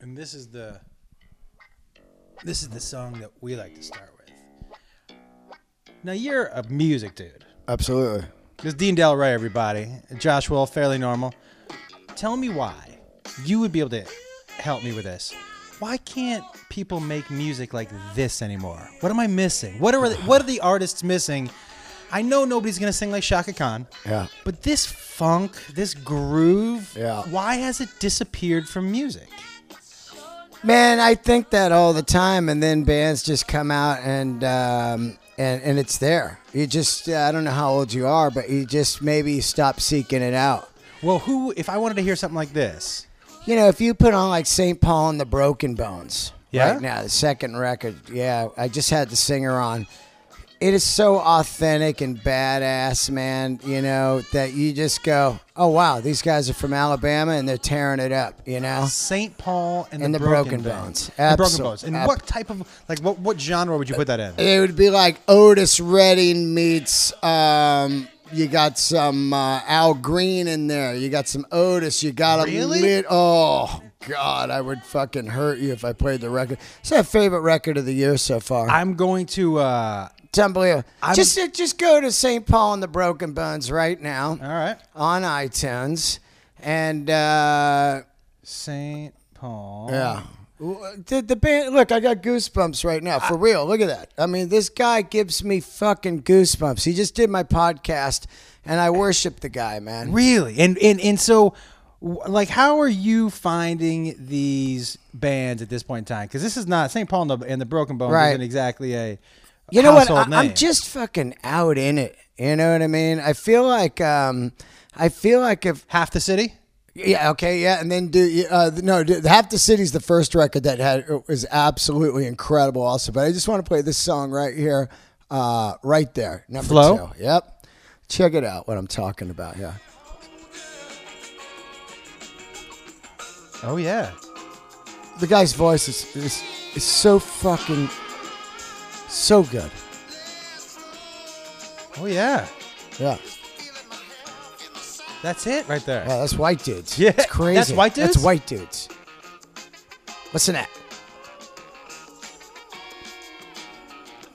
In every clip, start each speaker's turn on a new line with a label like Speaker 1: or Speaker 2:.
Speaker 1: and this is the this is the song that we like to start with. Now you're a music dude.
Speaker 2: Absolutely.
Speaker 1: This is Dean Del Rey, everybody. Josh Will, fairly normal. Tell me why you would be able to help me with this. Why can't people make music like this anymore? What am I missing? What are the, what are the artists missing? I know nobody's gonna sing like Shaka Khan.
Speaker 2: Yeah.
Speaker 1: But this funk, this groove,
Speaker 2: Yeah.
Speaker 1: why has it disappeared from music?
Speaker 2: Man, I think that all the time, and then bands just come out and um, and and it's there. You just I don't know how old you are, but you just maybe stop seeking it out.
Speaker 1: Well, who if I wanted to hear something like this?
Speaker 2: You know, if you put on like St. Paul and the Broken Bones
Speaker 1: Yeah?
Speaker 2: right now, the second record, yeah, I just had the singer on. It is so authentic and badass, man, you know, that you just go, oh, wow, these guys are from Alabama and they're tearing it up, you know?
Speaker 1: St. Paul and,
Speaker 2: And
Speaker 1: the,
Speaker 2: the
Speaker 1: Broken,
Speaker 2: Broken
Speaker 1: Bones.
Speaker 2: Bones.
Speaker 1: The Broken
Speaker 2: Absol-
Speaker 1: Bones. And
Speaker 2: ab- Uh,
Speaker 1: what type of like what what genre would you put that in?
Speaker 2: It would be like Otis Redding meets. Um, you got some uh, Al Green in there. You got some Otis. You got a
Speaker 1: Really?
Speaker 2: lit. Oh God, I would fucking hurt you if I played the record. It's my favorite record of the year so far.
Speaker 1: I'm going to uh
Speaker 2: it's unbelievable.
Speaker 1: I'm-
Speaker 2: just uh, just go to St. Paul and the Broken Bones right now
Speaker 1: all right.
Speaker 2: on iTunes, and uh,
Speaker 1: St. Paul.
Speaker 2: yeah. uh, The, the band, look, I got goosebumps right now, for real. Look at that. I mean, this guy gives me fucking goosebumps. He just did my podcast, and I worship the guy, man.
Speaker 1: Really? And and and so w- like how are you finding these bands at this point in time? Because this is not St. Paul and the, and the Broken Bones
Speaker 2: Right.
Speaker 1: isn't exactly a
Speaker 2: You know what? I,
Speaker 1: household
Speaker 2: I'm
Speaker 1: name.
Speaker 2: just fucking out in it. You know what I mean? I feel like, um, I feel like if
Speaker 1: half the city.
Speaker 2: Yeah. Okay. Yeah. And then do uh, no. Do, Half the City's the first record that had uh, was absolutely incredible. Also, but I just want to play this song right here, uh, right there, number
Speaker 1: Flow?
Speaker 2: two. Yep. Check it out. What I'm talking about. Yeah.
Speaker 1: Oh yeah.
Speaker 2: The guy's voice is is, is so fucking so good.
Speaker 1: Oh yeah.
Speaker 2: Yeah.
Speaker 1: That's it right there.
Speaker 2: Yeah. That's white dudes.
Speaker 1: Yeah,
Speaker 2: It's crazy.
Speaker 1: that's white dudes?
Speaker 2: That's white dudes. Listen to that.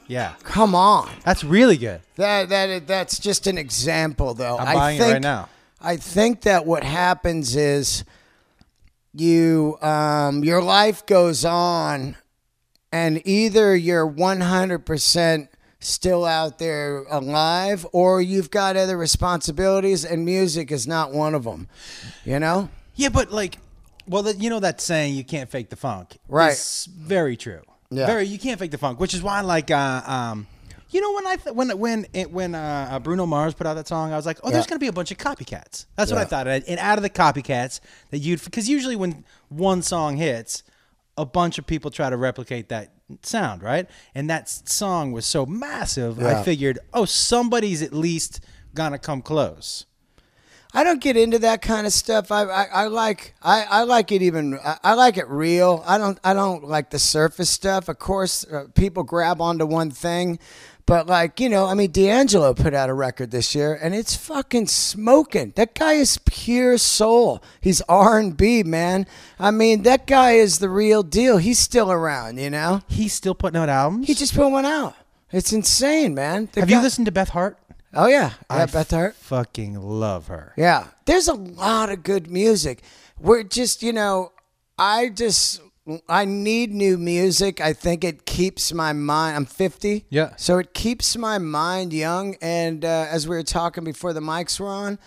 Speaker 1: Yeah.
Speaker 2: Come on.
Speaker 1: That's really good.
Speaker 2: That that that's just an example, though.
Speaker 1: I'm
Speaker 2: I
Speaker 1: buying it
Speaker 2: think-
Speaker 1: right now.
Speaker 2: I think that what happens is you um, your life goes on, and either you're 100 percent still out there alive, or you've got other responsibilities, and music is not one of them. You know?
Speaker 1: Yeah, but like, well, that- you know that saying, you can't fake the funk.
Speaker 2: Right.
Speaker 1: It's very true.
Speaker 2: Yeah.
Speaker 1: Very, you can't fake the funk, which is why, like, uh, um, you know, when I th- when when it, when uh, uh, Bruno Mars put out that song, I was like, oh, there's
Speaker 2: Yeah.
Speaker 1: gonna be a bunch of copycats. That's what I thought. And, and out of the copycats that you'd, because usually when one song hits, a bunch of people try to replicate that sound, right? And that s- song was so massive, I
Speaker 2: Yeah.
Speaker 1: figured, oh, somebody's at least gonna come close.
Speaker 2: I don't get into that kind of stuff. I, I, I like I, I like it even I, I like it real. I don't I don't like the surface stuff. Of course, uh, people grab onto one thing, but like you know, I mean, D'Angelo put out a record this year, and it's fucking smoking. That guy is pure soul. He's R and B man. I mean, that guy is the real deal. He's still around, you know.
Speaker 1: He's still putting out albums.
Speaker 2: He just put one out. It's insane, man. The
Speaker 1: Have
Speaker 2: guy-
Speaker 1: you listened to Beth Hart?
Speaker 2: Oh yeah, yeah, Beth Hart.
Speaker 1: Fucking love her.
Speaker 2: Yeah. There's a lot of good music. We're just, you know, I just I need new music. I think it keeps my mind. I'm 50.
Speaker 1: Yeah.
Speaker 2: So it keeps my mind young. And uh, as we were talking before the mics were on,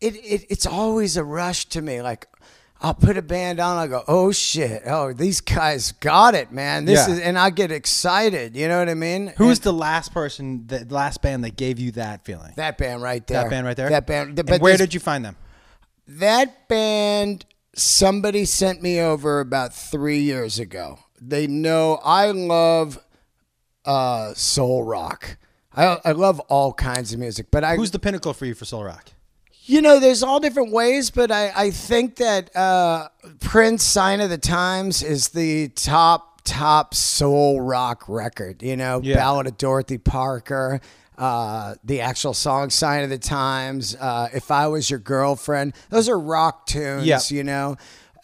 Speaker 2: it, it it's always a rush to me. Like I'll put a band on, I'll go, oh shit, oh these guys got it, man. This
Speaker 1: Yeah.
Speaker 2: is, and I get excited. You know what I mean?
Speaker 1: Who
Speaker 2: And
Speaker 1: was the last person, the last band that gave you that feeling?
Speaker 2: that band right there?
Speaker 1: That band right there.
Speaker 2: That band.
Speaker 1: And where
Speaker 2: this-
Speaker 1: did you find them?
Speaker 2: That band, somebody sent me over about three years ago. They know I love uh, soul rock. I, I love all kinds of music, but I
Speaker 1: Who's the pinnacle for you for soul rock?
Speaker 2: you know, there's all different ways, but I, I think that uh, Prince Sign of the Times is the top, top soul rock record. You know,
Speaker 1: Yeah.
Speaker 2: Ballad of Dorothy Parker, uh, the actual song Sign of the Times, uh, If I Was Your Girlfriend. Those are rock tunes,
Speaker 1: Yeah.
Speaker 2: you know.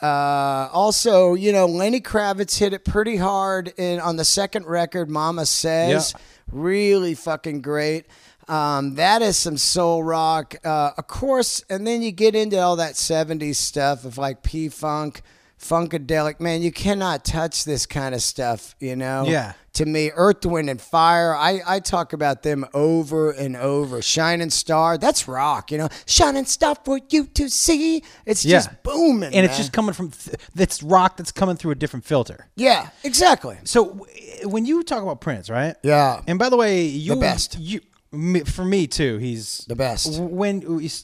Speaker 2: Uh, also, you know, Lenny Kravitz hit it pretty hard in, on the second record, Mama Says.
Speaker 1: Yeah.
Speaker 2: Really fucking great. Um, that is some soul rock. Uh, of course, and then you get into all that 70s stuff of like P Funk, Funkadelic. Man, you cannot touch this kind of stuff, you know?
Speaker 1: Yeah.
Speaker 2: To me, Earth, Wind, and Fire, I, I talk about them over and over. Shining Star, that's rock, you know? Shining Star for you to see. It's
Speaker 1: Yeah.
Speaker 2: just booming.
Speaker 1: and it's
Speaker 2: man.
Speaker 1: just coming from th- that's rock that's coming through a different filter.
Speaker 2: Yeah, exactly.
Speaker 1: So w- when you talk about Prince, right?
Speaker 2: Yeah.
Speaker 1: And by the way, you
Speaker 2: best.
Speaker 1: You me- for me too. He's
Speaker 2: The best.
Speaker 1: When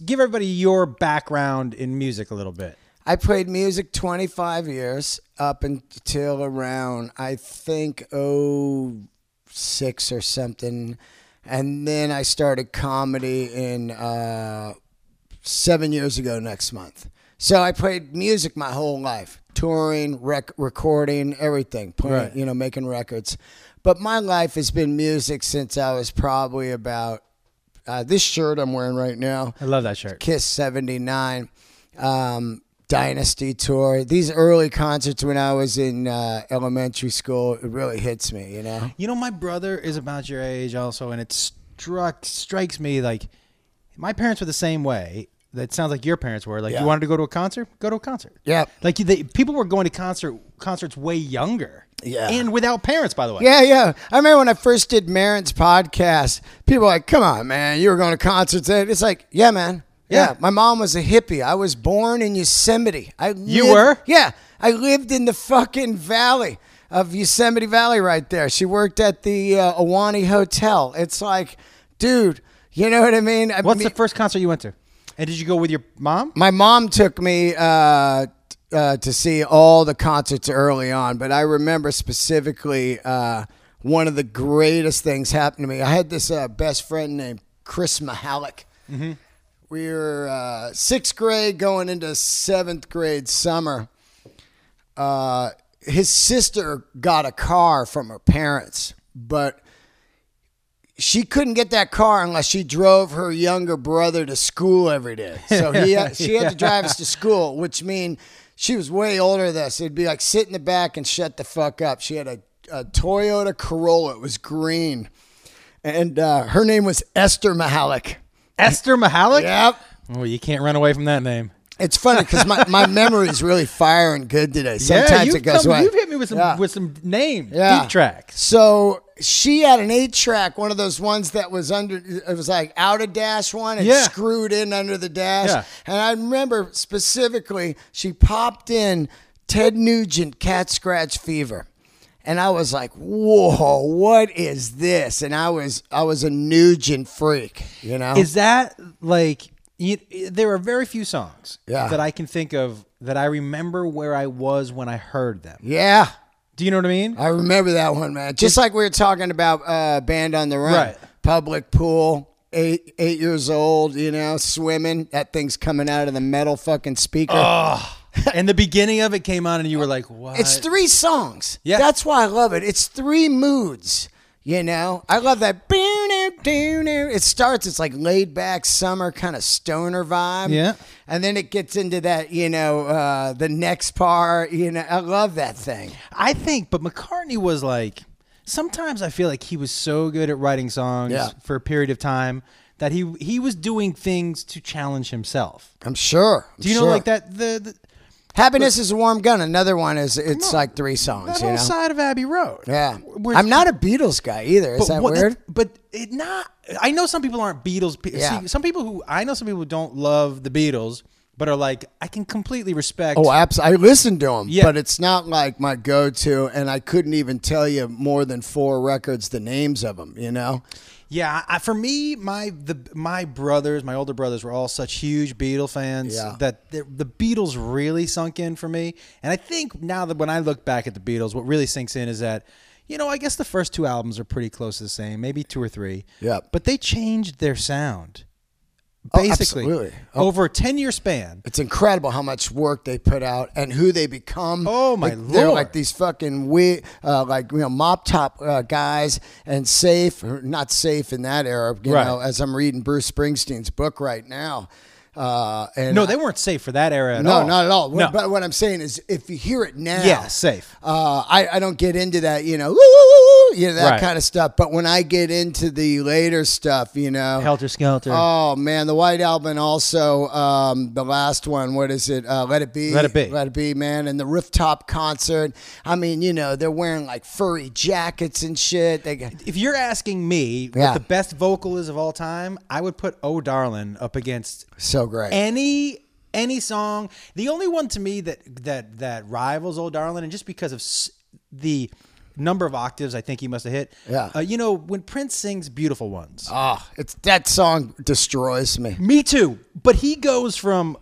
Speaker 1: give everybody your background in music a little bit.
Speaker 2: I played music 25 years up until around, I think, oh six or something. And then I started comedy in uh, seven years ago next month. So I played music my whole life, touring, rec- recording, everything, playing,
Speaker 1: Right.
Speaker 2: you know, making records. But my life has been music since I was probably about uh, this shirt I'm wearing right now.
Speaker 1: I love that shirt.
Speaker 2: Kiss 79, um, Dynasty Tour. These early concerts when I was in uh, elementary school, it really hits me, you know?
Speaker 1: You know, my brother is about your age also, and it struck strikes me like my parents were the same way. That sounds like your parents were. Like
Speaker 2: Yeah.
Speaker 1: you wanted to go to a concert, go to a concert.
Speaker 2: Yep.
Speaker 1: Like they, people were going to concert concerts way younger.
Speaker 2: Yeah.
Speaker 1: And without parents, by the way.
Speaker 2: Yeah, yeah. I remember when I first did Marin's podcast, people were like, come on, man, you were going to concerts. And it's like, yeah, man. Yeah.
Speaker 1: Yeah.
Speaker 2: My mom was a hippie. I was born in Yosemite. I
Speaker 1: You
Speaker 2: lived-
Speaker 1: were?
Speaker 2: Yeah. I lived in the fucking valley of Yosemite Valley right there. She worked at the uh, Awani Hotel. It's like, dude, you know what I mean? I
Speaker 1: What's
Speaker 2: mean-
Speaker 1: the first concert you went to? And did you go with your mom?
Speaker 2: my mom took me uh, t- uh, to see all the concerts early on, but I remember specifically uh, one of the greatest things happened to me. I had this uh, best friend named Chris Mahalik. We were uh, sixth grade going into seventh grade summer. Uh, his sister got a car from her parents, but she couldn't get that car unless she drove her younger brother to school every day. So he she had to drive us to school, which mean she was way older than us. It'd be like sit in the back and shut the fuck up. She had a, a Toyota Corolla. It was green, and uh, her name was Esther Mahalik.
Speaker 1: Esther Mahalik?
Speaker 2: Yep.
Speaker 1: Oh, you can't run away from that name.
Speaker 2: It's funny because my, my memory is really firing good today. Sometimes
Speaker 1: you've
Speaker 2: it goes
Speaker 1: come-
Speaker 2: away.
Speaker 1: You've hit me with some
Speaker 2: Yeah.
Speaker 1: with some names,
Speaker 2: Yeah.
Speaker 1: deep tracks.
Speaker 2: So she had an eight track, one of those ones that was under, it was like out of dash one and
Speaker 1: Yeah.
Speaker 2: screwed in under the dash.
Speaker 1: Yeah.
Speaker 2: And I remember specifically, she popped in Ted Nugent, Cat Scratch Fever. And I was like, whoa, what is this? And I was, I was a Nugent freak, you know?
Speaker 1: Is that like you, there are very few songs
Speaker 2: Yeah.
Speaker 1: that I can think of that I remember where I was when I heard them.
Speaker 2: yeah.
Speaker 1: Do you know what I mean?
Speaker 2: I remember that one, man. Just like we were talking about uh, Band on the Run,
Speaker 1: Right.
Speaker 2: public pool, eight eight years old, you know, swimming. That thing's coming out of the metal fucking speaker.
Speaker 1: Oh, and the beginning of it came on, and you were like, "What?"
Speaker 2: it's three songs.
Speaker 1: Yeah.
Speaker 2: that's why I love it. It's three moods. You know, I love that. It starts. It's like laid back summer kind of stoner vibe.
Speaker 1: Yeah.
Speaker 2: and then it gets into that. You know, uh, the next part. You know, I love that thing.
Speaker 1: I think, but McCartney was like. Sometimes I feel like he was so good at writing songs
Speaker 2: Yeah.
Speaker 1: for a period of time that he he was doing things to challenge himself.
Speaker 2: I'm sure.
Speaker 1: Do you know like that the, the
Speaker 2: Happiness is a warm gun. Another one is it's like three songs,
Speaker 1: that
Speaker 2: you
Speaker 1: whole
Speaker 2: know.
Speaker 1: side of Abbey Road?
Speaker 2: yeah,
Speaker 1: Where-
Speaker 2: I'm not a Beatles guy either. Is
Speaker 1: But
Speaker 2: that
Speaker 1: what-
Speaker 2: weird?
Speaker 1: But it not. I know some people aren't Beatles. pe-
Speaker 2: Yeah.
Speaker 1: See, some people who I know some people who don't love the Beatles, but are like, I can completely respect.
Speaker 2: Oh, abs- I listened to them,
Speaker 1: Yeah.
Speaker 2: but it's not like my go-to, and I couldn't even tell you more than four records, the names of them. You know?
Speaker 1: yeah. I, for me, my the my brothers, my older brothers, were all such huge Beatle fans
Speaker 2: Yeah.
Speaker 1: that the, the Beatles really sunk in for me. And I think now that when I look back at the Beatles, what really sinks in is that. You know, I guess the first two albums are pretty close to the same, maybe two or three.
Speaker 2: Yeah.
Speaker 1: But they changed their sound.
Speaker 2: Oh,
Speaker 1: Basically,
Speaker 2: absolutely. Oh.
Speaker 1: over a 10 year span,
Speaker 2: It's incredible how much work they put out and who they become.
Speaker 1: Oh, my
Speaker 2: like, They're
Speaker 1: Lord.
Speaker 2: like these fucking we uh, like you know mop top uh, guys and safe or not safe in that era. You
Speaker 1: Right.
Speaker 2: know, as I'm reading Bruce Springsteen's book right now, Uh, and
Speaker 1: No, they weren't safe for that era at
Speaker 2: no,
Speaker 1: all.
Speaker 2: not at all.
Speaker 1: No.
Speaker 2: But what I'm saying is, if you hear it now,
Speaker 1: Yeah, safe.
Speaker 2: Uh, I, I don't get into that, you know, "Woo, woo, woo, woo," you know that
Speaker 1: Right.
Speaker 2: kind of stuff. But when I get into the later stuff, you know,
Speaker 1: Helter Skelter.
Speaker 2: Oh man, the White Album, and also um, the last one. What is it? Uh, Let it be.
Speaker 1: Let It Be.
Speaker 2: Let it be, man. And the rooftop concert. I mean, you know, they're wearing like furry jackets and shit. They got,
Speaker 1: if you're asking me
Speaker 2: Yeah.
Speaker 1: what the best vocal is of all time, I would put "Oh Darlin'" up against
Speaker 2: so great.
Speaker 1: any any song. The only one to me that that that rivals "Oh Darlin'," and just because of s- the number of octaves I think he must have hit.
Speaker 2: Yeah.
Speaker 1: Uh, you know when Prince sings "Beautiful Ones."
Speaker 2: oh, it's that song destroys me.
Speaker 1: me too, but he goes from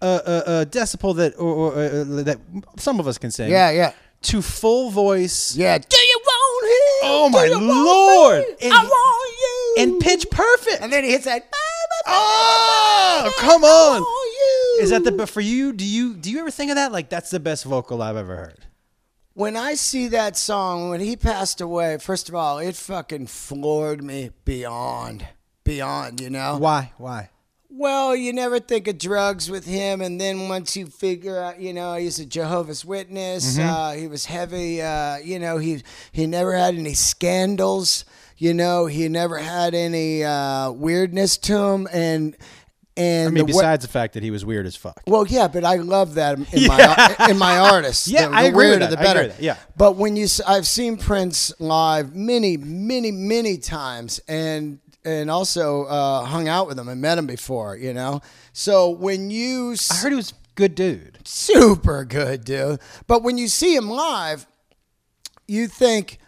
Speaker 1: a, a, a decibel that or, or, uh, that some of us can sing.
Speaker 2: Yeah, yeah,
Speaker 1: To full voice.
Speaker 2: yeah. Do you want him?
Speaker 1: Oh, my
Speaker 2: Do you want
Speaker 1: Lord.
Speaker 2: me?
Speaker 1: And
Speaker 2: I
Speaker 1: he-
Speaker 2: want you.
Speaker 1: And pitch perfect.
Speaker 2: and then he hits that.
Speaker 1: Oh, come on.
Speaker 2: I want you.
Speaker 1: Is that the but for you? Do you do you ever think of that? Like that's the best vocal I've ever heard.
Speaker 2: When I see that song, when he passed away, first of all, it fucking floored me beyond, beyond, you know?
Speaker 1: Why? Why?
Speaker 2: Well, you never think of drugs with him. And then once you figure out, you know, he's a Jehovah's Witness,
Speaker 1: Mm-hmm.
Speaker 2: uh, he was heavy, uh, you know, he, he never had any scandals, you know, he never had any uh, weirdness to him. And, and
Speaker 1: I mean,
Speaker 2: the wa-
Speaker 1: besides the fact that he was weird as fuck.
Speaker 2: well, yeah, but I love that in my in my artists.
Speaker 1: Yeah,
Speaker 2: the,
Speaker 1: I
Speaker 2: the
Speaker 1: agree with
Speaker 2: weirder,
Speaker 1: that.
Speaker 2: The
Speaker 1: I agree
Speaker 2: better.
Speaker 1: with that, yeah.
Speaker 2: But when you, s- I've seen Prince live many, many, many times, and and also uh, hung out with him and met him before. You know, so when you s-
Speaker 1: I heard he was a good dude.
Speaker 2: super good, dude. But when you see him live, you think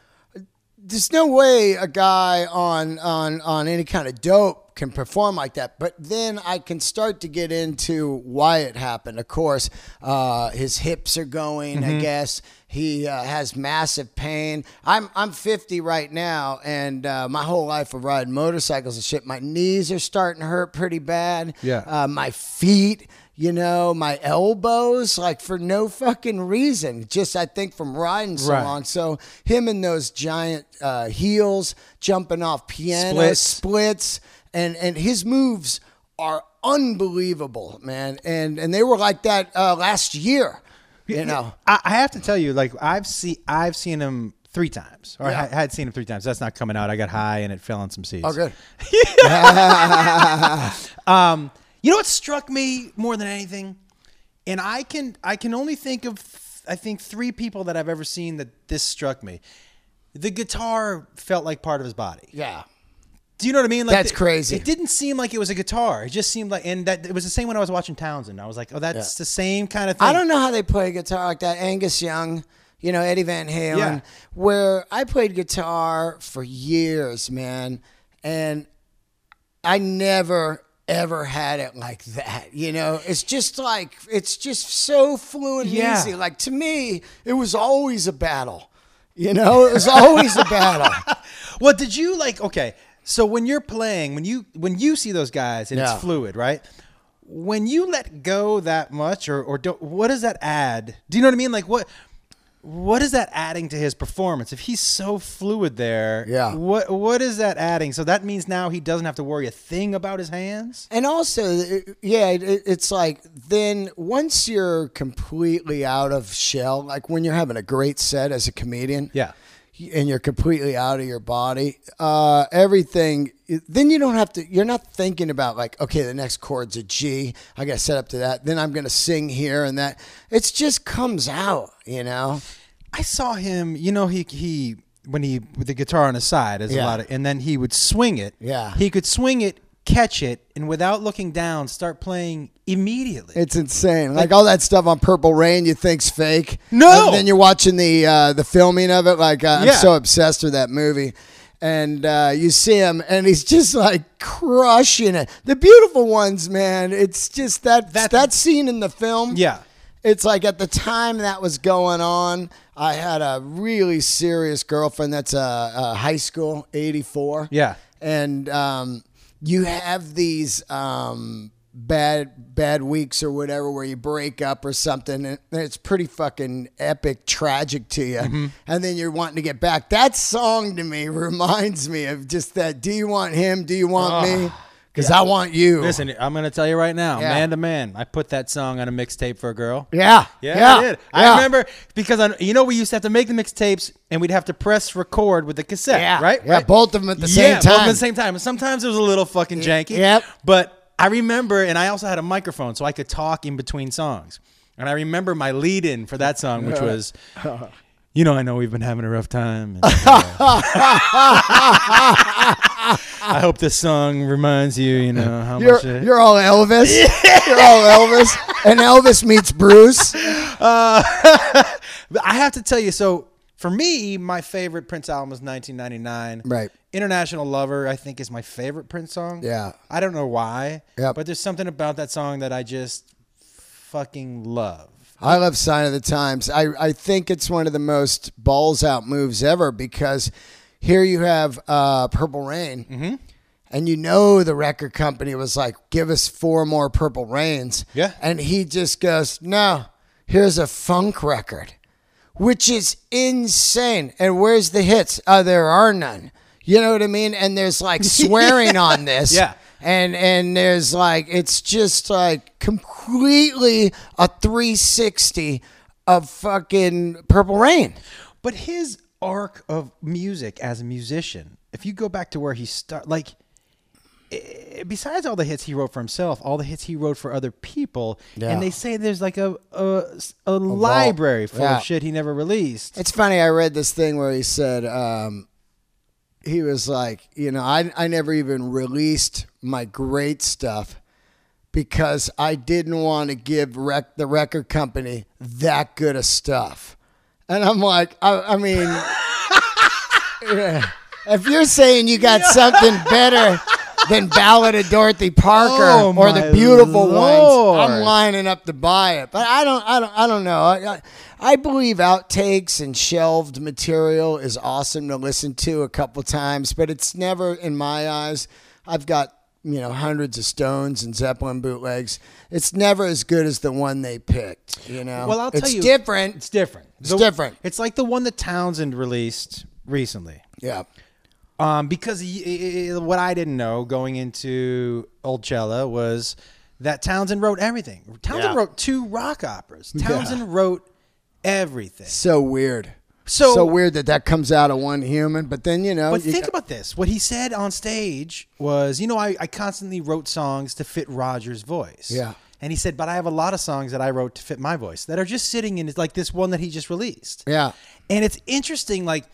Speaker 2: there's no way a guy on on on any kind of dope can perform like that. But then I can start to get into why it happened. Of course, uh, his hips are going. I guess he uh, has massive pain. I'm I'm 50 right now, and uh, my whole life of riding motorcycles and shit. My knees are starting to hurt pretty bad.
Speaker 1: Yeah.
Speaker 2: uh, my feet. You know, my elbows, like for no fucking reason. Just, I think, from riding so
Speaker 1: Right.
Speaker 2: long. So him and those giant uh, heels jumping off piano
Speaker 1: Splits.
Speaker 2: splits, and and his moves are unbelievable, man. And and they were like that uh, last year, you know.
Speaker 1: I, I have to tell you, like I've seen I've seen him three times, or I
Speaker 2: Yeah.
Speaker 1: had seen him three times. That's not coming out. I got high and it fell on some seeds.
Speaker 2: Oh, good.
Speaker 1: Um, you know what struck me more than anything, and I can I can only think of I think three people that I've ever seen that this struck me. The guitar felt like part of his body.
Speaker 2: Yeah.
Speaker 1: Do you know what I mean? Like
Speaker 2: That's
Speaker 1: the-
Speaker 2: crazy.
Speaker 1: It didn't seem like it was a guitar. It just seemed like, and that it was the same when I was watching Townsend. I was like, oh, that's the same kind of thing.
Speaker 2: I don't know how they play guitar like that. Angus Young, you know, Eddie Van Halen,
Speaker 1: Yeah.
Speaker 2: where I played guitar for years, man. And I never ever had it like that. You know, it's just like it's just so fluid and
Speaker 1: Yeah.
Speaker 2: easy. Like to me, it was always a battle. You know, it was always a battle.
Speaker 1: Well, did you like? Okay, so when you're playing, when you when you see those guys and
Speaker 2: Yeah.
Speaker 1: it's fluid, right? When you let go that much, or or don't, what does that add? Do you know what I mean? Like what? What is that adding to his performance? If he's so fluid there,
Speaker 2: Yeah.
Speaker 1: What what is that adding? So that means now he doesn't have to worry a thing about his hands.
Speaker 2: And also, it- yeah, it, it- it's like then once you're completely out of shell, like when you're having a great set as a comedian,
Speaker 1: Yeah.
Speaker 2: and you're completely out of your body, uh, everything. Then you don't have to. You're not thinking about like, okay, the next chord's a G. I got to set up to that. Then I'm gonna sing here and that. It's just comes out, you know.
Speaker 1: I saw him. You know, he he when he with the guitar on his side is a
Speaker 2: Yeah.
Speaker 1: lot, of, and then he would swing it.
Speaker 2: Yeah.
Speaker 1: he could swing it, catch it, and without looking down, start playing immediately.
Speaker 2: It's insane. Like all that stuff on Purple Rain, you think's fake.
Speaker 1: No!
Speaker 2: And then you're watching the uh, the filming of it. Like uh,
Speaker 1: Yeah.
Speaker 2: I'm so obsessed with that movie. And uh, you see him, and he's just like crushing it. The beautiful ones, man. It's just that
Speaker 1: That-
Speaker 2: that, scene in the film.
Speaker 1: yeah,
Speaker 2: It's like at the time that was going on, I had a really serious girlfriend that's a, uh high school, 84.
Speaker 1: Yeah.
Speaker 2: And um, you have these um, bad bad weeks or whatever where you break up or something, and it's pretty fucking epic, tragic to you.
Speaker 1: Mm-hmm.
Speaker 2: And then you're wanting to get back. That song to me reminds me of just that do you want him? Do you want me? because I want you.
Speaker 1: Ah. Listen, I'm gonna tell you right now,
Speaker 2: Yeah.
Speaker 1: man to man, I put that song on a mixtape for a girl.
Speaker 2: Yeah.
Speaker 1: Yeah, I did. I remember because I, you know we used to have to make the mixtapes and we'd have to press record with the cassette,
Speaker 2: Yeah,
Speaker 1: right?
Speaker 2: yeah,
Speaker 1: Right.
Speaker 2: both of 'em at the
Speaker 1: Yeah,
Speaker 2: same
Speaker 1: both at
Speaker 2: time.
Speaker 1: the same time. And sometimes it was a little fucking janky.
Speaker 2: yep.
Speaker 1: But I remember, and I also had a microphone, so I could talk in between songs. And I remember my lead-in for that song, which
Speaker 2: Uh,
Speaker 1: was, you know, I know we've been having a rough time. and, uh, I hope this song reminds you, you know, how
Speaker 2: You're,
Speaker 1: much. it-
Speaker 2: you're all Elvis. You're all Elvis. And Elvis meets Bruce.
Speaker 1: But I have to tell you, so for me, my favorite Prince album is 1999.
Speaker 2: Right.
Speaker 1: International Lover, I think, is my favorite Prince song.
Speaker 2: Yeah.
Speaker 1: I don't know why.
Speaker 2: Yep.
Speaker 1: But there's something about that song that I just fucking love.
Speaker 2: I love Sign of the Times. I, I think it's one of the most balls out moves ever because here you have uh, Purple Rain. And you know the record company was like, give us four more Purple Rains.
Speaker 1: Yeah.
Speaker 2: And he just goes, no, here's a funk record, which is insane. And where's the hits? Oh, there are none. You know what I mean? And there's like swearing on this.
Speaker 1: Yeah.
Speaker 2: And and there's like it's just like completely a 360 of fucking Purple Rain.
Speaker 1: But his arc of music as a musician, if you go back to where he started, like, eh, besides all the hits he wrote for himself, all the hits he wrote for other people,
Speaker 2: Yeah.
Speaker 1: and they say there's like a a, a library full
Speaker 2: Yeah.
Speaker 1: of shit he never released.
Speaker 2: It's funny. I read this thing where he said um, he was like, you know, I I never even released my great stuff because I didn't want to give rec- the record company that good of stuff. And I'm like, I, I mean, yeah. if you're saying you got something better than Ballad of Dorothy Parker
Speaker 1: Oh,
Speaker 2: or the
Speaker 1: my
Speaker 2: Beautiful Ones, I'm
Speaker 1: Lord.
Speaker 2: lining up to buy it. But I don't, I don't, I don't know. I, I, I believe outtakes and shelved material is awesome to listen to a couple times, but it's never, in my eyes, I've got you know hundreds of Stones and Zeppelin bootlegs. It's never as good as the one they picked. You know,
Speaker 1: Well, I'll tell
Speaker 2: it's
Speaker 1: you-
Speaker 2: different.
Speaker 1: It's different.
Speaker 2: It's different.
Speaker 1: It's like the one that Townsend released recently.
Speaker 2: yeah,
Speaker 1: Um, because y- y- y- what I didn't know going into Old Cella was that Townsend wrote everything. Townsend
Speaker 2: Yeah.
Speaker 1: wrote two rock operas. Townsend wrote everything.
Speaker 2: so weird.
Speaker 1: So-
Speaker 2: so weird that that comes out of one human. But then you know,
Speaker 1: But
Speaker 2: you
Speaker 1: think
Speaker 2: got-
Speaker 1: about this. What he said on stage was, you know, I, I constantly wrote songs to fit Roger's voice.
Speaker 2: Yeah.
Speaker 1: And he said, but I have a lot of songs that I wrote to fit my voice that are just sitting in, like this one that he just released.
Speaker 2: Yeah.
Speaker 1: And it's interesting. Like,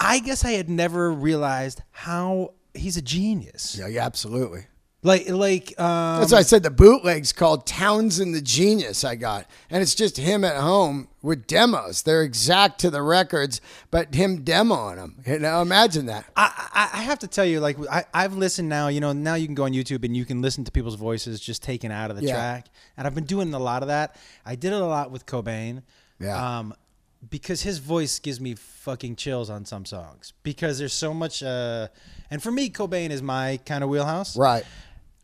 Speaker 1: I guess I had never realized how he's a genius.
Speaker 2: yeah, yeah, absolutely.
Speaker 1: Like, like, um,
Speaker 2: That's why I said the bootleg's called Townsend the Genius. I got, and it's just him at home with demos. They're exact to the records, but him demoing them. You know, imagine that.
Speaker 1: I, I- I have to tell you, like I, I've listened now. You know, now you can go on YouTube and you can listen to people's voices just taken out of the
Speaker 2: Yeah.
Speaker 1: track. And I've been doing a lot of that. I did it a lot with Cobain.
Speaker 2: Yeah.
Speaker 1: Um, because his voice gives me fucking chills on some songs. Because there's so much. Uh, and for me, Cobain is my kind of wheelhouse.
Speaker 2: Right.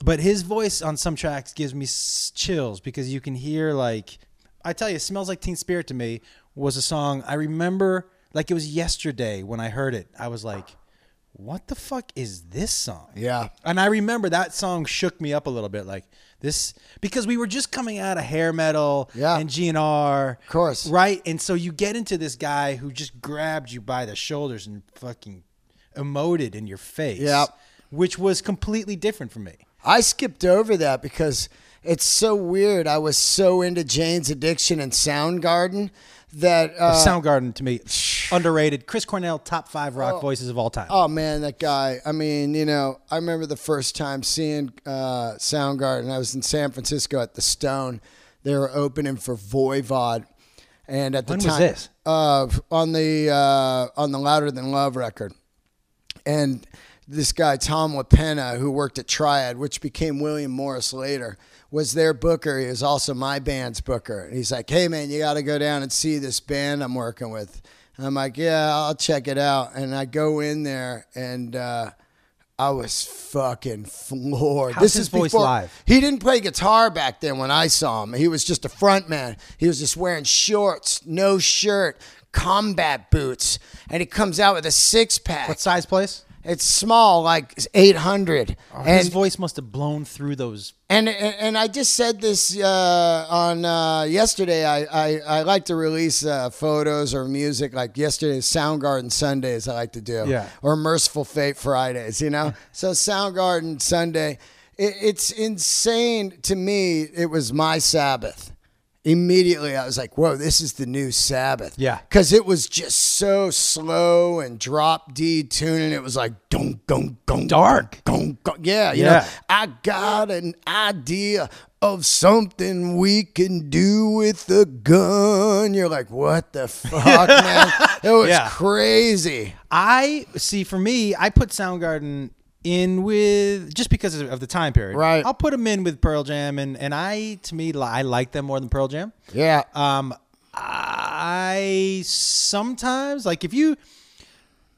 Speaker 1: But his voice on some tracks gives me s- chills because you can hear like I tell you, "Smells Like Teen Spirit" to me was a song I remember like it was yesterday when I heard it. I was like, "What the fuck is this song?"
Speaker 2: Yeah.
Speaker 1: and I remember that song shook me up a little bit, like this because we were just coming out of hair metal
Speaker 2: Yeah.
Speaker 1: and GNR, of
Speaker 2: course.
Speaker 1: right? And so you get into this guy who just grabbed you by the shoulders and fucking emoted in your face,
Speaker 2: Yep.
Speaker 1: which was completely different for me.
Speaker 2: I skipped over that because it's so weird. I was so into Jane's Addiction and Soundgarden that uh,
Speaker 1: Soundgarden to me underrated. Chris Cornell, top five rock voices of all time.
Speaker 2: Oh man, that guy. I mean, you know, I remember the first time seeing uh, Soundgarden. I was in San Francisco at the Stone. They were opening for Voivod, and at the
Speaker 1: When was
Speaker 2: time,
Speaker 1: this?
Speaker 2: Uh, on the uh, on the Louder Than Love record, and this guy Tom LaPena, who worked at Triad, which became William Morris later, was their booker. He was also my band's booker, and he's like, "Hey man, you got to go down and see this band I'm working with." And I'm like, "Yeah, I'll check it out." And I go in there, and uh, I was fucking floored.
Speaker 1: How's his voice live?
Speaker 2: He didn't play guitar back then when I saw him. He was just a front man. He was just wearing shorts, no shirt, combat boots, and he comes out with a six pack.
Speaker 1: What size place?
Speaker 2: It's small, like 800.
Speaker 1: His
Speaker 2: and
Speaker 1: voice must have blown through those.
Speaker 2: and and and I just said this uh, on uh, yesterday. I, I, I like to release uh, photos or music like yesterday's Soundgarden Sundays. I like to do
Speaker 1: Yeah.
Speaker 2: or Merciful Fate Fridays. You know, so Soundgarden Sunday. It, it's insane to me. It was my Sabbath. Immediately, I was like, "Whoa, this is the new Sabbath."
Speaker 1: Yeah.
Speaker 2: because it was just so slow and drop D tuning. It was like, "Don't, don't, don't,
Speaker 1: Dark.
Speaker 2: don't, don't." Yeah, you
Speaker 1: Yeah.
Speaker 2: know, I got an idea of something we can do with a gun. You're like, what the fuck, man? It was
Speaker 1: Yeah.
Speaker 2: crazy.
Speaker 1: I see. For me, I put Soundgarden in with just because of of the time period.
Speaker 2: Right.
Speaker 1: I'll put them in with Pearl Jam, and and I to me li- I like them more than Pearl Jam.
Speaker 2: Yeah.
Speaker 1: Um, I sometimes like if you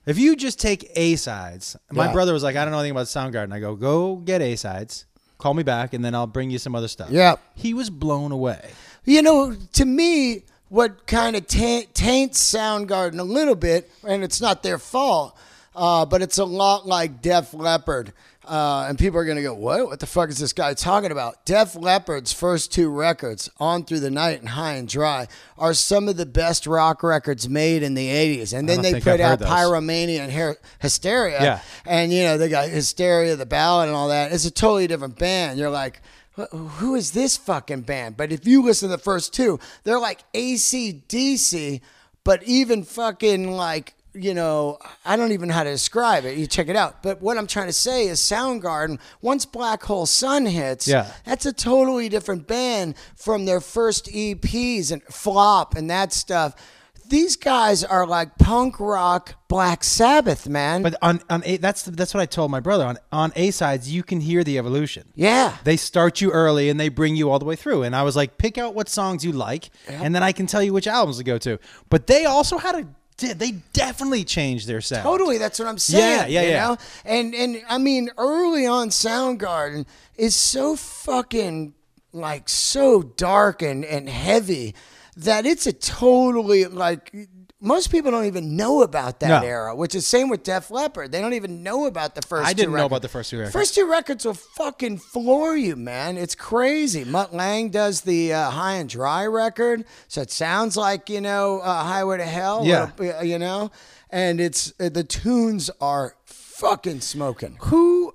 Speaker 1: if you just take A sides. My
Speaker 2: Yeah.
Speaker 1: brother was like, I don't know anything about Soundgarden. I go, go get A sides. Call me back, and then I'll bring you some other stuff.
Speaker 2: Yeah.
Speaker 1: He was blown away.
Speaker 2: You know, to me, what kind of ta- taints Soundgarden a little bit, and it's not their fault, uh, but it's a lot like Def Leppard. Uh, and people are going to go, what? What the fuck is this guy talking about? Def Leppard's first two records, On Through the Night and High and Dry, are some of the best rock records made in the 80s. And then
Speaker 1: don't
Speaker 2: they
Speaker 1: think
Speaker 2: put
Speaker 1: I've
Speaker 2: out
Speaker 1: heard those.
Speaker 2: Pyromania and Her- Hysteria.
Speaker 1: Yeah.
Speaker 2: And, you know, they got Hysteria, the ballad, and all that. It's a totally different band. You're like, "Wh- who is this fucking band? But if you listen to the first two, they're like ACDC, but even fucking like, you know, I don't even know how to describe it. You check it out. But what I'm trying to say is Soundgarden, once Black Hole Sun hits,
Speaker 1: Yeah.
Speaker 2: that's a totally different band from their first EPs and flop and that stuff. These guys are like punk rock Black Sabbath, man.
Speaker 1: But on on a, that's that's what I told my brother. On on A sides, you can hear the evolution.
Speaker 2: yeah.
Speaker 1: They start you early and they bring you all the way through. And I was like, pick out what songs you like, and then I can tell you which albums to go to. But they also had a did they definitely changed their sound.
Speaker 2: Totally, that's what I'm saying.
Speaker 1: Yeah, yeah,
Speaker 2: you
Speaker 1: yeah.
Speaker 2: Know? And and I mean, early on, Soundgarden is so fucking like so dark and and heavy that it's a totally like most people don't even know about
Speaker 1: No.
Speaker 2: that era. Which is same with Def Leppard; they don't even know about the first.
Speaker 1: I
Speaker 2: two
Speaker 1: didn't know
Speaker 2: records.
Speaker 1: about the first two records.
Speaker 2: First two records will fucking floor you, man. It's crazy. Mutt Lang does the uh, High and Dry record, so it sounds like you know uh, Highway to Hell.
Speaker 1: Yeah.
Speaker 2: uh, you know, and it's uh, the tunes are fucking smoking.
Speaker 1: Who?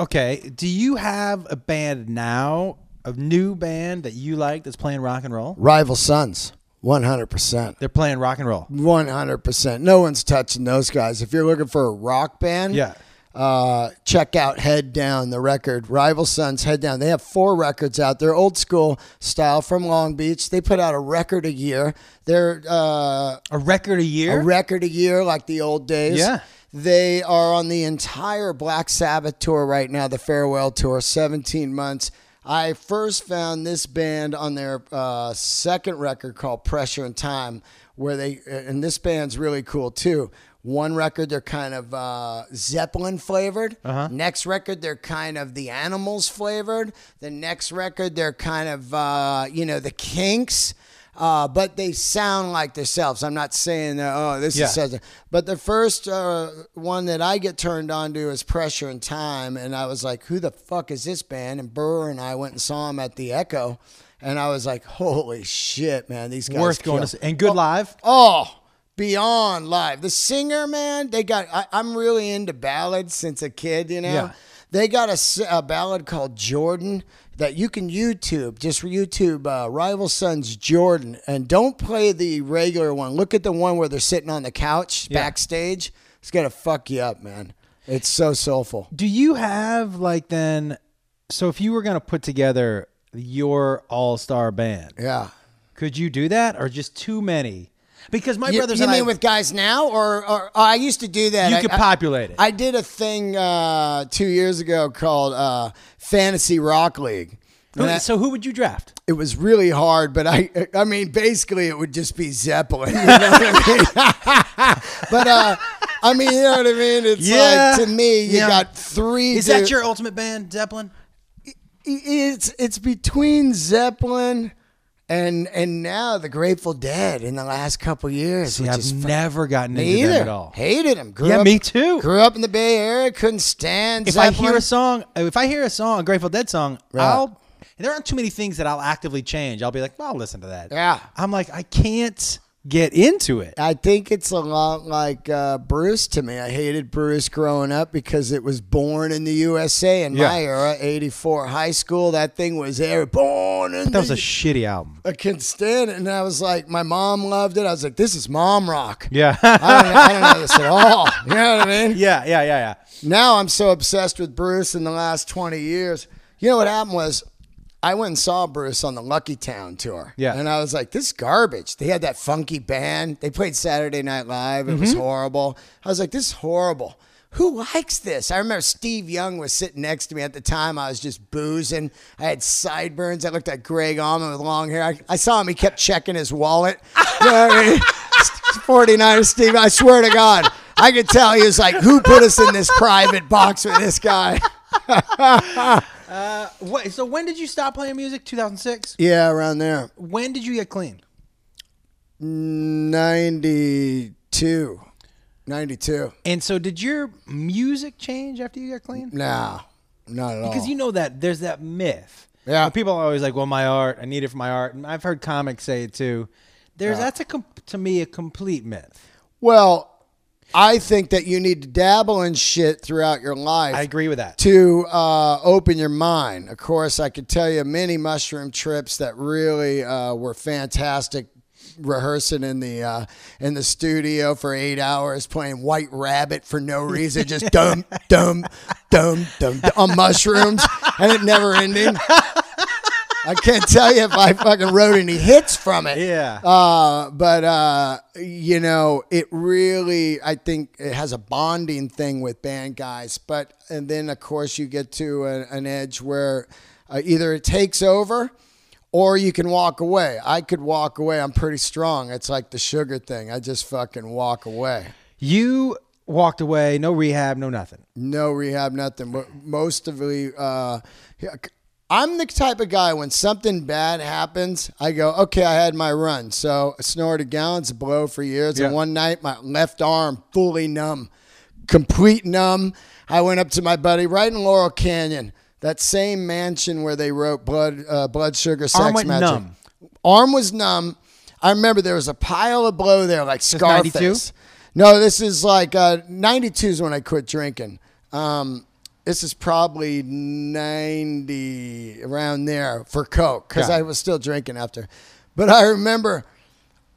Speaker 1: Okay. Do you have a band now, a new band that you like that's playing rock and roll?
Speaker 2: Rival Sons, one hundred percent.
Speaker 1: They're playing rock and roll.
Speaker 2: One hundred percent. No one's touching those guys. If you're looking for a rock band,
Speaker 1: Yeah.
Speaker 2: uh, check out Head Down, the record. Rival Sons, Head Down. They have four records out. They're old school style from Long Beach. They put out a record a year. They're uh,
Speaker 1: A record a year.
Speaker 2: a record a year like the old days.
Speaker 1: Yeah.
Speaker 2: They are on the entire Black Sabbath tour right now, the farewell tour, 17 months. I first found this band on their uh, second record called Pressure and Time, where they, uh, and this band's really cool too. One record, they're kind of uh, Zeppelin flavored.
Speaker 1: Uh-huh.
Speaker 2: Next record, they're kind of the Animals flavored. The next record, they're kind of, uh, you know, the Kinks. Uh, but they sound like themselves. I'm not saying that, oh, this
Speaker 1: Yeah.
Speaker 2: is such a. But the first uh, one that I get turned on to is Pressure and Time. And I was like, who the fuck is this band? And Burr and I went and saw him at the Echo. And I was like, holy shit, man, these guys.
Speaker 1: Worth going to
Speaker 2: kill.
Speaker 1: see. and good live.
Speaker 2: Oh, beyond live. The singer, man, they got. I, I'm really into ballads since a kid, you know.
Speaker 1: Yeah.
Speaker 2: They got a, s- a ballad called Jordan that you can YouTube. Just YouTube uh, Rival Sons Jordan, and don't play the regular one. Look at the one where they're sitting on the couch backstage. It's gonna fuck you up, man. It's so soulful.
Speaker 1: Do you have like then? So if you were gonna put together your all star band,
Speaker 2: Yeah.
Speaker 1: could you do that or just too many? Because my
Speaker 2: You,
Speaker 1: brothers
Speaker 2: you
Speaker 1: and
Speaker 2: mean
Speaker 1: I,
Speaker 2: with guys now, or, or oh, I used to do that.
Speaker 1: you
Speaker 2: I-
Speaker 1: could
Speaker 2: I-
Speaker 1: populate it.
Speaker 2: I did a thing uh, two years ago called uh, Fantasy Rock League.
Speaker 1: Who-
Speaker 2: And I-
Speaker 1: so who would you draft?
Speaker 2: it was really hard, but I I mean, basically, it would just be Zeppelin. You know what I mean? but uh, I mean, you know what I mean? It's
Speaker 1: Yeah.
Speaker 2: like, to me, you
Speaker 1: Yeah.
Speaker 2: got three.
Speaker 1: Is that
Speaker 2: dude-
Speaker 1: your ultimate band, Zeppelin?
Speaker 2: it's it's between Zeppelin and and now the Grateful Dead in the last couple years,
Speaker 1: See,
Speaker 2: which
Speaker 1: I've
Speaker 2: is fu-
Speaker 1: never gotten into
Speaker 2: me
Speaker 1: them
Speaker 2: either.
Speaker 1: at all.
Speaker 2: Hated them. Grew
Speaker 1: Yeah,
Speaker 2: up,
Speaker 1: me too.
Speaker 2: Grew up in the Bay Area. Couldn't stand.
Speaker 1: if I hear
Speaker 2: Zeppelin.
Speaker 1: a song, if I hear a song, a Grateful Dead song,
Speaker 2: Right.
Speaker 1: I'll. And there aren't too many things that I'll actively change. I'll be like, well, I'll listen to that.
Speaker 2: Yeah.
Speaker 1: I'm like, I can't get into it.
Speaker 2: I think it's a lot like uh, Bruce to me. I hated Bruce growing up because it was born in the USA in
Speaker 1: Yeah.
Speaker 2: my era, 84 high school. That thing was there, born in
Speaker 1: That was
Speaker 2: the
Speaker 1: a shitty album.
Speaker 2: I couldn't stand it. And I was like, my mom loved it. I was like, this is mom rock.
Speaker 1: Yeah.
Speaker 2: I don't, I don't know this at all. You know what I mean?
Speaker 1: yeah, yeah, yeah, yeah.
Speaker 2: Now I'm so obsessed with Bruce in the last 20 years. You know what happened was I went and saw Bruce on the Lucky Town tour.
Speaker 1: Yeah.
Speaker 2: And I was like, this is garbage. They had that funky band. They played Saturday Night Live. It was horrible. I was like, this is horrible. Who likes this? I remember Steve Young was sitting next to me at the time. I was just boozing. I had sideburns. I looked like Greg Allman with long hair. I, I saw him. He kept checking his wallet. You know what I mean? 49er Steve, I swear to God. I could tell he was like, who put us in this private box with this guy?
Speaker 1: What, so when did you stop playing music? 2006.
Speaker 2: Yeah, around there.
Speaker 1: When did you get clean?
Speaker 2: 92. 92.
Speaker 1: And so did your music change after you got clean?
Speaker 2: No, not at all.
Speaker 1: Because you know that there's that myth.
Speaker 2: Yeah.
Speaker 1: When People are always like, "Well, my art. I need it for my art." And I've heard comics say it too. There's that's a com- to me a complete myth.
Speaker 2: well, I think that you need to dabble in shit throughout your life.
Speaker 1: I agree with that.
Speaker 2: to uh, open your mind. Of course, I could tell you many mushroom trips that really uh, were fantastic. Rehearsing in the uh, in the studio for eight hours, playing White Rabbit for no reason, just dum dum dum dum dum, on mushrooms, and it never ending. I can't tell you if I fucking wrote any hits from it.
Speaker 1: Yeah.
Speaker 2: Uh, but uh, you know, it really, I think, it has a bonding thing with band guys. But and then of course you get to a, an edge where uh, either it takes over. Or you can walk away. I could walk away. I'm pretty strong. It's like the sugar thing. I just fucking walk away.
Speaker 1: You walked away, no rehab, no nothing.
Speaker 2: No rehab, nothing. Mo- Most of the, uh, I'm the type of guy when something bad happens, I go, okay, I had my run. So I snorted gallons of blow for years.
Speaker 1: Yeah.
Speaker 2: And one night, my left arm fully numb, complete numb. I went up to my buddy right in Laurel Canyon, that same mansion where they wrote Blood, uh, blood Sugar, Sex
Speaker 1: Arm went
Speaker 2: Magic.
Speaker 1: numb.
Speaker 2: Arm was numb. I remember there was a pile of blow there, like Scarface.
Speaker 1: 92?
Speaker 2: No, this is like uh, 92 is when I quit drinking. Um, this is probably 90 around there for Coke because
Speaker 1: Yeah.
Speaker 2: I was still drinking after. But I remember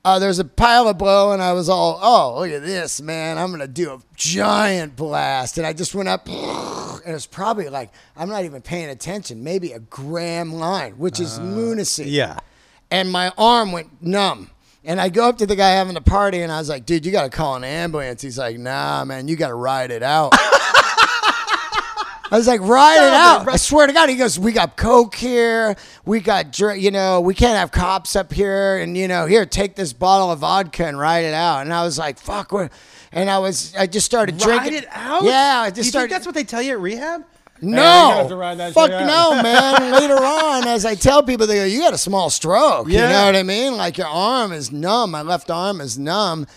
Speaker 2: uh, there's a pile of blow, and I was all, oh, look at this, man. I'm going to do a giant blast. And I just went up, and it's probably like, I'm not even paying attention, maybe a gram line, which is lunacy
Speaker 1: Yeah.
Speaker 2: and my arm went numb. And I go up to the guy having the party, and I was like, "Dude, you gotta call an ambulance." He's like, "Nah, man, you gotta ride it out." I was like, "Ride it
Speaker 1: Stop it,
Speaker 2: out!"
Speaker 1: bro.
Speaker 2: I swear to God, he goes, "We got coke here. We got, dr- you know, we can't have cops up here, and you know, here, take this bottle of vodka and ride it out." And I was like, "Fuck!" What? And I was, I just started
Speaker 1: Ride
Speaker 2: drinking.
Speaker 1: it out?
Speaker 2: Yeah, I just
Speaker 1: Do you
Speaker 2: started.
Speaker 1: think that's what they tell you at rehab? Hey, you
Speaker 2: No,
Speaker 1: have to ride that
Speaker 2: fuck
Speaker 1: shit out.
Speaker 2: no, man. Later on, as I tell people, they go, "You got a small stroke." You
Speaker 1: Yeah.
Speaker 2: know what I mean? Like your arm is numb. My left arm is numb,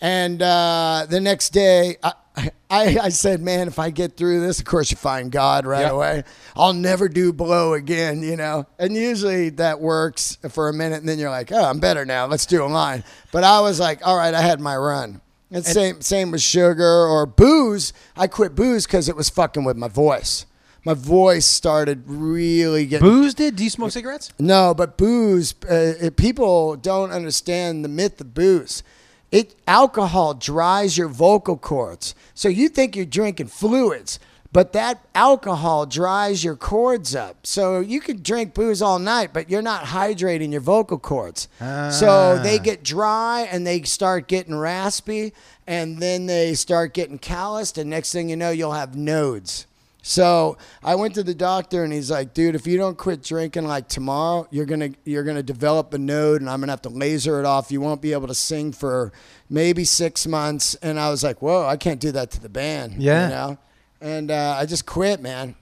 Speaker 2: and uh, the next day, I, I, I said, "Man, if I get through this, of course you find God right
Speaker 1: Yeah.
Speaker 2: away. I'll never do blow again." You know, and usually that works for a minute, and then you're like, "Oh, I'm better now. Let's do a line." But I was like, "All right, I had my run." And same same with sugar or booze. I quit booze because it was fucking with my voice. My voice started really getting
Speaker 1: Booze did. Do you smoke cigarettes?
Speaker 2: no, but booze. Uh, it- people don't understand the myth of booze. It alcohol dries your vocal cords, so you think you're drinking fluids, but that alcohol dries your cords up. So you could drink booze all night, but you're not hydrating your vocal cords. So they get dry and they start getting raspy, and then they start getting calloused, and next thing you know, you'll have nodes. So I went to the doctor and he's like, dude, if you don't quit drinking like tomorrow, you're gonna you're gonna develop a node and I'm gonna have to laser it off. You won't be able to sing for maybe six months. And I was like, whoa, I can't do that to the band.
Speaker 1: Yeah.
Speaker 2: You know? And uh, I just quit, man.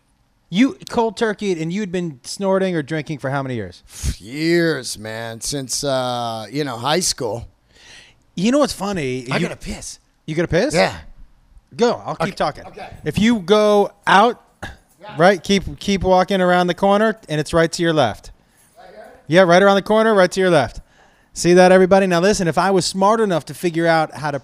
Speaker 1: You cold turkey, and you'd been snorting or drinking for how many years?
Speaker 2: Years, man, since uh, you know high school.
Speaker 1: You know what's funny?
Speaker 2: I
Speaker 1: you,
Speaker 2: gotta piss.
Speaker 1: you gonna piss?
Speaker 2: Yeah.
Speaker 1: Go. I'll keep talking.
Speaker 2: Okay.
Speaker 1: If you go out, right, keep keep walking around the corner, and it's right to your left. Yeah, right around the corner, right to your left. See that, everybody? Now listen. If I was smart enough to figure out how to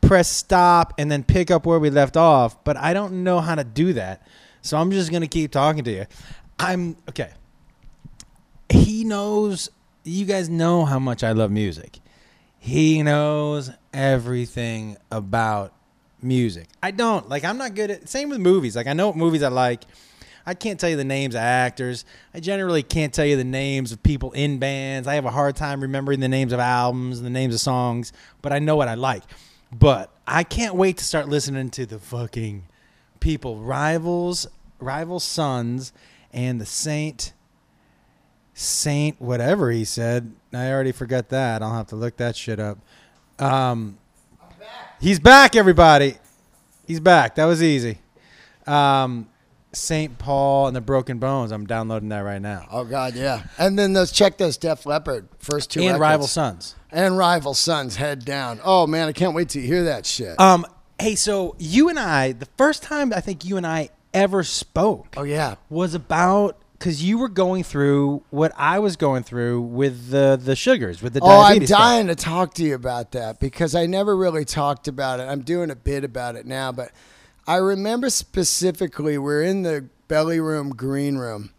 Speaker 1: press stop and then pick up where we left off, but I don't know how to do that, so I'm just gonna keep talking to you. I'm okay. He knows. You guys know how much I love music. He knows everything about music. I don't. Like, I'm not good at. Same with movies. Like, I know what movies I like. I can't tell you the names of actors. I generally can't tell you the names of people in bands. I have a hard time remembering the names of albums and the names of songs, but I know what I like. But I can't wait to start listening to the fucking people, rivals, rival sons, and the Saint Saint whatever he said. I already forgot that. I'll have to look that shit up. Um, He's back, everybody. He's back. That was easy. Um, Saint Paul and the Broken Bones. I'm downloading that right now.
Speaker 2: Oh God, yeah. And then those check those Def Leppard first two
Speaker 1: and
Speaker 2: records.
Speaker 1: Rival Sons.
Speaker 2: and rival sons head down. Oh man, I can't wait to hear that shit.
Speaker 1: Um, hey, so you and I, the first time I think you and I ever spoke
Speaker 2: oh yeah,
Speaker 1: was about because you were going through what I was going through with the the sugars, with the
Speaker 2: Oh, I'm
Speaker 1: diabetes. stuff.
Speaker 2: dying to talk to you about that because I never really talked about it. I'm doing a bit about it now, but I remember specifically we're in the belly room, green room,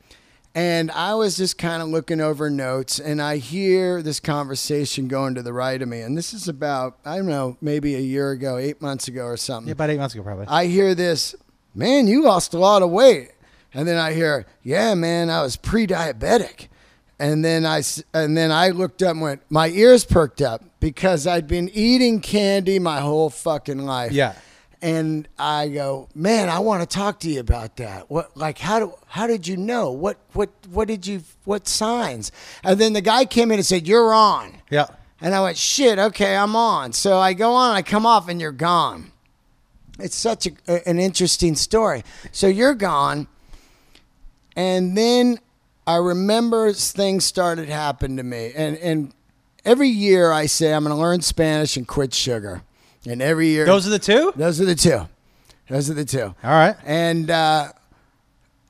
Speaker 2: and I was just kind of looking over notes and I hear this conversation going to the right of me. And this is about, I don't know, maybe a year ago, eight months ago or something.
Speaker 1: Yeah, about eight months ago, probably.
Speaker 2: I hear this, man, you lost a lot of weight. And then I hear, yeah, man, I was pre-diabetic. And then I s- and then I looked up and went, my ears perked up because I'd been eating candy my whole fucking life.
Speaker 1: Yeah.
Speaker 2: And I go, man, I want to talk to you about that. What, like, how do, how did you know? What, what, what did you, what signs? And then the guy came in and said, you're on.
Speaker 1: yeah.
Speaker 2: And I went, shit, okay, I'm on. So I go on, I come off, and you're gone. It's such a, a- an interesting story. So you're gone. And then I remember things started happening to me. And, and every year I say, I'm going to learn Spanish and quit sugar. And every year,
Speaker 1: Those are the two.
Speaker 2: those are the two. Those are the two.
Speaker 1: All right.
Speaker 2: And uh,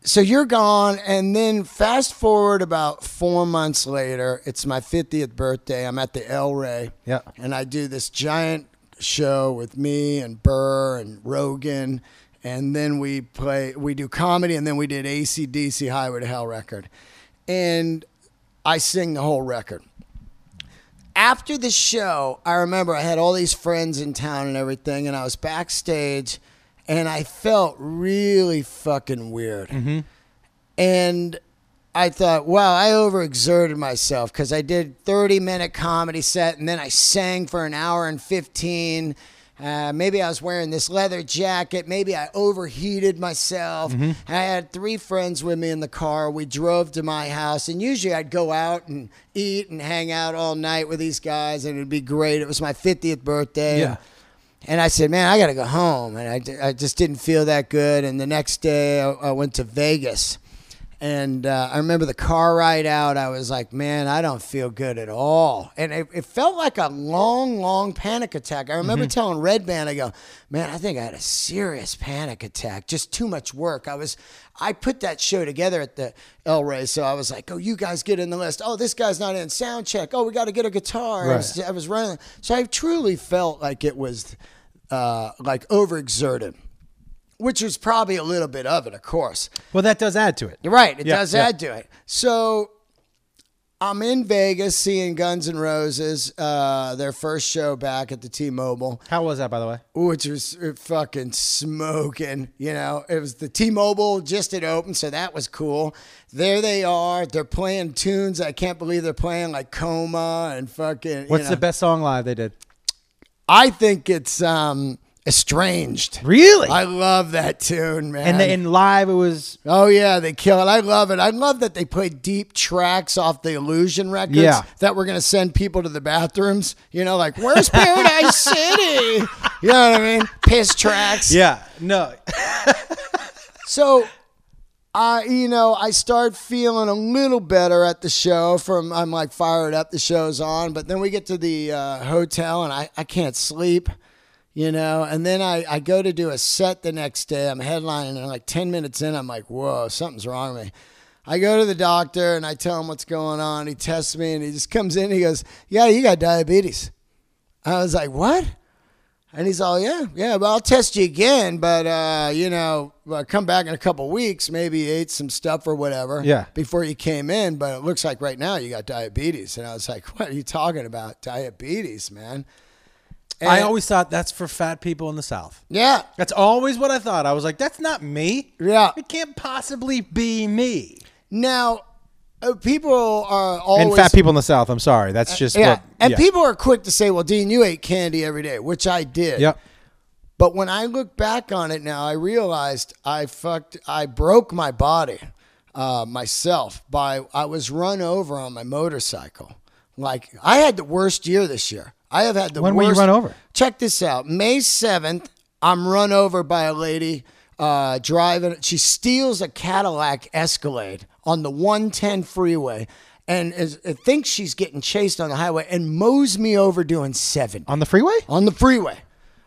Speaker 2: so you're gone. And then fast forward about four months later, it's my 50th birthday. I'm at the El Rey.
Speaker 1: Yeah.
Speaker 2: And I do this giant show with me and Burr and Rogan. And then we play, we do comedy. And then we did ACDC Highway to Hell record. And I sing the whole record after the show, I remember I had all these friends in town and everything, and I was backstage, and I felt really fucking weird. And I thought, wow, I overexerted myself because I did 30 minute comedy set, and then I sang for an hour and 15. Uh, maybe I was wearing this leather jacket. Maybe I overheated myself. I had three friends with me in the car. We drove to my house, and usually I'd go out and eat and hang out all night with these guys, and it'd be great. It was my 50th birthday.
Speaker 1: Yeah.
Speaker 2: And I said, man, I got to go home. And I, d- I just didn't feel that good. And the next day I, I went to Vegas. And uh, I remember the car ride out, I was like, man, I don't feel good at all. And it, it felt like a long, long panic attack. I remember telling Red Band, I go, man, I think I had a serious panic attack, just too much work. I was, I put that show together at the El Rey. So I was like, oh, you guys get in the list. Oh, this guy's not in sound check. Oh, we got to get a guitar. I, was,
Speaker 1: Right.
Speaker 2: I was running. So I truly felt like it was uh, like overexerted, which was probably a little bit of it, of course.
Speaker 1: Well, that does add to it.
Speaker 2: You're right. It
Speaker 1: Yeah,
Speaker 2: does
Speaker 1: yeah.
Speaker 2: add to it. So I'm in Vegas seeing Guns N' Roses, uh, their first show back at the T-Mobile,
Speaker 1: How was that, by the way?
Speaker 2: which was uh, fucking smoking. You know, it was the T-Mobile just had opened, so that was cool. There they are. They're playing tunes. I can't believe they're playing like Coma and fucking. you
Speaker 1: What's
Speaker 2: know.
Speaker 1: the best song live they did?
Speaker 2: I think it's um, Estranged.
Speaker 1: Really?
Speaker 2: I love that tune, man.
Speaker 1: and then live it was
Speaker 2: Oh yeah, they kill it. I love it. I love that they play deep tracks off the Illusion records
Speaker 1: Yeah.
Speaker 2: that were going to send people to the bathrooms. You know, like where's Paradise City? You know what I mean? Piss tracks.
Speaker 1: yeah no
Speaker 2: So I, you know, I start feeling a little better at the show. From I'm like fired up, the show's on. But then we get to the uh, hotel, and I, I can't sleep, you know. And then I, I go to do a set the next day. I'm headlining, and like ten minutes in, I'm like, whoa, something's wrong with me. I go to the doctor, and I tell him what's going on. He tests me, and he just comes in. He goes, "Yeah, you got diabetes." I was like, "What?" And he's all, yeah, yeah, well, I'll test you again, but, uh, you know, uh, come back in a couple weeks. Maybe you ate some stuff or whatever
Speaker 1: Yeah.
Speaker 2: before you came in, but it looks like right now you got diabetes. And I was like, what are you talking about? Diabetes, man. And-
Speaker 1: I always thought that's for fat people in the South.
Speaker 2: yeah,
Speaker 1: That's always what I thought. I was like, that's not me.
Speaker 2: yeah.
Speaker 1: It can't possibly be me.
Speaker 2: Now, uh, people are always. Uh,
Speaker 1: and fat people in the South. I'm sorry. That's just
Speaker 2: Yeah.
Speaker 1: what.
Speaker 2: and
Speaker 1: yeah.
Speaker 2: people are quick to say, well, Dean, you ate candy every day, which I did.
Speaker 1: Yep.
Speaker 2: But when I look back on it now, I realized I fucked, I broke my body uh, myself by, I was run over on my motorcycle. Like, I had the worst year this year. I have had the
Speaker 1: When were
Speaker 2: worst.
Speaker 1: you run over?
Speaker 2: Check this out May 7th, I'm run over by a lady uh, driving. She steals a Cadillac Escalade on the 110 freeway and is, thinks she's getting chased on the highway and mows me over doing 70
Speaker 1: On the freeway?
Speaker 2: on the freeway.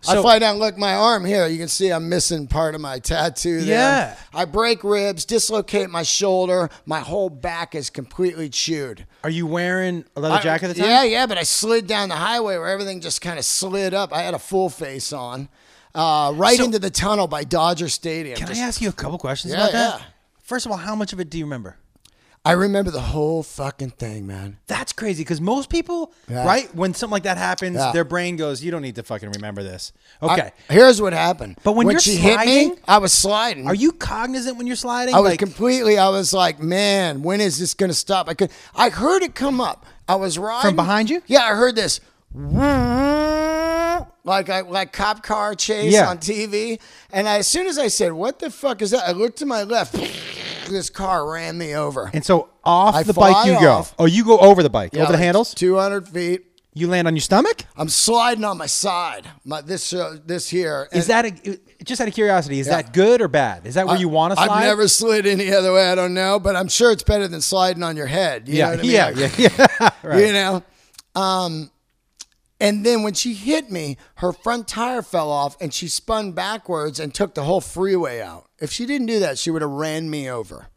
Speaker 2: I
Speaker 1: So-
Speaker 2: fly down, look, my arm here. You can see I'm missing part of my tattoo there.
Speaker 1: Yeah.
Speaker 2: I break ribs, dislocate my shoulder. My whole back is completely chewed.
Speaker 1: Are you wearing a leather jacket at the time?
Speaker 2: Yeah, yeah, but I slid down the highway where everything just kind of slid up. I had a full face on. Uh, right into the tunnel by Dodger Stadium.
Speaker 1: Can I
Speaker 2: Just-
Speaker 1: ask you a couple questions
Speaker 2: Yeah,
Speaker 1: about that?
Speaker 2: yeah.
Speaker 1: First of all, how much of it do you remember?
Speaker 2: I remember the whole fucking thing, man.
Speaker 1: That's crazy because most people,
Speaker 2: Yeah.
Speaker 1: right, when something like that happens,
Speaker 2: Yeah.
Speaker 1: their brain goes, "You don't need to fucking remember this."
Speaker 2: I-
Speaker 1: Okay,
Speaker 2: here's what happened.
Speaker 1: But when you're
Speaker 2: she hit me,
Speaker 1: sliding-
Speaker 2: I was sliding.
Speaker 1: are you cognizant when you're sliding?
Speaker 2: I was
Speaker 1: Like,
Speaker 2: completely. I was like, man, when is this gonna stop? I could. I heard it come up. I was riding
Speaker 1: behind you?
Speaker 2: Yeah, I heard this. Like I like cop car chase
Speaker 1: Yeah.
Speaker 2: on TV, and I, as soon as I said, "What the fuck is that?" I looked to my left. This car ran me over.
Speaker 1: and so off
Speaker 2: I
Speaker 1: the bike
Speaker 2: fly
Speaker 1: you go.
Speaker 2: off.
Speaker 1: Oh, you go over the bike,
Speaker 2: Yeah,
Speaker 1: over the
Speaker 2: like
Speaker 1: handles.
Speaker 2: two hundred feet.
Speaker 1: you land on your stomach.
Speaker 2: I'm sliding on my side. My this uh, this here
Speaker 1: Is that a, just out of curiosity? Is that good or bad? Is that where you want to slide?
Speaker 2: I've never slid any other way. I don't know, but I'm sure it's better than sliding on your head. You
Speaker 1: Yeah,
Speaker 2: know what I mean?
Speaker 1: yeah,
Speaker 2: Like,
Speaker 1: yeah, yeah. right.
Speaker 2: you know um and then when she hit me her front tire fell off and she spun backwards and took the whole freeway out if she didn't do that she would have ran me over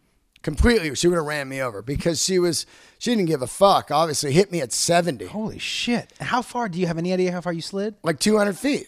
Speaker 2: completely she would have ran me over because she was she didn't give a fuck obviously hit me at 70
Speaker 1: Holy shit! How far? Do you have any idea how far you slid?
Speaker 2: like 200 feet.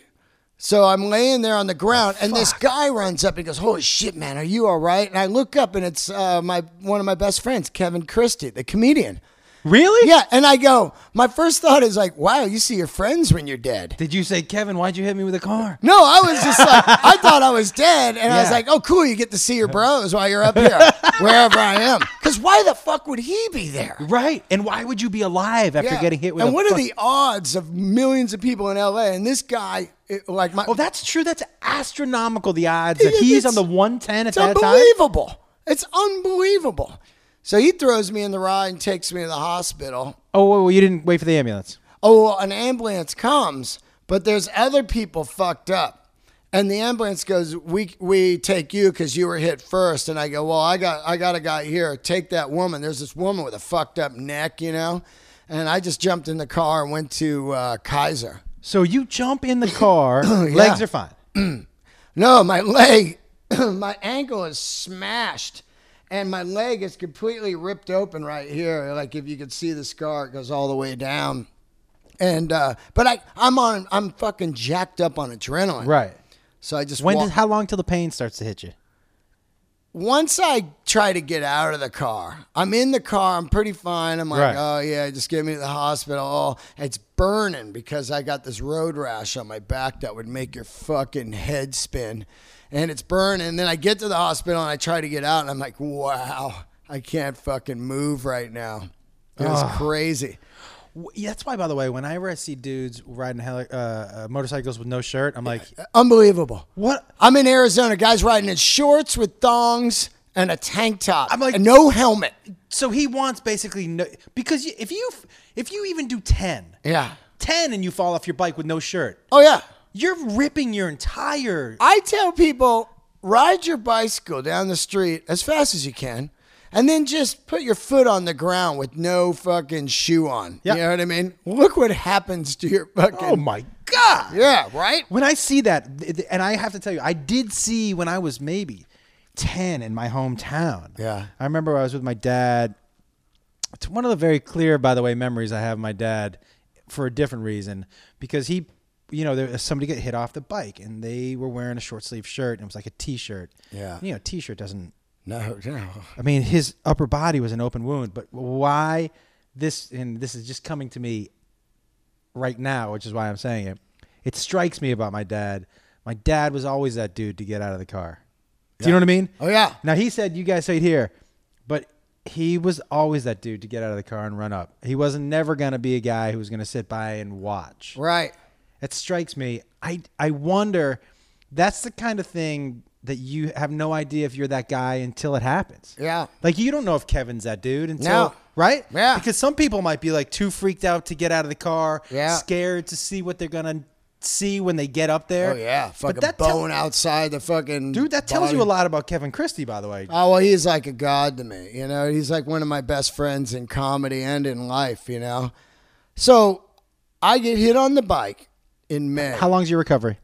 Speaker 2: So I'm laying there on the ground, and this guy runs up and goes, "Holy shit, man, are you all right?" And I look up, and it's uh, my one of my best friends, Kevin Christie, the comedian.
Speaker 1: Really?
Speaker 2: Yeah, and I go, my first thought is like, "Wow, you see your friends when you're dead."
Speaker 1: Did you say, Kevin? Why'd you hit me with a car?
Speaker 2: No, I was just like, I thought I was dead, and I was
Speaker 1: Yeah.
Speaker 2: like, "Oh, cool, you get to see your bros while you're up here, wherever I am." Because why the fuck would he be there?
Speaker 1: Right. And why would you be alive after
Speaker 2: Yeah.
Speaker 1: getting hit with
Speaker 2: and
Speaker 1: a
Speaker 2: what are
Speaker 1: fuck-
Speaker 2: the odds of millions of people in LA and this guy, it- like my
Speaker 1: Oh, that's true. That's astronomical. The odds that he's on the one ten at
Speaker 2: It's
Speaker 1: that time.
Speaker 2: unbelievable. It's unbelievable. So he throws me in the ride and takes me to the hospital.
Speaker 1: Oh, whoa, whoa, you didn't wait for the ambulance.
Speaker 2: Oh, well, an ambulance comes, but there's other people fucked up. And the ambulance goes, "We we take you because you were hit first. And I go, "Well, I got I got a guy here. Take that woman. There's this woman with a fucked up neck, you know." And I just jumped in the car and went to uh, Kaiser.
Speaker 1: So you jump in the car. Legs are fine.
Speaker 2: No, my leg, my ankle is smashed, and my leg is completely ripped open right here. Like if you could see the scar, it goes all the way down. And uh, but I, I'm on, I'm fucking jacked up on adrenaline.
Speaker 1: Right.
Speaker 2: So I just
Speaker 1: When?
Speaker 2: wa-
Speaker 1: Does, how long till the pain starts to hit you?
Speaker 2: once I try to get out of the car, I'm in the car, I'm pretty fine. I'm like,
Speaker 1: Right.
Speaker 2: oh yeah, just get me to the hospital. Oh, it's burning because I got this road rash on my back that would make your fucking head spin. And it's burning. And then I get to the hospital and I try to get out and I'm like, wow, I can't fucking move right now. It was crazy.
Speaker 1: W- yeah, That's why, by the way, whenever I see dudes riding heli- uh, uh, motorcycles with no shirt, I'm like,
Speaker 2: Unbelievable.
Speaker 1: what?
Speaker 2: I'm in Arizona, guys riding in shorts with thongs and a tank top.
Speaker 1: I'm like-
Speaker 2: and no helmet.
Speaker 1: So he wants basically no because y- if you if you even do 10,
Speaker 2: Yeah.
Speaker 1: 10 and you fall off your bike with no shirt,
Speaker 2: Oh yeah.
Speaker 1: you're ripping your entire
Speaker 2: I tell people ride your bicycle down the street as fast as you can, and then just put your foot on the ground with no fucking shoe on.
Speaker 1: Yeah.
Speaker 2: You know what I mean? Look what happens to your fucking.
Speaker 1: Oh my god.
Speaker 2: Yeah, right?
Speaker 1: When I see that, th- th- and I have to tell you, I did see when I was maybe 10 in my hometown.
Speaker 2: Yeah.
Speaker 1: I remember I was with my dad. It's one of the very clear, by the way, memories I have of my dad for a different reason because he, you know, there, somebody got hit off the bike and they were wearing a short sleeve shirt and it was like a t shirt.
Speaker 2: Yeah.
Speaker 1: You know, t shirt doesn't
Speaker 2: No, no.
Speaker 1: I mean, his upper body was an open wound, but why this? And this is just coming to me right now, which is why I'm saying it. It strikes me about my dad. My dad was always that dude to get out of the car. Do you know what I mean?
Speaker 2: Oh, yeah.
Speaker 1: Now he said you guys stayed here, but he was always that dude to get out of the car and run up. He wasn't never gonna be a guy who was gonna sit by and watch.
Speaker 2: Right.
Speaker 1: It strikes me. I I wonder. That's the kind of thing that you have no idea if you're that guy until it happens.
Speaker 2: Yeah.
Speaker 1: Like you don't know if Kevin's that dude until
Speaker 2: No.
Speaker 1: right?
Speaker 2: Yeah.
Speaker 1: Because some people might be like too freaked out to get out of the car,
Speaker 2: Yeah.
Speaker 1: scared to see what they're gonna see when they get up there.
Speaker 2: Oh, yeah. Fucking
Speaker 1: that tell-
Speaker 2: bone outside the fucking.
Speaker 1: Dude, that tells
Speaker 2: body.
Speaker 1: you a lot about Kevin Christie, by the way.
Speaker 2: Oh well, he's like a god to me. You know, he's like one of my best friends in comedy and in life. You know, so I get hit on the bike in May.
Speaker 1: How long's your recovery?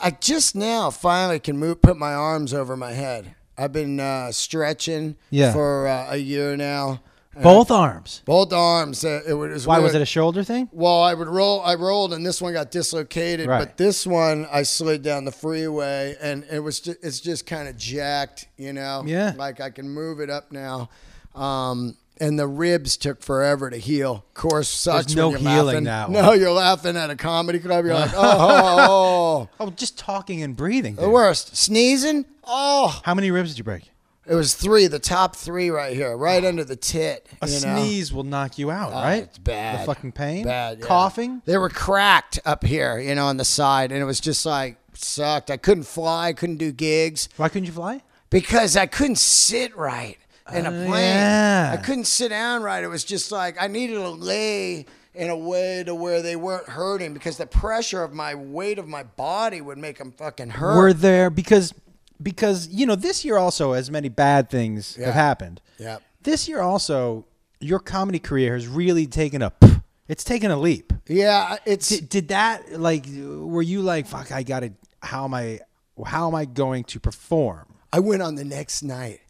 Speaker 2: I just now finally can move, put my arms over my head. I've been uh, stretching
Speaker 1: Yeah.
Speaker 2: for uh, a year now.
Speaker 1: Both arms.
Speaker 2: Both arms. Uh, it was
Speaker 1: Why
Speaker 2: weird.
Speaker 1: was it a shoulder thing?
Speaker 2: Well, I would roll. I rolled, and this one got dislocated.
Speaker 1: Right.
Speaker 2: But this one, I slid down the freeway, and it was just, it's just kind of jacked, you know.
Speaker 1: Yeah.
Speaker 2: Like I can move it up now, um, and the ribs took forever to heal. Of course, sucks.
Speaker 1: There's no
Speaker 2: when you're
Speaker 1: healing
Speaker 2: laughing.
Speaker 1: that
Speaker 2: No, you're laughing at a comedy club. You're like, oh, oh,
Speaker 1: Oh, just talking and breathing.
Speaker 2: oh. the
Speaker 1: dude.
Speaker 2: worst. Sneezing. Oh,
Speaker 1: How many ribs did you break?
Speaker 2: it was three. The top three right here, right under the tit.
Speaker 1: A
Speaker 2: you know? Oh,
Speaker 1: sneeze will knock you out, right?
Speaker 2: It's bad.
Speaker 1: The fucking pain.
Speaker 2: Bad. yeah.
Speaker 1: Coughing.
Speaker 2: They were cracked up here, you know, on the side, and it was just like sucked. I couldn't fly. I couldn't do gigs
Speaker 1: Why couldn't you fly?
Speaker 2: because I couldn't sit right in a plane.
Speaker 1: Uh, yeah.
Speaker 2: I couldn't sit down right. It was just like I needed to lay in a way to where they weren't hurting because the pressure of my weight of my body would make them fucking hurt.
Speaker 1: were there because because you know this year also as many bad things
Speaker 2: Yeah.
Speaker 1: have happened.
Speaker 2: Yep.
Speaker 1: This year also your comedy career has really taken a p- it's taken a leap.
Speaker 2: yeah, it's
Speaker 1: Did, did that like were you like fuck I got to how am I how am I going to perform?
Speaker 2: I went on the next night.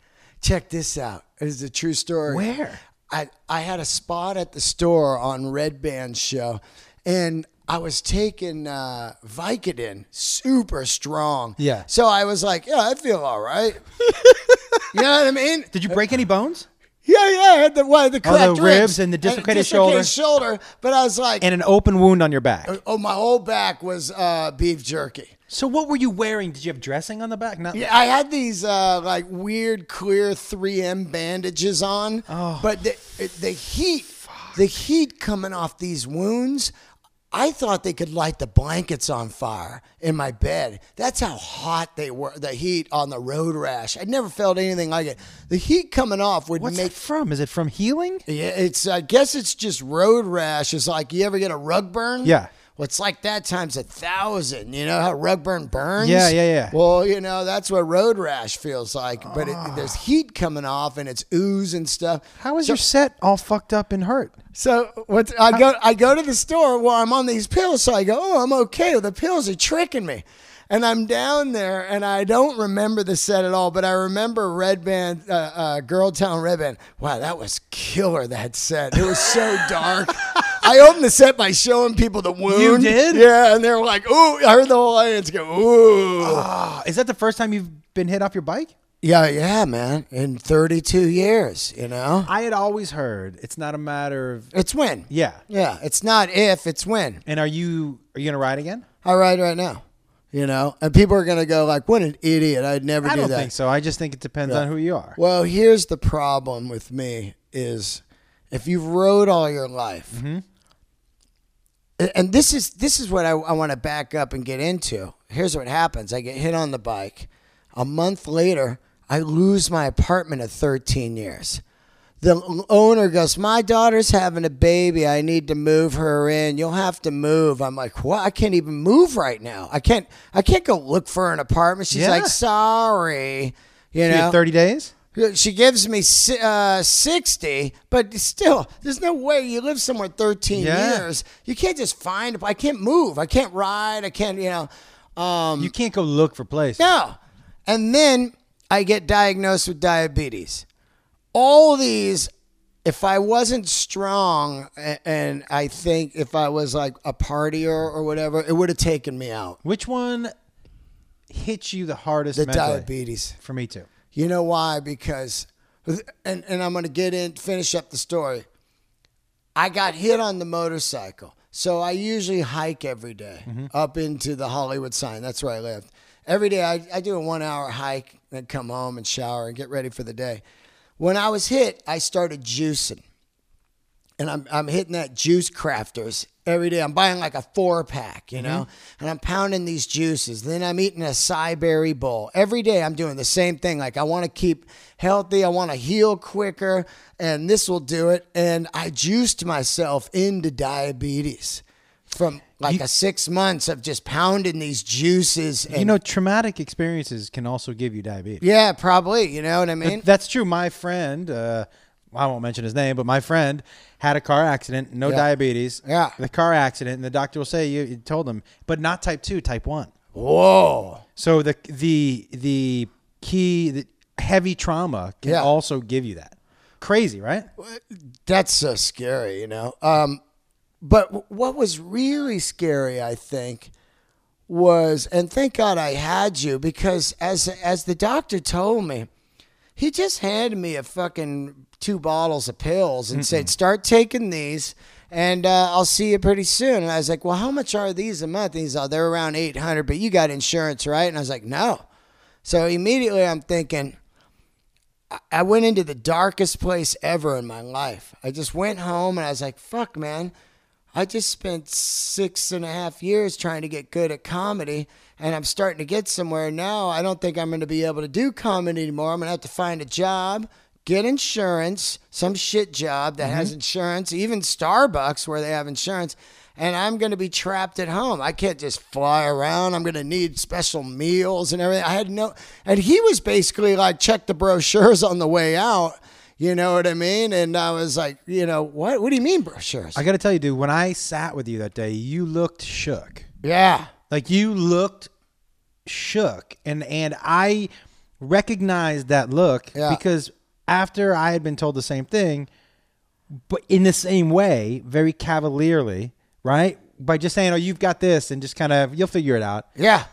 Speaker 2: Check this out. It is a true story.
Speaker 1: Where?
Speaker 2: I, I had a spot at the store on Red Band show, and I was taking uh, Vicodin, super strong.
Speaker 1: Yeah.
Speaker 2: So I was like, yeah, I feel all right. you know what I mean?
Speaker 1: Did you break any bones?
Speaker 2: Yeah, yeah. I had the why the cracked
Speaker 1: ribs and the dislocated shoulder.
Speaker 2: shoulder. But I was like,
Speaker 1: And an open wound on your back.
Speaker 2: oh, my whole back was uh, beef jerky.
Speaker 1: So what were you wearing? Did you have dressing on the back? Not
Speaker 2: Yeah, I had these uh, like weird clear 3M bandages on, but the, it- the heat, the heat coming off these wounds, I thought they could light the blankets on fire in my bed. That's how hot they were. The heat on the road rash, I never felt anything like it. The heat coming off would
Speaker 1: What's
Speaker 2: make
Speaker 1: it from? Is it from healing?
Speaker 2: yeah, it's. I guess it's just road rash. It's like you ever get a rug burn?
Speaker 1: Yeah.
Speaker 2: Well, it's like that times a thousand. You know how rug burn burns?
Speaker 1: Yeah, yeah, yeah.
Speaker 2: Well, you know that's what road rash feels like. But
Speaker 1: Ah.
Speaker 2: it, there's heat coming off, and it's ooze and stuff.
Speaker 1: How is your set all fucked up and hurt?
Speaker 2: So what? I go I go to the store while I'm on these pills. So I go, oh, I'm okay. The pills are tricking me, and I'm down there, and I don't remember the set at all. But I remember Red Band, uh, uh, Girl Town Red Band. Wow, that was killer. That set. It was so dark. I opened the set by showing people the wound.
Speaker 1: did?
Speaker 2: Yeah, and they were like, "Ooh!" I heard the whole audience go, "Ooh!"
Speaker 1: Ah, is that the first time you've been hit off your bike?
Speaker 2: yeah, yeah, man. In 32 years, you know,
Speaker 1: I had always heard it's not a matter of
Speaker 2: it's when.
Speaker 1: yeah.
Speaker 2: yeah. It's not if, it's when.
Speaker 1: And are you are you gonna ride again?
Speaker 2: I ride right now. You know, and people are gonna go like, "What an idiot! I'd never
Speaker 1: I
Speaker 2: do
Speaker 1: don't
Speaker 2: that."
Speaker 1: think so. I just think it depends on who you are.
Speaker 2: Well, here's the problem with me is if you've rode all your life,
Speaker 1: Mm-hmm.
Speaker 2: and this is this is what I, I want to back up and get into. Here's what happens: I get hit on the bike. A month later, I lose my apartment of 13 years. the l- owner goes, "My daughter's having a baby. I need to move her in. You'll have to move." I'm like, "What? I can't even move right now. I can't. I can't go look for an apartment." She's
Speaker 1: Yeah.
Speaker 2: like, "Sorry." You
Speaker 1: You
Speaker 2: know,
Speaker 1: had 30 days?
Speaker 2: she gives me si- uh, 60, but still, there's no way you live somewhere 13
Speaker 1: Yeah.
Speaker 2: years. You can't just find, I can't move. I can't ride. I can't, you know. Um,
Speaker 1: You can't go look for places.
Speaker 2: no. And then I get diagnosed with diabetes. All these, if I wasn't strong, a- and I think if I was like a partier or whatever, it would have taken me out.
Speaker 1: Which one hits you the hardest
Speaker 2: The
Speaker 1: mentally?
Speaker 2: diabetes.
Speaker 1: For me too.
Speaker 2: You know why? Because, and, and I'm going to get in, finish up the story. I got hit on the motorcycle. So I usually hike every day up into the Hollywood sign. That's where I lived. Every day I, I do a one hour hike, then come home and shower and get ready for the day. When I was hit, I started juicing. And I'm, I'm hitting that juice crafters every day. I'm buying like a four pack, you know, and I'm pounding these juices. Then I'm eating a Cyberry bowl. Every day I'm doing the same thing. Like, I want to keep healthy, I want to heal quicker, and this will do it. And I juiced myself into diabetes from like a six months of just pounding these juices. And,
Speaker 1: You know, traumatic experiences can also give you diabetes.
Speaker 2: yeah, probably. You know what I mean?
Speaker 1: That's true. My friend, uh, I won't mention his name, but my friend had a car accident, no diabetes.
Speaker 2: Yeah.
Speaker 1: The car accident, and the doctor will say you, you told him, but not type two, type one.
Speaker 2: Whoa.
Speaker 1: So the the the key, the heavy trauma can
Speaker 2: Yeah.
Speaker 1: also give you that. Crazy, right?
Speaker 2: that's so scary, you know. Um, but w- what was really scary, I think, was, and thank God I had you because as as the doctor told me, he just handed me a fucking two bottles of pills and said, "Start taking these." And uh, I'll see you pretty soon. And I was like, "Well, how much are these a month?" And he's like, "They're around eight hundred, but you got insurance, right?" And I was like, "No." So immediately I'm thinking, I went into the darkest place ever in my life. I just went home and I was like, fuck, man. I just spent six and a half years trying to get good at comedy and I'm starting to get somewhere. Now I don't think I'm going to be able to do comedy anymore. I'm going to have to find a job, get insurance, some shit job that has insurance, even Starbucks where they have insurance. And I'm going to be trapped at home. I can't just fly around. I'm going to need special meals and everything. I had no, and he was basically like, check the brochures on the way out. You know what I mean? And I was like, you know, what? What do you mean brochures?
Speaker 1: I got to tell you, dude. When I sat with you that day, you looked shook.
Speaker 2: yeah.
Speaker 1: Like you looked shook, and and I recognized that look
Speaker 2: Yeah.
Speaker 1: because after I had been told the same thing, but in the same way, very cavalierly, right? By just saying, "Oh, you've got this," and just kind of you'll figure it out.
Speaker 2: Yeah.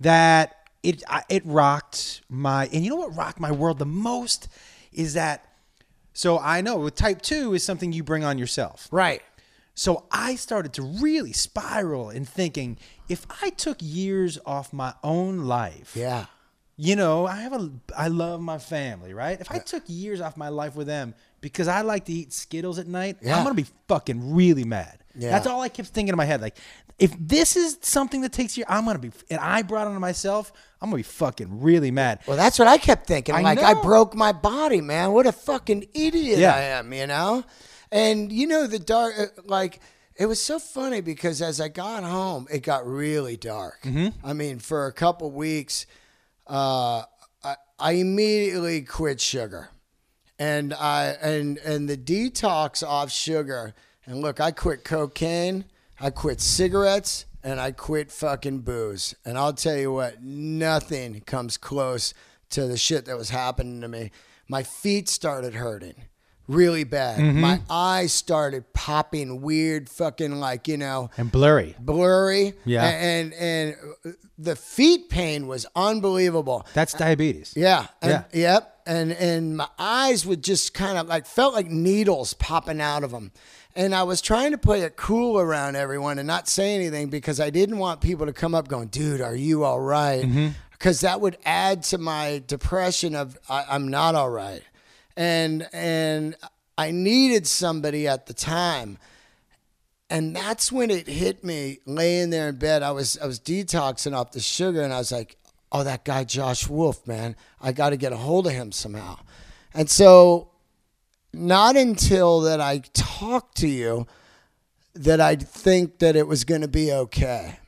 Speaker 1: That it I, it rocked my, and you know what rocked my world the most is that. So I know with type two is something you bring on yourself.
Speaker 2: Right.
Speaker 1: So I started to really spiral in thinking if I took years off my own life,
Speaker 2: Yeah.
Speaker 1: you know, I have a I love my family, right? If I took years off my life with them because I like to eat Skittles at night,
Speaker 2: Yeah.
Speaker 1: I'm going to be fucking really mad.
Speaker 2: Yeah.
Speaker 1: That's all I kept thinking in my head like if this is something that takes years, I'm going to be and I brought it on myself, I'm going to be fucking really mad.
Speaker 2: Well, that's what I kept thinking.
Speaker 1: I
Speaker 2: like, I
Speaker 1: know.
Speaker 2: broke my body, man. What a fucking idiot
Speaker 1: Yeah.
Speaker 2: I am, you know? And, you know, the dark, uh, like, it was so funny because as I got home, it got really dark.
Speaker 1: Mm-hmm.
Speaker 2: I mean, for a couple weeks, uh, I, I immediately quit sugar. And I and and the detox off sugar. And look, I quit cocaine, I quit cigarettes, and I quit fucking booze. And I'll tell you what, nothing comes close to the shit that was happening to me. My feet started hurting really bad. My eyes started popping weird fucking like, you know,
Speaker 1: And blurry.
Speaker 2: blurry.
Speaker 1: Yeah.
Speaker 2: A- And and the feet pain was unbelievable.
Speaker 1: That's diabetes.
Speaker 2: Yeah. And,
Speaker 1: Yeah.
Speaker 2: Yep. And and my eyes would just kind of like felt like needles popping out of them. And I was trying to play it cool around everyone and not say anything because I didn't want people to come up going, "Dude, are you all right?" Because that would add to my depression of I, I'm not all right. And and I needed somebody at the time and that's when it hit me laying there in bed i was i was detoxing off the sugar and i was like oh that guy josh wolf man i got to get a hold of him somehow and so not until that I talked to you that I think that it was going to be okay.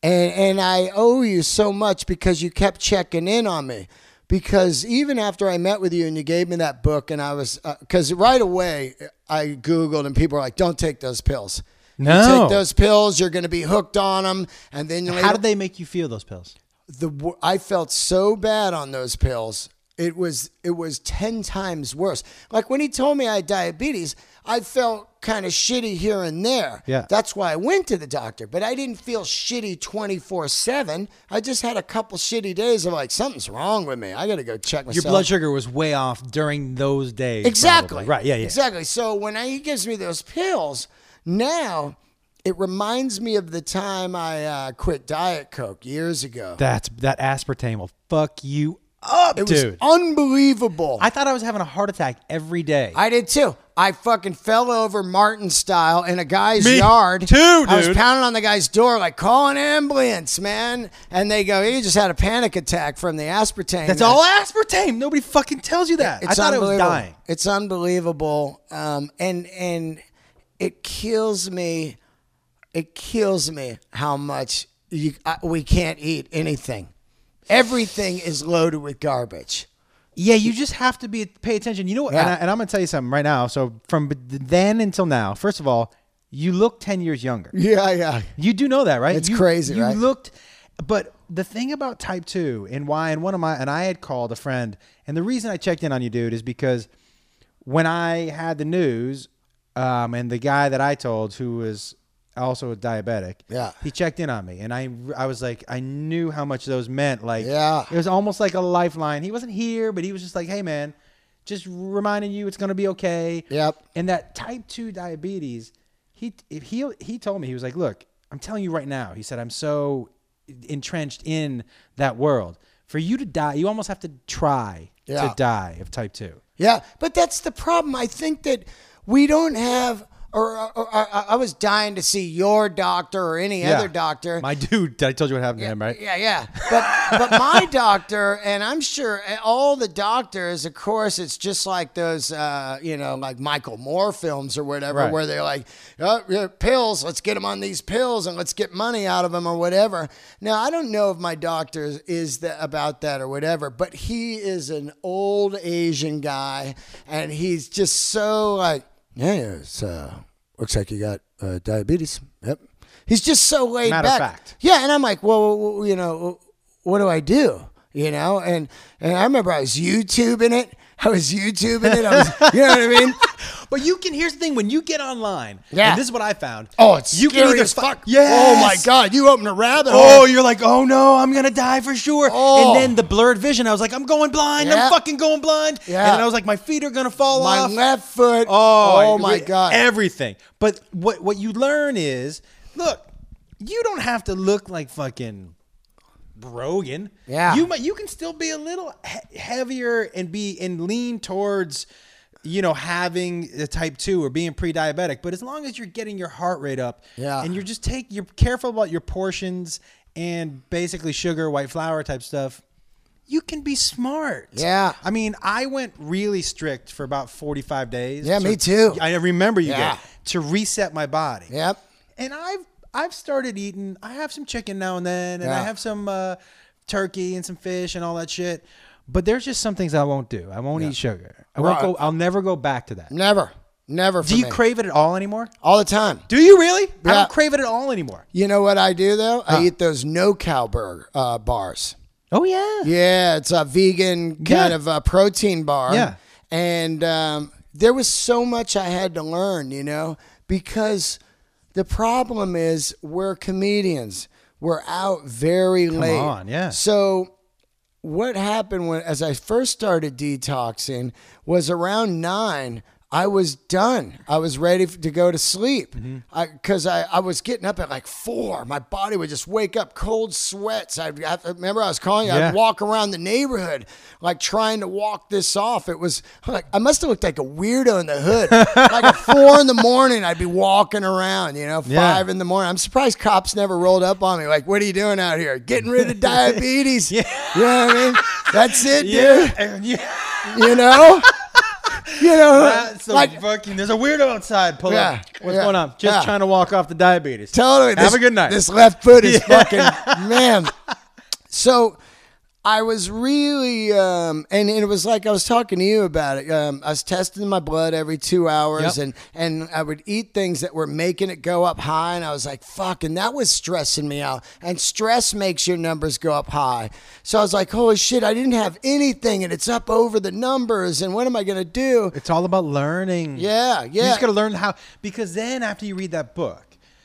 Speaker 2: And and I owe you so much because you kept checking in on me. Because even after I met with you and you gave me that book and I was because right away I googled and people were like, "Don't take those pills."
Speaker 1: No.
Speaker 2: you take those pills, you're going to be hooked on them, and then
Speaker 1: How
Speaker 2: later,
Speaker 1: did they make you feel those pills?
Speaker 2: the wo- I felt so bad on those pills. It was it was ten times worse. Like when he told me I had diabetes, I felt kind of shitty here and there.
Speaker 1: Yeah.
Speaker 2: that's why I went to the doctor. But I didn't feel shitty twenty four seven. I just had a couple shitty days of like something's wrong with me. I got to go check
Speaker 1: Your
Speaker 2: myself.
Speaker 1: blood sugar was way off during those days.
Speaker 2: Exactly.
Speaker 1: probably. Right. Yeah. Yeah.
Speaker 2: Exactly. So when I, he gives me those pills, now it reminds me of the time I uh, quit Diet Coke years ago.
Speaker 1: That's that aspartame will fuck you up,
Speaker 2: it was
Speaker 1: dude.
Speaker 2: unbelievable.
Speaker 1: I thought I was having a heart attack every day.
Speaker 2: I did too. I fucking fell over Martin style in a guy's
Speaker 1: Me
Speaker 2: yard.
Speaker 1: too,
Speaker 2: I was
Speaker 1: dude.
Speaker 2: pounding on the guy's door like, call an ambulance, man. And they go, he just had a panic attack from the aspartame.
Speaker 1: That's
Speaker 2: that-
Speaker 1: all aspartame. Nobody fucking tells you that. I thought it was
Speaker 2: unbelievable.
Speaker 1: dying.
Speaker 2: It's unbelievable. Um, and and it kills me. It kills me how much you, I, we can't eat anything. Everything is loaded with garbage.
Speaker 1: Yeah, you just have to be pay attention. You know what? And,
Speaker 2: Yeah.
Speaker 1: I, and I'm gonna tell you something right now. So from b- then until now, first of all, you look ten years younger.
Speaker 2: Yeah, yeah.
Speaker 1: You do know that, right?
Speaker 2: It's
Speaker 1: You-
Speaker 2: crazy,
Speaker 1: You
Speaker 2: right?
Speaker 1: looked, but the thing about type two and why, and one of my, and I had called a friend, and the reason I checked in on you, dude, is because when I had the news, um, and the guy that I told who was also a diabetic,
Speaker 2: Yeah.
Speaker 1: he checked in on me, and I, I was like, I knew how much those meant, like,
Speaker 2: Yeah.
Speaker 1: it was almost like a lifeline. He wasn't here, but he was just like, hey, man. Just reminding you, it's gonna be okay.
Speaker 2: Yep.
Speaker 1: And that type two diabetes, he if he he told me he was like, look, I'm telling you right now. He said I'm so entrenched in that world. For you to die, you almost have to try
Speaker 2: Yeah.
Speaker 1: to die of type two.
Speaker 2: Yeah, but that's the problem. I think that we don't have. Or, or, or I I was dying to see your doctor or any other doctor.
Speaker 1: My dude, I told you what happened to him, right?
Speaker 2: Yeah, yeah. But but my doctor, and I'm sure all the doctors, of course, it's just like those, uh, you know, like Michael Moore films or whatever,
Speaker 1: Right.
Speaker 2: where they're like, oh, yeah, pills, let's get them on these pills and let's get money out of them or whatever. Now, I don't know if my doctor is- is that about that or whatever, but he is an old Asian guy, and he's just so like, yeah, yeah, it's, uh, looks like you got uh, diabetes. Yep. He's just so laid
Speaker 1: Matter of
Speaker 2: back.
Speaker 1: fact.
Speaker 2: Yeah, and I'm like, well, well, well, you know, what do I do? You know, and and I remember I was YouTubing it. I was YouTubing it. I was, you know what I mean?
Speaker 1: But you can. Here's the thing: when you get online,
Speaker 2: Yeah.
Speaker 1: and this is what I found.
Speaker 2: Oh, it's
Speaker 1: you
Speaker 2: scary
Speaker 1: can either
Speaker 2: as fuck.
Speaker 1: Yeah.
Speaker 2: Oh my god, you opened a rabbit hole.
Speaker 1: Oh, you're like, oh no, I'm gonna die for sure.
Speaker 2: Oh.
Speaker 1: And then the blurred vision, I was like, I'm going blind.
Speaker 2: Yeah.
Speaker 1: I'm fucking going blind.
Speaker 2: Yeah.
Speaker 1: And then I was like, my feet are gonna fall
Speaker 2: my
Speaker 1: off.
Speaker 2: left foot.
Speaker 1: Oh,
Speaker 2: oh my
Speaker 1: it-
Speaker 2: god.
Speaker 1: Everything. But what what you learn is, look, you don't have to look like fucking Rogan.
Speaker 2: Yeah.
Speaker 1: You might you can still be a little he- heavier and be and lean towards you know having a type 2 or being pre-diabetic but as long as you're getting your heart rate up
Speaker 2: Yeah.
Speaker 1: and you're just take you're careful about your portions and basically sugar white flour type stuff you can be smart
Speaker 2: Yeah.
Speaker 1: i mean i went really strict for about 45 days
Speaker 2: Yeah,
Speaker 1: to-
Speaker 2: me too.
Speaker 1: I remember you
Speaker 2: Yeah.
Speaker 1: did to reset my body.
Speaker 2: Yep.
Speaker 1: And I've I've started eating. I have some chicken now and then, and
Speaker 2: Yeah.
Speaker 1: I have some uh, turkey and some fish and all that shit. But there's just some things I won't do. I won't eat sugar. I won't
Speaker 2: Right.
Speaker 1: go. I'll never go back to that.
Speaker 2: Never. Never for
Speaker 1: Do you
Speaker 2: me.
Speaker 1: crave it at all anymore?
Speaker 2: all the time.
Speaker 1: Do you really? I
Speaker 2: Yeah.
Speaker 1: don't crave it at all anymore.
Speaker 2: You know what I do though? I eat those no cow burger uh, bars.
Speaker 1: Oh yeah.
Speaker 2: Yeah, it's a vegan kind
Speaker 1: Yeah.
Speaker 2: of a protein bar.
Speaker 1: Yeah.
Speaker 2: And um, there was so much I had to learn, you know, because the problem is we're comedians. We're out very late.
Speaker 1: on, yeah.
Speaker 2: So what happened when as I first started detoxing was around nine. I was done. I was ready f- to go to sleep
Speaker 1: Mm-hmm.
Speaker 2: because I, I, was getting up at like four. My body would just wake up, cold sweats. I'd, I remember I was calling you.
Speaker 1: Yeah.
Speaker 2: I'd walk around the neighborhood like trying to walk this off. It was like I must have looked like a weirdo in the hood. like at four in the morning, I'd be walking around. You know, five
Speaker 1: Yeah.
Speaker 2: in the morning. I'm surprised cops never rolled up on me. Like, what are you doing out here? Getting rid of diabetes. yeah. You know what I mean? That's it, dude.
Speaker 1: And yeah.
Speaker 2: You know? You know,
Speaker 1: That's the
Speaker 2: like
Speaker 1: fucking. There's a weirdo outside. Pull
Speaker 2: Yeah,
Speaker 1: up. What's
Speaker 2: yeah,
Speaker 1: going on? Just
Speaker 2: yeah.
Speaker 1: trying to walk off the diabetes.
Speaker 2: totally.
Speaker 1: Have
Speaker 2: this,
Speaker 1: a good night.
Speaker 2: This left foot is fucking man. So I was really, um, and it was like I was talking to you about it. Um, I was testing my blood every two hours,
Speaker 1: Yep.
Speaker 2: and and I would eat things that were making it go up high, and I was like, fuck, and that was stressing me out. And stress makes your numbers go up high. So I was like, holy shit, I didn't have anything, and it's up over the numbers, and what am I gonna do?
Speaker 1: It's all about learning.
Speaker 2: Yeah,
Speaker 1: You
Speaker 2: yeah.
Speaker 1: just got to learn how because then after you read that book,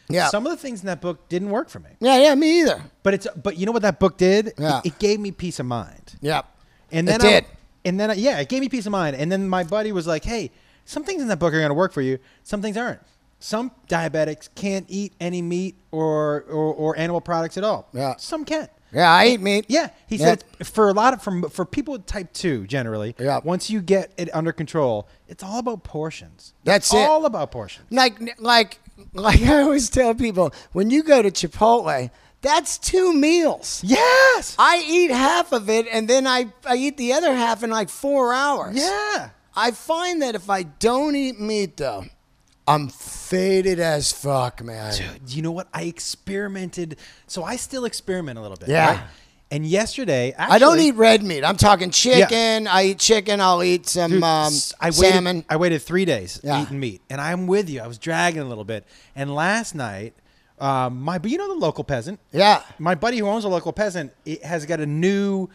Speaker 2: Yeah.
Speaker 1: some of the things in that book didn't work for me.
Speaker 2: Yeah, yeah, me either.
Speaker 1: But it's but you know what that book did?
Speaker 2: Yeah.
Speaker 1: It, it gave me peace of mind.
Speaker 2: Yep.
Speaker 1: And
Speaker 2: It
Speaker 1: then
Speaker 2: did.
Speaker 1: I, and then I, yeah, it gave me peace of mind. And then my buddy was like, "Hey, some things in that book are going to work for you. Some things aren't. Some diabetics can't eat any meat or or, or animal products at all.
Speaker 2: Yeah.
Speaker 1: Some can."
Speaker 2: Yeah, I eat meat.
Speaker 1: Yeah, he
Speaker 2: Yeah.
Speaker 1: said it's for a lot of for, for people with type two generally.
Speaker 2: Yeah.
Speaker 1: Once you get it under control, it's all about portions.
Speaker 2: That's
Speaker 1: it's
Speaker 2: it.
Speaker 1: All about portions.
Speaker 2: like like like I always tell people when you go to Chipotle, that's two meals.
Speaker 1: Yes.
Speaker 2: I eat half of it and then I, I eat the other half in like four hours.
Speaker 1: yeah.
Speaker 2: I find that if I don't eat meat though, I'm faded as fuck, man.
Speaker 1: You know what? I experimented, so I still experiment a little bit.
Speaker 2: Yeah.
Speaker 1: right? And yesterday, actually,
Speaker 2: I don't eat red meat. I'm talking chicken. I eat chicken. I'll eat some um,
Speaker 1: S- I waited,
Speaker 2: salmon.
Speaker 1: I waited three days
Speaker 2: Yeah.
Speaker 1: eating meat, and I'm with you. I was dragging a little bit, and last night, um, my but you know the local peasant,
Speaker 2: yeah.
Speaker 1: my buddy who owns a local peasant it has got a new.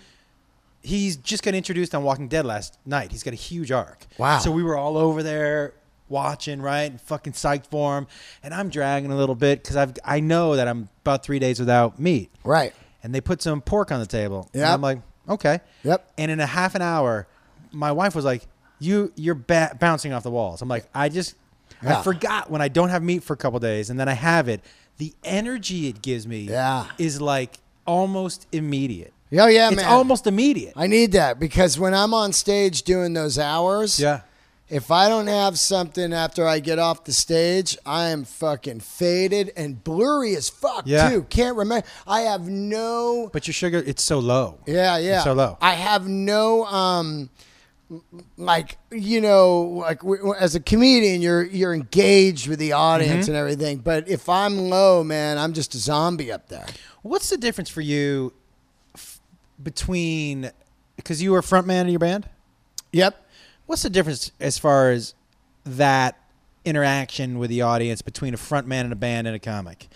Speaker 1: He's just got introduced on Walking Dead last night. He's got a huge arc.
Speaker 2: Wow.
Speaker 1: So we were all over there watching, right? And fucking psyched for him. And I'm dragging a little bit because I've I know that I'm about three days without meat.
Speaker 2: Right.
Speaker 1: And they put some pork on the table. And
Speaker 2: Yep.
Speaker 1: I'm like, okay.
Speaker 2: Yep.
Speaker 1: And in a half an hour, my wife was like, "You you're ba- bouncing off the walls." I'm like, I just
Speaker 2: Yeah.
Speaker 1: I forgot when I don't have meat for a couple days, and then I have it. The energy it gives me
Speaker 2: Yeah.
Speaker 1: is like almost immediate.
Speaker 2: Oh yeah,
Speaker 1: it's
Speaker 2: man.
Speaker 1: almost immediate.
Speaker 2: I need that because when I'm on stage doing those hours,
Speaker 1: yeah.
Speaker 2: If I don't have something after I get off the stage, I am fucking faded and blurry as fuck
Speaker 1: Yeah.
Speaker 2: too. Can't remember. I have no.
Speaker 1: But your sugar, it's so low.
Speaker 2: Yeah, yeah.
Speaker 1: It's so low.
Speaker 2: I have no. um like you know like w- w- as a comedian you're you're engaged with the
Speaker 1: Mm-hmm.
Speaker 2: audience and everything but if i'm low man i'm just a zombie up there
Speaker 1: What's the difference for you f- between because you were frontman in your band?
Speaker 2: yep
Speaker 1: What's the difference as far as that interaction with the audience between a front man and a band and a comic?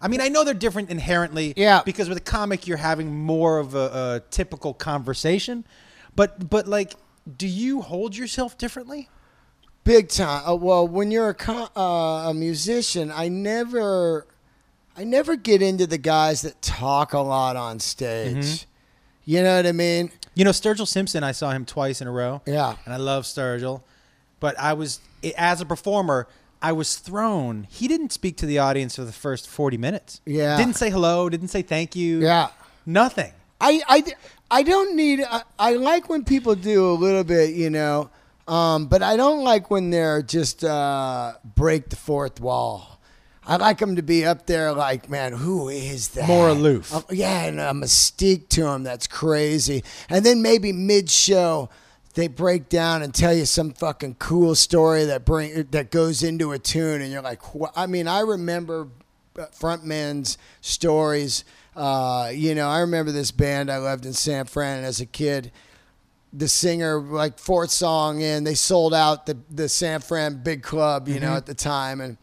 Speaker 1: I mean, I know they're different inherently.
Speaker 2: Yeah.
Speaker 1: Because with a comic, you're having more of a, a typical conversation, but but like, do you hold yourself differently?
Speaker 2: Big time. Uh, well, when you're a co uh, a musician, I never, I never get into the guys that talk a lot on stage.
Speaker 1: Mm-hmm.
Speaker 2: You know what I mean?
Speaker 1: You know, Sturgill Simpson, I saw him twice in a row.
Speaker 2: Yeah.
Speaker 1: And I love Sturgill. But I was, i- as a performer, I was thrown. He didn't speak to the audience for the first 40 minutes.
Speaker 2: Yeah.
Speaker 1: Didn't say hello, didn't say thank you.
Speaker 2: Yeah.
Speaker 1: Nothing.
Speaker 2: I, I, I don't need. I, I like when people do a little bit, you know, um, but I don't like when they're just uh, break the fourth wall. I like them to be up there, like, man, who is that?
Speaker 1: More aloof.
Speaker 2: Uh, yeah, and a mystique to them that's crazy. And then maybe mid-show, they break down and tell you some fucking cool story that bring that goes into a tune, and you're like, "Wha- I mean, I remember uh, frontmen's stories. Uh, you know, I remember this band I loved in San Fran as a kid the singer like fourth song in they sold out the the San Fran big club you know at the time and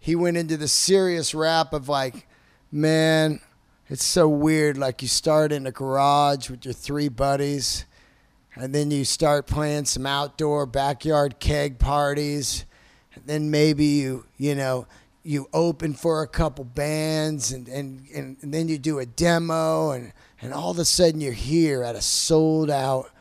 Speaker 2: he went into the serious rap of like man it's so weird like you start in a garage with your three buddies and then you start playing some outdoor backyard keg parties and then maybe you you know you open for a couple bands and and, and, and then you do a demo and and all of a sudden you're here at a sold out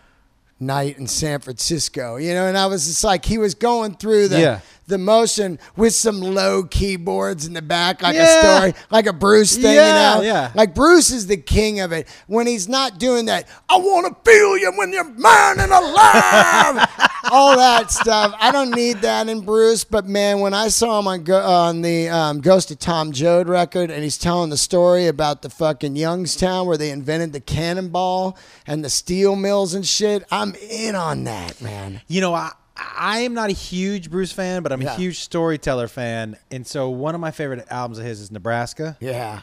Speaker 2: night in San Francisco you know and I was just like he was going through the
Speaker 1: Yeah.
Speaker 2: the motion with some low keyboards in the back like
Speaker 1: Yeah.
Speaker 2: a story like a Bruce thing
Speaker 1: Yeah,
Speaker 2: you know
Speaker 1: yeah.
Speaker 2: like Bruce is the king of it when he's not doing that. I want to feel you when you're mine and alive. All that stuff. I don't need that in Bruce, but man, when I saw him on go- on the um, Ghost of Tom Joad record, and he's telling the story about the fucking Youngstown where they invented the cannonball and the steel mills and shit, I'm in on that, man.
Speaker 1: You know, I, I am not a huge Bruce fan, but I'm a
Speaker 2: Yeah.
Speaker 1: huge storyteller fan. And so one of my favorite albums of his is Nebraska.
Speaker 2: Yeah.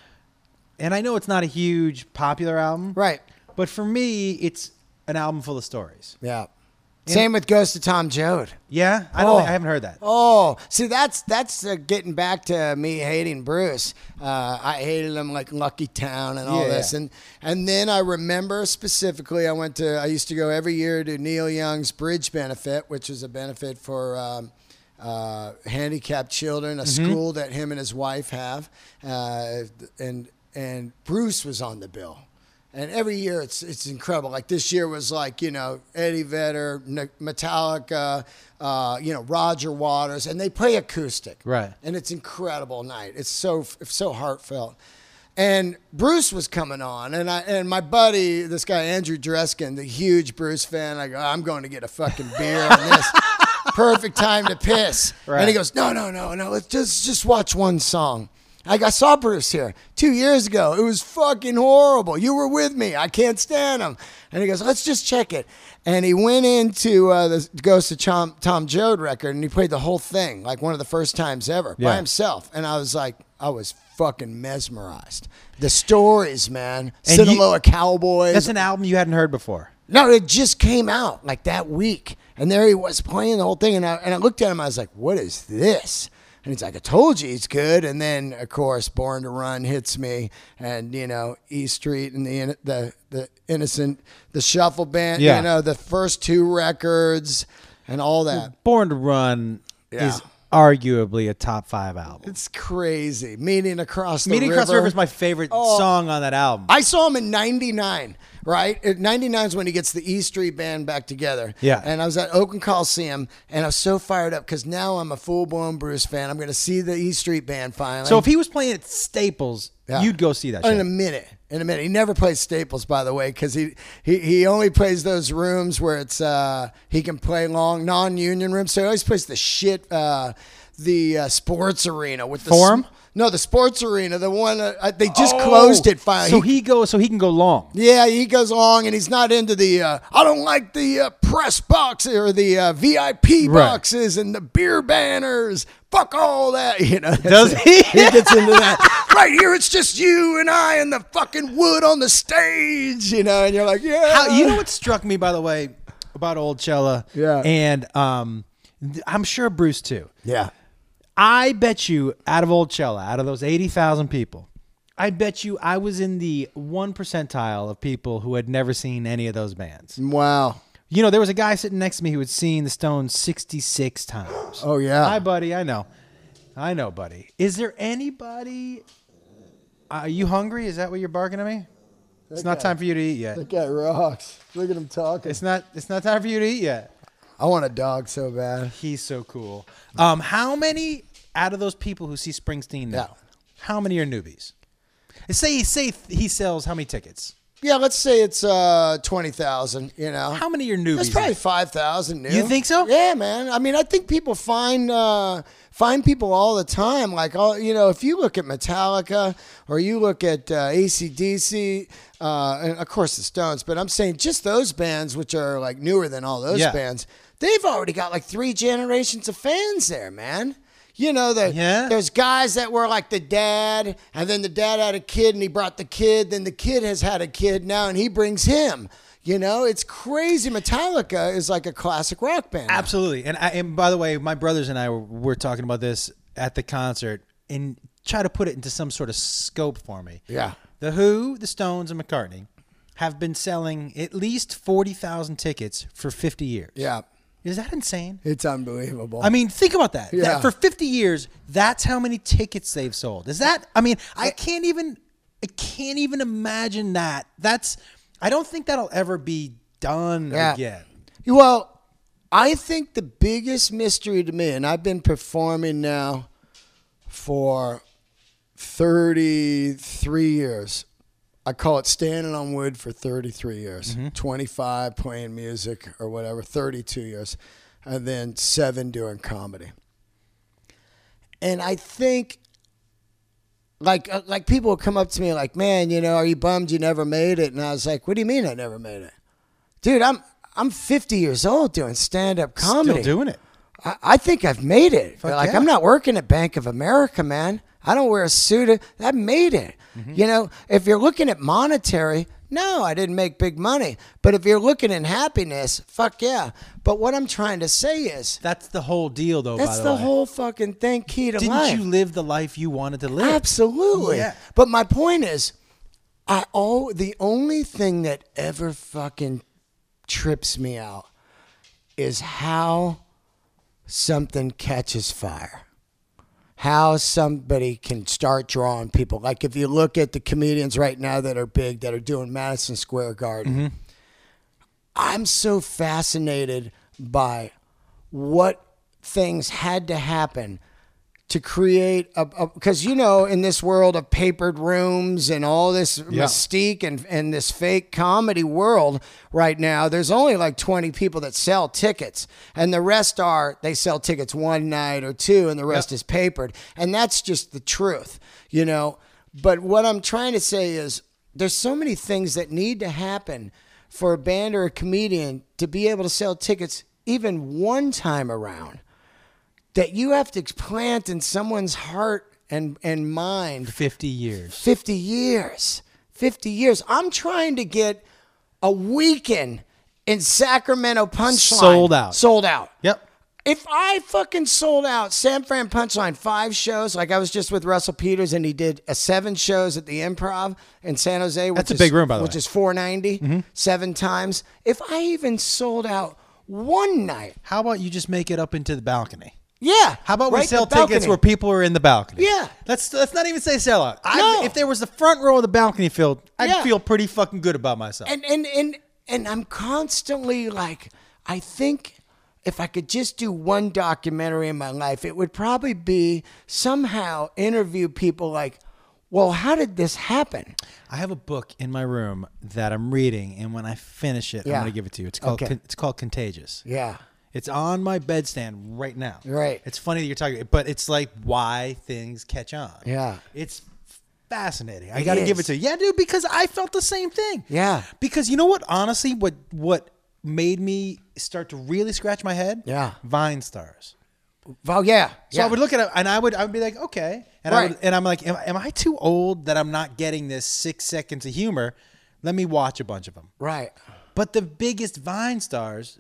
Speaker 1: And I know it's not a huge popular album.
Speaker 2: Right.
Speaker 1: But for me, it's an album full of stories.
Speaker 2: Yeah. Same with Ghost of Tom Joad.
Speaker 1: Yeah? I don't
Speaker 2: Oh.
Speaker 1: think- I haven't heard that.
Speaker 2: Oh, see, that's that's uh, getting back to me hating Bruce. Uh, I hated him like Lucky Town and all
Speaker 1: Yeah,
Speaker 2: this,
Speaker 1: yeah.
Speaker 2: and and then I remember specifically, I went to, I used to go every year to Neil Young's Bridge Benefit, which was a benefit for. Um, uh, handicapped children, a school that him and his wife have, uh, and and Bruce was on the bill, and every year it's it's incredible. Like this year was like you know Eddie Vedder, N- Metallica, uh, you know Roger Waters, and they play acoustic,
Speaker 1: Right.
Speaker 2: And it's incredible night. It's so it's so heartfelt. And Bruce was coming on, and I and my buddy, this guy Andrew Dreskin, the huge Bruce fan, I go, I'm going to get a fucking beer on this. Perfect time to piss. And he
Speaker 1: Right.
Speaker 2: goes goes, no, no, no, no. Let's just just watch one song. Like I saw Bruce here two years ago. It was fucking horrible. You were with me. I can't stand him. And he goes, let's just check it. And he went into uh, the Ghost of Tom, Tom Joad record and he played the whole thing, like one of the first times ever by
Speaker 1: Yeah.
Speaker 2: himself. And I was like, I was fucking mesmerized. The stories, man.
Speaker 1: And you-
Speaker 2: Sinaloa Cowboys.
Speaker 1: That's an album you hadn't heard before.
Speaker 2: No, it just came out like that week. And there he was playing the whole thing. And I, and I looked at him, I was like, what is this? And he's like, I told you it's good. And then, of course, Born to Run hits me. And, you know, E Street and the in- the, the Innocent, the Shuffle Band,
Speaker 1: Yeah.
Speaker 2: you know, the first two records and all that.
Speaker 1: Born to Run
Speaker 2: Yeah.
Speaker 1: is arguably a top five album.
Speaker 2: It's crazy. Meeting Across the
Speaker 1: Meeting
Speaker 2: River. Oh.
Speaker 1: Across the River is my favorite song on that album.
Speaker 2: I saw him in '99, right? At '99 is when he gets the E Street Band back together.
Speaker 1: Yeah.
Speaker 2: And I was at Oakland Coliseum, and I was so fired up because now I'm a full blown Bruce fan. I'm going to see the E Street Band finally.
Speaker 1: so if he was playing at Staples,
Speaker 2: Yeah.
Speaker 1: you'd go see that
Speaker 2: in a
Speaker 1: shit.
Speaker 2: minute, in a minute, he never plays Staples, by the way, because he, he he only plays those rooms where it's uh he can play long non-union rooms. So he always plays the shit uh the uh, sports arena with the sm-
Speaker 1: Forum? Oh,
Speaker 2: no, the sports arena, the one uh, uh, they just closed it finally.
Speaker 1: So
Speaker 2: He-
Speaker 1: he goes, so he can go long.
Speaker 2: Yeah, he goes along and he's not into the uh, I don't like the uh, press box or the uh, VIP boxes and the beer banners. Fuck all that, you know.
Speaker 1: Does he?
Speaker 2: he gets into that. right here, it's just you and I and the fucking wood on the stage, you know. And you're like, yeah,
Speaker 1: How, you know what struck me, by the way, about old Cella?
Speaker 2: Yeah.
Speaker 1: And um, th- I'm sure Bruce too.
Speaker 2: yeah,
Speaker 1: I bet you, out of old Cella, out of those 80,000 people, I bet you I was in the one percentile of people who had never seen any of those bands.
Speaker 2: wow,
Speaker 1: You know, there was a guy sitting next to me who had seen the Stones 66 times.
Speaker 2: oh yeah,
Speaker 1: Hi, buddy. I know. I know, buddy. Is there anybody? Are you hungry? Is that what you're barking at me? It's not time for you to eat yet.
Speaker 2: that guy rocks. Look at him talking.
Speaker 1: It's not. It's not time for you to eat yet.
Speaker 2: I want a dog so bad.
Speaker 1: He's so cool. Um, how many out of those people who see Springsteen now?
Speaker 2: Yeah.
Speaker 1: How many are newbies? And Say say he sells how many tickets?
Speaker 2: Yeah, let's say it's uh twenty thousand. You know,
Speaker 1: How many are newbies?
Speaker 2: There's probably five thousand new.
Speaker 1: You think so?
Speaker 2: Yeah, man. I mean, I think people find uh, find people all the time. Like, all you know, if you look at Metallica or you look at uh, ACDC, uh, and of course the Stones, but I'm saying just those bands, which are like newer than all those
Speaker 1: Yeah.
Speaker 2: bands, they've already got like three generations of fans there, man. You know, the,
Speaker 1: Yeah.
Speaker 2: there's guys that were like the dad, and then the dad had a kid, and he brought the kid. Then the kid has had a kid now, and he brings him. You know, it's crazy. Metallica is like a classic rock band. now.
Speaker 1: Absolutely. And I, and by the way, my brothers and I were, were talking about this at the concert and try to put it into some sort of scope for me.
Speaker 2: Yeah.
Speaker 1: The Who, the Stones, and McCartney have been selling at least 40,000 tickets for 50 years.
Speaker 2: Yeah,
Speaker 1: Is that insane?
Speaker 2: it's unbelievable.
Speaker 1: I mean, think about that. That-
Speaker 2: Yeah.
Speaker 1: for 50 years, that's how many tickets they've sold. Is that I mean, I can't even I can't even imagine that. That's I don't think that'll ever be done
Speaker 2: Yeah.
Speaker 1: again.
Speaker 2: well, I think the biggest mystery to me, and I've been performing now for 33 years. I call it standing on wood for 33 years. 25 playing music or whatever, 32 years. And then seven doing comedy. And I think like uh, like people would come up to me like, "Man, you know, are you bummed you never made it?" And I was like, "What do you mean I never made it?" Dude, I'm I'm 50 years old doing stand up comedy.
Speaker 1: Still doing it.
Speaker 2: I, I think I've made it. like
Speaker 1: yeah.
Speaker 2: I'm not working at Bank of America, man. I don't wear a suit. I made it.
Speaker 1: Mm-hmm.
Speaker 2: You know, if you're looking at monetary, no, I didn't make big money. But if you're looking in happiness, fuck yeah. But what I'm trying to say is
Speaker 1: That's the whole deal, though. by
Speaker 2: that's
Speaker 1: the,
Speaker 2: the
Speaker 1: way.
Speaker 2: whole fucking thing key to
Speaker 1: Didn't
Speaker 2: life.
Speaker 1: you live the life you wanted to live?
Speaker 2: Absolutely.
Speaker 1: Yeah.
Speaker 2: But my point is, I all the only thing that ever fucking trips me out is how something catches fire. How somebody can start drawing people. Like if you look at the comedians right now that are big that are doing Madison Square Garden, I'm so fascinated by what things had to happen to create a because you know in this world of papered rooms and all this mystique and, and this fake comedy world right now there's only like 20 people that sell tickets and the rest are they sell tickets one night or two and the rest is papered and that's just the truth you know but what i'm trying to say is there's so many things that need to happen for a band or a comedian to be able to sell tickets even one time around that you have to plant in someone's heart and, and mind
Speaker 1: 50 years.
Speaker 2: 50 years. 50 years. I'm trying to get a weekend in Sacramento Punchline.
Speaker 1: Sold out.
Speaker 2: Sold out.
Speaker 1: Yep.
Speaker 2: If I fucking sold out San Fran Punchline five shows, like I was just with Russell Peters and he did uh, seven shows at the Improv in San Jose, which
Speaker 1: That's a
Speaker 2: is,
Speaker 1: big room, by the
Speaker 2: which
Speaker 1: way. Mm-hmm.
Speaker 2: is 490 seven times. If I even sold out one night,
Speaker 1: How about you just make it up into the balcony?
Speaker 2: yeah.
Speaker 1: How about
Speaker 2: right,
Speaker 1: we
Speaker 2: the
Speaker 1: sell tickets
Speaker 2: balcony.
Speaker 1: where people are in the balcony?
Speaker 2: Yeah.
Speaker 1: Let's let's not even say sell out. I,
Speaker 2: No.
Speaker 1: If there was the front row of the balcony filled, I'd
Speaker 2: Yeah.
Speaker 1: feel pretty fucking good about myself.
Speaker 2: and and and and I'm constantly like, I think if I could just do one documentary in my life, it would probably be somehow interview people like, well, how did this happen?
Speaker 1: I have a book in my room that I'm reading, and when I finish it,
Speaker 2: Yeah.
Speaker 1: I'm gonna give it to you. It's called
Speaker 2: Okay.
Speaker 1: Con- it's called Contagious.
Speaker 2: Yeah.
Speaker 1: It's on my bedstand right now.
Speaker 2: Right.
Speaker 1: It's funny that you're talking, but it's like why things catch on.
Speaker 2: Yeah.
Speaker 1: It's fascinating. I got to give it
Speaker 2: is.
Speaker 1: to you. Yeah, dude, because I felt the same thing.
Speaker 2: Yeah.
Speaker 1: Because you know what? Honestly, what what made me start to really scratch my head?
Speaker 2: Yeah.
Speaker 1: Vine stars.
Speaker 2: Well, yeah.
Speaker 1: So I would look at it and I would I would be like, okay, and I
Speaker 2: Right.
Speaker 1: would, and I'm like, am, am I too old that I'm not getting this six seconds of humor? Let me watch a bunch of them.
Speaker 2: right.
Speaker 1: But the biggest Vine stars,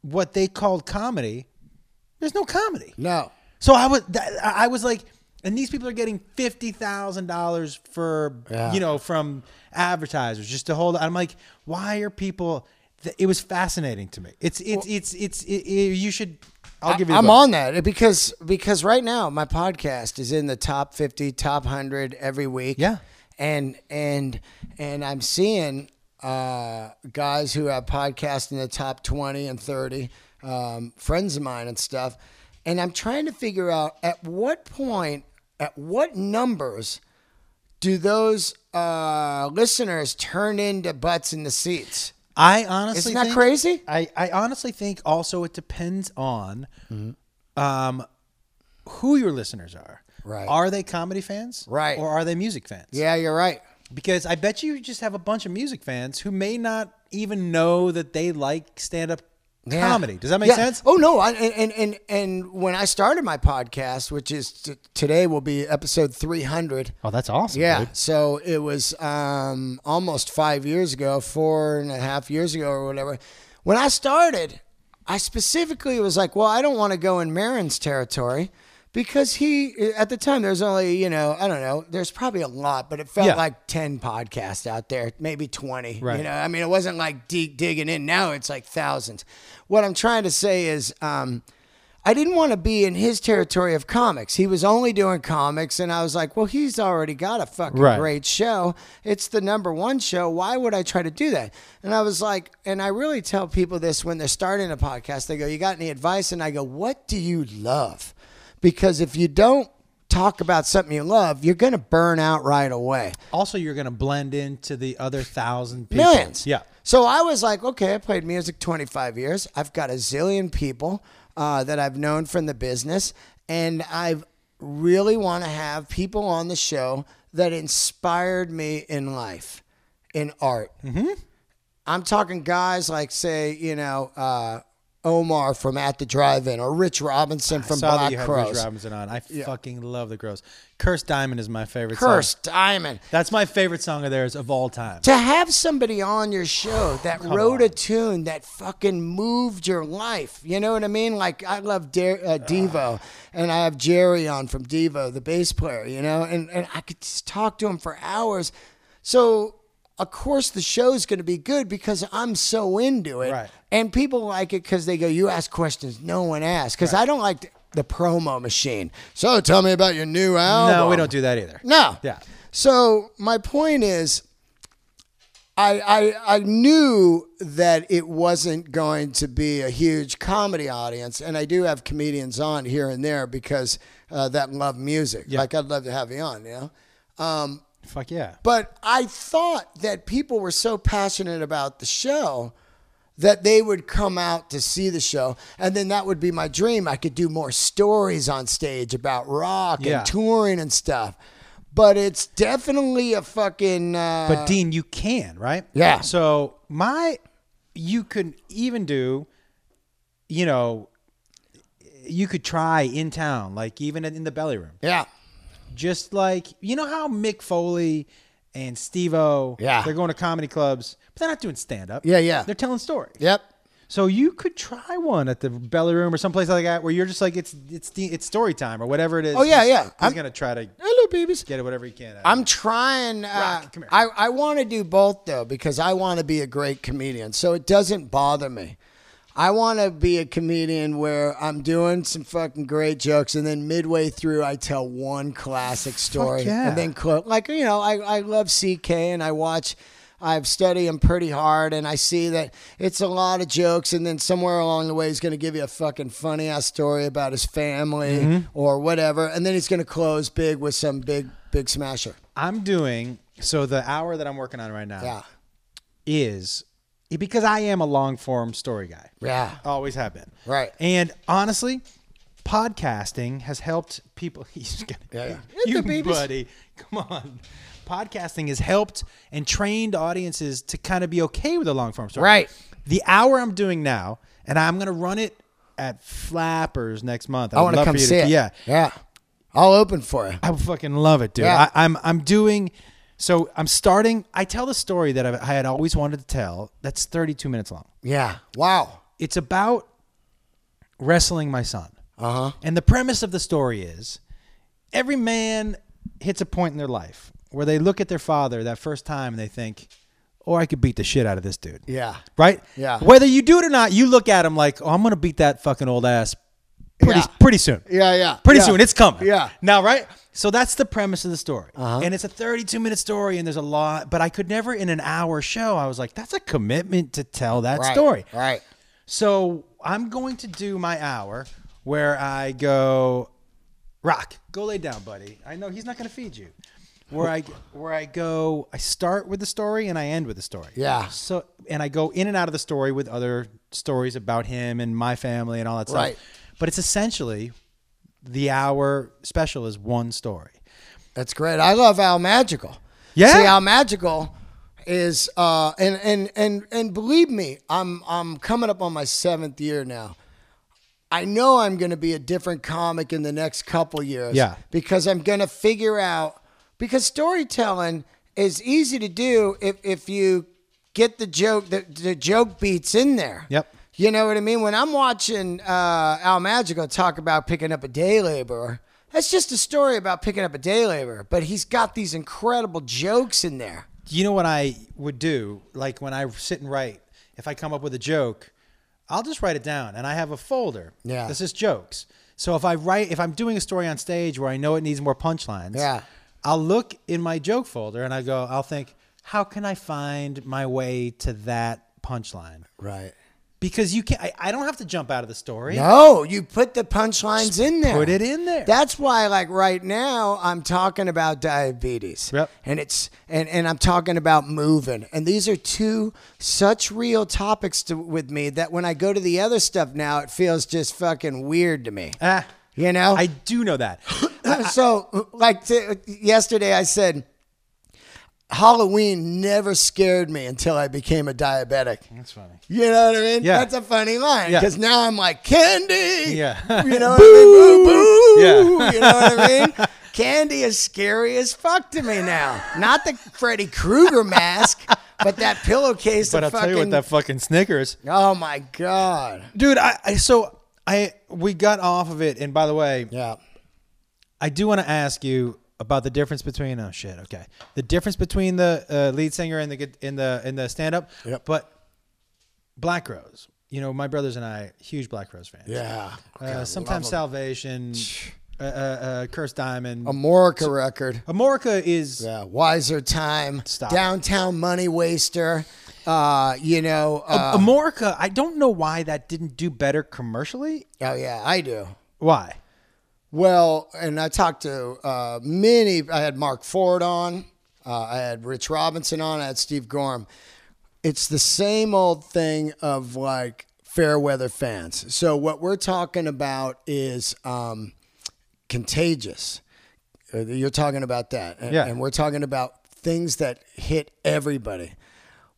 Speaker 1: what they called comedy, there's no comedy.
Speaker 2: No.
Speaker 1: So I was that, I was like, and these people are getting fifty thousand dollars for
Speaker 2: Yeah.
Speaker 1: you know from advertisers just to hold. I'm like, why are people? th- It was fascinating to me. It's it's it's it's it, it- you should. I'll give you. The
Speaker 2: I'm
Speaker 1: book.
Speaker 2: on that because because right now my podcast is in the top 50, top 100 every week.
Speaker 1: Yeah.
Speaker 2: And and and I'm seeing uh, guys who have podcasts in the top 20 and 30, um, friends of mine and stuff. And I'm trying to figure out at what point, at what numbers do those uh, listeners turn into butts in the seats?
Speaker 1: I honestly
Speaker 2: Isn't that
Speaker 1: think-
Speaker 2: crazy?
Speaker 1: I, I honestly think also it depends on um, who your listeners are.
Speaker 2: Mm-hmm. Right.
Speaker 1: Are they comedy fans?
Speaker 2: Right.
Speaker 1: Or are they music fans?
Speaker 2: Yeah, you're right.
Speaker 1: Because I bet you just have a bunch of music fans who may not even know that they like stand up
Speaker 2: Yeah.
Speaker 1: comedy. Does that make
Speaker 2: Yeah.
Speaker 1: sense?
Speaker 2: Oh no, I, and, and and and when I started my podcast, which is t- today will be episode three hundred.
Speaker 1: Oh, that's awesome.
Speaker 2: Yeah, so it was um, almost five years ago, four and a half years ago, or whatever. When I started, I specifically was like, "Well, I don't want to go in Marin's territory." Because he, at the time, there's only, you know, I don't know, there's probably a lot, but it felt
Speaker 1: Yeah.
Speaker 2: like 10 podcasts out there, maybe 20.
Speaker 1: Right.
Speaker 2: You know, I mean, it wasn't like deep digging in. Now it's like thousands. What I'm trying to say is, um, I didn't want to be in his territory of comics. He was only doing comics, and I was like, well, he's already got a fucking
Speaker 1: Right.
Speaker 2: great show. It's the number one show. Why would I try to do that? And I was like, and I really tell people this when they're starting a podcast. They go, you got any advice? And I go, what do you love? Because if you don't talk about something you love, you're going to burn out right away.
Speaker 1: Also, you're going to blend into the other thousand people.
Speaker 2: Millions.
Speaker 1: Yeah.
Speaker 2: So I was like, okay, I played music 25 years. I've got a zillion people uh, that I've known from the business, and I really want to have people on the
Speaker 1: Mm-hmm.
Speaker 2: show that inspired me in life, in art, I'm talking guys like, say, you know, uh, Omar from At the Drive-In or Rich Robinson from
Speaker 1: Saw that
Speaker 2: Black
Speaker 1: you had Rich
Speaker 2: Crows.
Speaker 1: Robinson on. I fucking love the Crows. Curse Diamond is my favorite song.
Speaker 2: Curse Diamond.
Speaker 1: That's my favorite song of theirs of all time.
Speaker 2: To have somebody on your show that wrote a tune that fucking moved your life, you know what I mean? Like I love Dar- uh, Devo, and I have Jerry on from Devo, the bass player, you know, and and I could just talk to him for hours. So of course the show's going to be good because I'm so into it,
Speaker 1: Right.
Speaker 2: and people like it because they go, "You ask questions no one asks," because I don't like the, the promo machine. So tell me about your new album.
Speaker 1: No, we don't do that either.
Speaker 2: No.
Speaker 1: Yeah.
Speaker 2: So my point is, I I I knew that it wasn't going to be a huge comedy audience, and I do have comedians on here and there because uh, that love music. Like I'd love to have you on, you know.
Speaker 1: Fuck yeah.
Speaker 2: But I thought that people were so passionate about the show that they would come out to see the show. And then that would be my dream. I could do more stories on stage about rock
Speaker 1: Yeah.
Speaker 2: and touring and stuff. But it's definitely a fucking. Uh,
Speaker 1: But Dean, you can, right?
Speaker 2: Yeah.
Speaker 1: So my, you could even do, you know, you could try in town, like even in the belly room.
Speaker 2: yeah.
Speaker 1: Just like you know how Mick Foley and Steve-O,
Speaker 2: Yeah.
Speaker 1: they're going to comedy clubs, but they're not doing stand up.
Speaker 2: Yeah, yeah.
Speaker 1: They're telling stories.
Speaker 2: Yep.
Speaker 1: So you could try one at the belly room or someplace like that where you're just like it's it's the- it's story time or whatever it is.
Speaker 2: Oh, yeah,
Speaker 1: He's-
Speaker 2: yeah.
Speaker 1: He's
Speaker 2: I'm-
Speaker 1: gonna try to
Speaker 2: Hello, babies.
Speaker 1: get it whatever he can. out of it.
Speaker 2: I'm trying. Uh,
Speaker 1: Rock, come here.
Speaker 2: I, I want to do both, though, because I want to be a great comedian. So it doesn't bother me. I want to be a comedian where I'm doing some fucking great jokes, and then midway through, I tell one classic story.
Speaker 1: yeah.
Speaker 2: And then, clo- like, you know, I, I love CK and I watch. I've studied him pretty hard, and I see that it's a lot of jokes. And then somewhere along the way, he's going to give you a fucking funny ass story about his family or whatever, and then he's going to close big with some big, big smasher.
Speaker 1: I'm doing so the hour that I'm working on right now
Speaker 2: Yeah.
Speaker 1: is because I am a long form story guy.
Speaker 2: Yeah.
Speaker 1: Always have been.
Speaker 2: Right.
Speaker 1: And honestly, podcasting has helped people. He's gonna,
Speaker 2: yeah.
Speaker 1: You
Speaker 2: The babies.
Speaker 1: buddy, come on. Podcasting has helped and trained audiences to kind of be okay with a long form story.
Speaker 2: Right.
Speaker 1: The hour I'm doing now, and I'm gonna run it at Flappers next month.
Speaker 2: I want to come see it.
Speaker 1: Yeah.
Speaker 2: Yeah. I'll open for you.
Speaker 1: I would fucking love it, dude.
Speaker 2: Yeah.
Speaker 1: I, I'm I'm doing. So I'm starting. I tell the story that I've, I had always wanted to tell. That's 32 minutes long.
Speaker 2: Yeah. Wow.
Speaker 1: It's about wrestling my son.
Speaker 2: Uh huh.
Speaker 1: And the premise of the story is every man hits a point in their life where they look at their father that first time and they think, or I could beat the shit out of this dude.
Speaker 2: Yeah.
Speaker 1: Right?
Speaker 2: Yeah.
Speaker 1: Whether you do it or not, you look at him like, oh, I'm going to beat that fucking old ass pretty,
Speaker 2: Yeah.
Speaker 1: pretty soon.
Speaker 2: Yeah. Yeah.
Speaker 1: Pretty
Speaker 2: Yeah.
Speaker 1: soon. It's coming.
Speaker 2: Yeah. Uh-huh.
Speaker 1: Now, right? So that's the premise of the story. And it's a 32 minute story, and there's a lot, but I could never in an hour show, I was like, that's a commitment to tell that
Speaker 2: Right.
Speaker 1: story.
Speaker 2: Right.
Speaker 1: So I'm going to do my hour where I go, Rock, go lay down, buddy. I know he's not going to feed you. Where I where I go, I start with the story and I end with the story.
Speaker 2: Yeah.
Speaker 1: So and I go in and out of the story with other stories about him and my family and all that
Speaker 2: Right.
Speaker 1: stuff. But it's essentially the hour special is one story.
Speaker 2: That's great. I love Al Magical.
Speaker 1: Yeah.
Speaker 2: See, Al Magical is uh and and and and believe me, I'm I'm coming up on my seventh year now. I know I'm going to be a different comic in the next couple years.
Speaker 1: Yeah.
Speaker 2: Because I'm going to figure out because storytelling is easy to do if if you get the joke the, the joke beats in there.
Speaker 1: Yep.
Speaker 2: You know what I mean? When I'm watching uh, Al Magical talk about picking up a day laborer, that's just a story about picking up a day laborer, but he's got these incredible jokes in there.
Speaker 1: you know what I would do? Like when I sit and write, if I come up with a joke, I'll just write it down and I have a folder.
Speaker 2: Yeah.
Speaker 1: This is jokes. So if I write, if I'm doing a story on stage where I know it needs more punchlines,
Speaker 2: Yeah.
Speaker 1: I'll look in my joke folder and I go, I'll think, how can I find my way to that punchline?
Speaker 2: Right.
Speaker 1: Because you can't, I, I don't have to jump out of the story.
Speaker 2: No, you put the punchlines in there.
Speaker 1: Put it in there.
Speaker 2: That's why, like right now, I'm talking about diabetes.
Speaker 1: Yep.
Speaker 2: And it's and and I'm talking about moving. And these are two such real topics to, with me that when I go to the other stuff now, it feels just fucking weird to me.
Speaker 1: Ah,
Speaker 2: you know,
Speaker 1: I do know that.
Speaker 2: so like t- yesterday i said Halloween never scared me until I became a diabetic.
Speaker 1: That's funny.
Speaker 2: You know what I mean?
Speaker 1: Yeah.
Speaker 2: That's a funny line
Speaker 1: Yeah.
Speaker 2: because now I'm like candy.
Speaker 1: Yeah.
Speaker 2: You know what I mean? Boo, boo.
Speaker 1: Yeah.
Speaker 2: You know what I mean? Candy is scary as fuck to me now. Not the Freddy Krueger mask, but that pillowcase.
Speaker 1: But
Speaker 2: of
Speaker 1: I'll
Speaker 2: fucking,
Speaker 1: tell you what, that fucking Snickers,
Speaker 2: Oh my god.
Speaker 1: dude. I, I so I we got off of it, and by the way,
Speaker 2: Yeah.
Speaker 1: I do want to ask you about the difference between oh shit okay the difference between the uh, lead singer and the gu- in the in the stand up
Speaker 2: Yep.
Speaker 1: but Black Rose you know my brothers and I huge Black Rose fans
Speaker 2: Yeah.
Speaker 1: uh, sometimes Salvation uh, uh, uh, Cursed Diamond
Speaker 2: A Morica record.
Speaker 1: Amorica is
Speaker 2: Yeah. Wiser time.
Speaker 1: Stop.
Speaker 2: Downtown money waster. Uh, you know. Uh,
Speaker 1: Amorica I don't know why that didn't do better commercially
Speaker 2: oh yeah, I do.
Speaker 1: why
Speaker 2: Well, and I talked to uh, many. I had Mark Ford on. Uh, I had Rich Robinson on. I had Steve Gorm. It's the same old thing of like fair weather fans. So what we're talking about is um, contagious. Uh, You're talking about that, and,
Speaker 1: Yeah.
Speaker 2: and we're talking about things that hit everybody.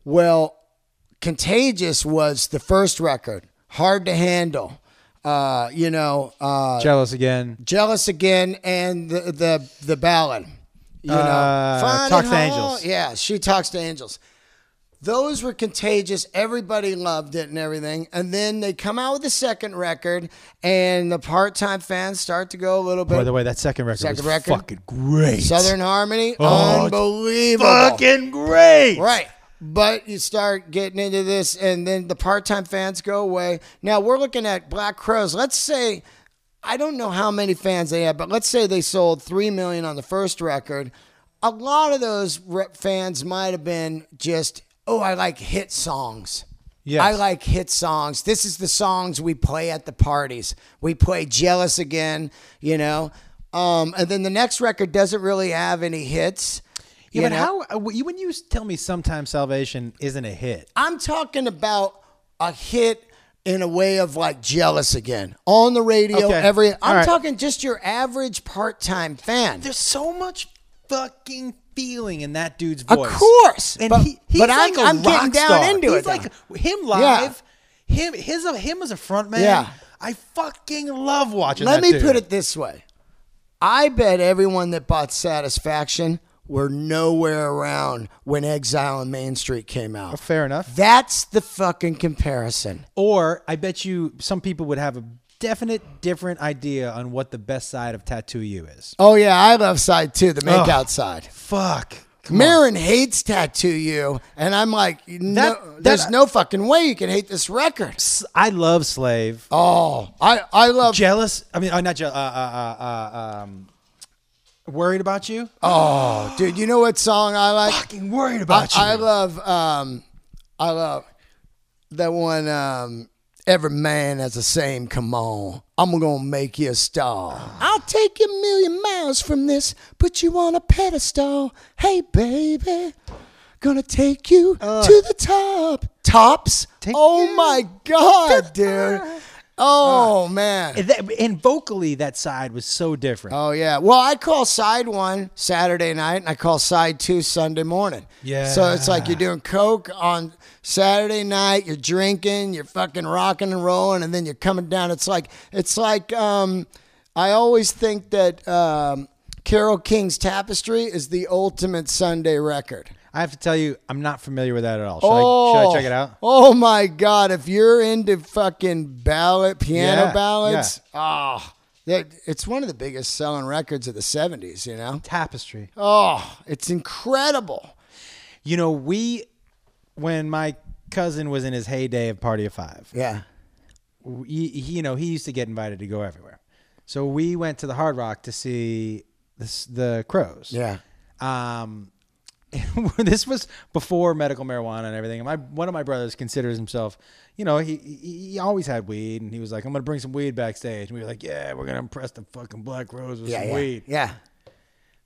Speaker 2: Well, contagious was the first record, hard to handle. Uh, you know, uh,
Speaker 1: jealous again
Speaker 2: Jealous Again and the the, the ballad. You know,
Speaker 1: Uh,
Speaker 2: Finding
Speaker 1: Talks to
Speaker 2: Home-
Speaker 1: Angels.
Speaker 2: Yeah, she talks to angels. Those were contagious. Everybody loved it and everything. And then they come out with the second record, and the part-time fans start to go a little
Speaker 1: by
Speaker 2: bit.
Speaker 1: the way that second record
Speaker 2: Second
Speaker 1: was
Speaker 2: record?
Speaker 1: fucking great
Speaker 2: Southern Harmony,
Speaker 1: Oh, it's
Speaker 2: unbelievable.
Speaker 1: fucking great
Speaker 2: Right. But you start getting into this, and then the part time fans go away. Now we're looking at Black Crows. Let's say, I don't know how many fans they had, but let's say they sold 3 million on the first record. A lot of those re- fans might have been just, oh, I like hit songs.
Speaker 1: Yes.
Speaker 2: I like hit songs. This is the songs we play at the parties. We play Jealous Again, you know. Um, and then the next record doesn't really have any hits.
Speaker 1: Yeah,
Speaker 2: you
Speaker 1: but
Speaker 2: know?
Speaker 1: how when you tell me sometimes salvation isn't a hit?
Speaker 2: I'm talking about a hit in a way of like jealous again on the radio.
Speaker 1: Okay.
Speaker 2: Every I'm
Speaker 1: All right.
Speaker 2: talking just your average part time fan.
Speaker 1: There's so much fucking feeling in that dude's
Speaker 2: Of
Speaker 1: voice.
Speaker 2: course,
Speaker 1: and
Speaker 2: but-
Speaker 1: he, he's
Speaker 2: but I'm-
Speaker 1: like a
Speaker 2: I'm getting
Speaker 1: rock
Speaker 2: down
Speaker 1: star.
Speaker 2: into
Speaker 1: he's
Speaker 2: it,
Speaker 1: Like
Speaker 2: though.
Speaker 1: him
Speaker 2: Yeah.
Speaker 1: live, him his uh, him as a front man.
Speaker 2: Yeah.
Speaker 1: I fucking love watching.
Speaker 2: Let
Speaker 1: that
Speaker 2: me
Speaker 1: dude.
Speaker 2: put it this way: I bet everyone that bought Satisfaction were nowhere around when Exile on Main Street came out.
Speaker 1: fair enough.
Speaker 2: That's the fucking comparison.
Speaker 1: Or I bet you some people would have a definite different idea on what the best side of Tattoo You is.
Speaker 2: Oh yeah, I love side two, the makeout side.
Speaker 1: Fuck. Come on.
Speaker 2: Marin hates Tattoo You, and I'm like, no,
Speaker 1: That-
Speaker 2: there's
Speaker 1: that-
Speaker 2: no fucking way you can hate this record.
Speaker 1: I love Slave.
Speaker 2: Oh, I I love.
Speaker 1: Jealous. I mean, uh, not jealous. Uh, uh, uh, uh, um, worried about you.
Speaker 2: Oh, dude, you know what song I like?
Speaker 1: fucking worried
Speaker 2: I,
Speaker 1: about
Speaker 2: I
Speaker 1: you.
Speaker 2: love um, I love that one. Um, Every man has the same. Come on, I'm gonna make you a star. I'll take you a million miles from this, put you on a pedestal. Hey, baby, gonna take you to the top. Tops.
Speaker 1: Uh. Take
Speaker 2: oh
Speaker 1: you
Speaker 2: my god, dude.
Speaker 1: Uh,
Speaker 2: Oh man.
Speaker 1: And that- and vocally, that side was so different.
Speaker 2: Oh yeah. Well, I call side one Saturday night, and I call side two Sunday morning.
Speaker 1: Yeah.
Speaker 2: So it's like you're doing coke on Saturday night, you're drinking, you're fucking rocking and rolling, and then you're coming down. It's like it's like um, I always think that um, Carol King's Tapestry is the ultimate Sunday record.
Speaker 1: I have to tell you, I'm not familiar with that at all. Should, I, should
Speaker 2: Oh,
Speaker 1: I check it out?
Speaker 2: Oh my God! If you're into fucking ballad, piano
Speaker 1: Yeah,
Speaker 2: ballads, ah, that it's one of the biggest selling records of the '70s. You know,
Speaker 1: Tapestry.
Speaker 2: Oh, it's incredible.
Speaker 1: You know, we when my cousin was in his heyday of Party of Five,
Speaker 2: Yeah.
Speaker 1: he, he- you know he used to get invited to go everywhere. So we went to the Hard Rock to see the s- the Crows.
Speaker 2: Yeah.
Speaker 1: um, this was before medical marijuana and everything. And my one of my brothers considers himself, you know, he, he he always had weed, and he was like, "I'm gonna bring some weed backstage." And we were like, "Yeah, we're gonna impress the fucking Black Rose with some
Speaker 2: Yeah.
Speaker 1: weed."
Speaker 2: Yeah.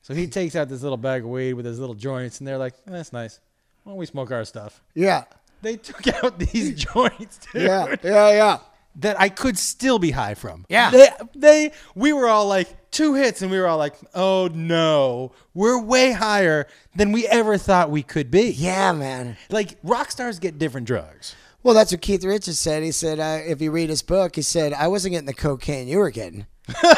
Speaker 1: So he takes out this little bag of weed with his little joints, and they're like, "Eh, "That's nice. Why don't we smoke our stuff?"
Speaker 2: Yeah.
Speaker 1: They took out these joints, dude.
Speaker 2: Yeah. Yeah. Yeah.
Speaker 1: that I could still be high from.
Speaker 2: Yeah.
Speaker 1: They, they we were all like two hits and we were all like, "Oh no. We're way higher than we ever thought we could be."
Speaker 2: Yeah, man.
Speaker 1: Like rock stars get different drugs.
Speaker 2: Well, that's what Keith Richards said. He said, uh, if you read his book, he said, I wasn't getting the cocaine you were getting. so,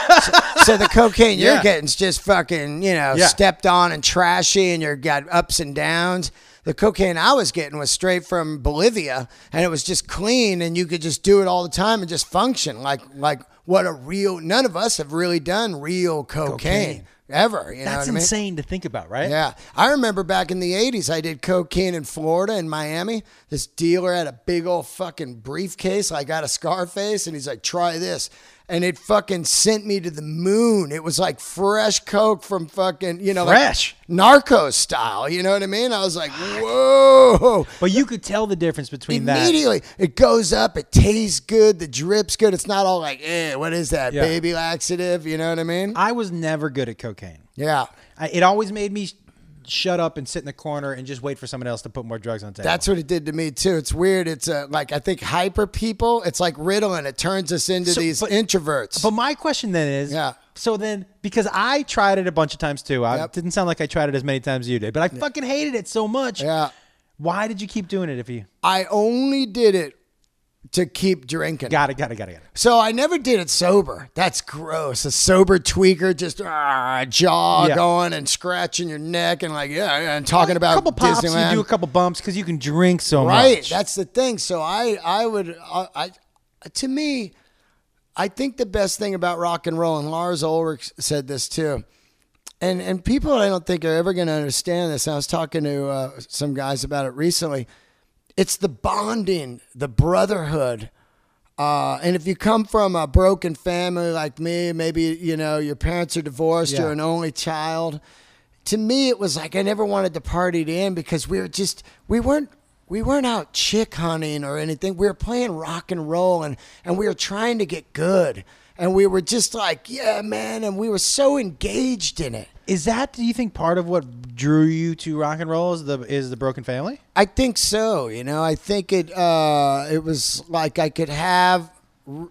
Speaker 2: so the cocaine
Speaker 1: Yeah.
Speaker 2: you're getting's just fucking, you know,
Speaker 1: Yeah.
Speaker 2: stepped on and trashy, and you've got ups and downs. The cocaine I was getting was straight from Bolivia, and it was just clean, and you could just do it all the time and just function like like what a real. None of us have really done real cocaine,
Speaker 1: Cocaine.
Speaker 2: ever. You know
Speaker 1: That's
Speaker 2: what I mean?
Speaker 1: insane to think about, right?
Speaker 2: Yeah. I remember back in the 80s, I did cocaine in Florida in Miami. This dealer had a big old fucking briefcase like out of Scarface, and he's like, try this. And it fucking sent me to the moon. It was like fresh coke from fucking, you know, like
Speaker 1: Fresh.
Speaker 2: narco style. You know what I mean? I was like, whoa.
Speaker 1: But you could tell the difference between that.
Speaker 2: Immediately, it goes up. It tastes good. The drip's good. It's not all like, eh, what is that?
Speaker 1: Yeah.
Speaker 2: Baby laxative. You know what I mean?
Speaker 1: I was never good at cocaine.
Speaker 2: yeah.
Speaker 1: I, it always made me sh- shut up and sit in the corner and just wait for someone else to put more drugs on the table.
Speaker 2: That's what it did to me too. It's weird. It's uh, like I think hyper people. It's like Ritalin. It turns us into
Speaker 1: So,
Speaker 2: these
Speaker 1: but-
Speaker 2: introverts.
Speaker 1: But my question then is,
Speaker 2: Yeah.
Speaker 1: So then, because I tried it a bunch of times too, I
Speaker 2: Yep.
Speaker 1: didn't sound like I tried it as many times as you did, but I fucking hated it so much.
Speaker 2: yeah,
Speaker 1: Why did you keep doing it if you
Speaker 2: I only did it to keep drinking.
Speaker 1: got it, got it, got it, got it?
Speaker 2: So I never did it sober. That's gross. A sober tweaker, just ah, jaw
Speaker 1: Yeah.
Speaker 2: going and scratching your neck and like yeah, and talking about
Speaker 1: a couple pops,
Speaker 2: Disneyland.
Speaker 1: you do a couple bumps because you can drink so
Speaker 2: right.
Speaker 1: much.
Speaker 2: That's the thing. So I, I would, uh, I, I, to me, I think the best thing about rock and roll, and Lars Ulrich said this too, and and people I don't think are ever going to understand this. I was talking to uh, some guys about it recently. It's the bonding, the brotherhood. Uh, and if you come from a broken family like me, maybe you know your parents are divorced,
Speaker 1: Yeah.
Speaker 2: you're an only child. To me, it was like I never wanted the party to end because we were just we weren't we weren't out chick hunting or anything. We were playing rock and roll and and we were trying to get good. And we were just like, yeah, man. And we were so engaged in it.
Speaker 1: Is that do you think part of what drew you to rock and roll is the is the broken family?
Speaker 2: I think so. You know, I think it uh, it was like I could have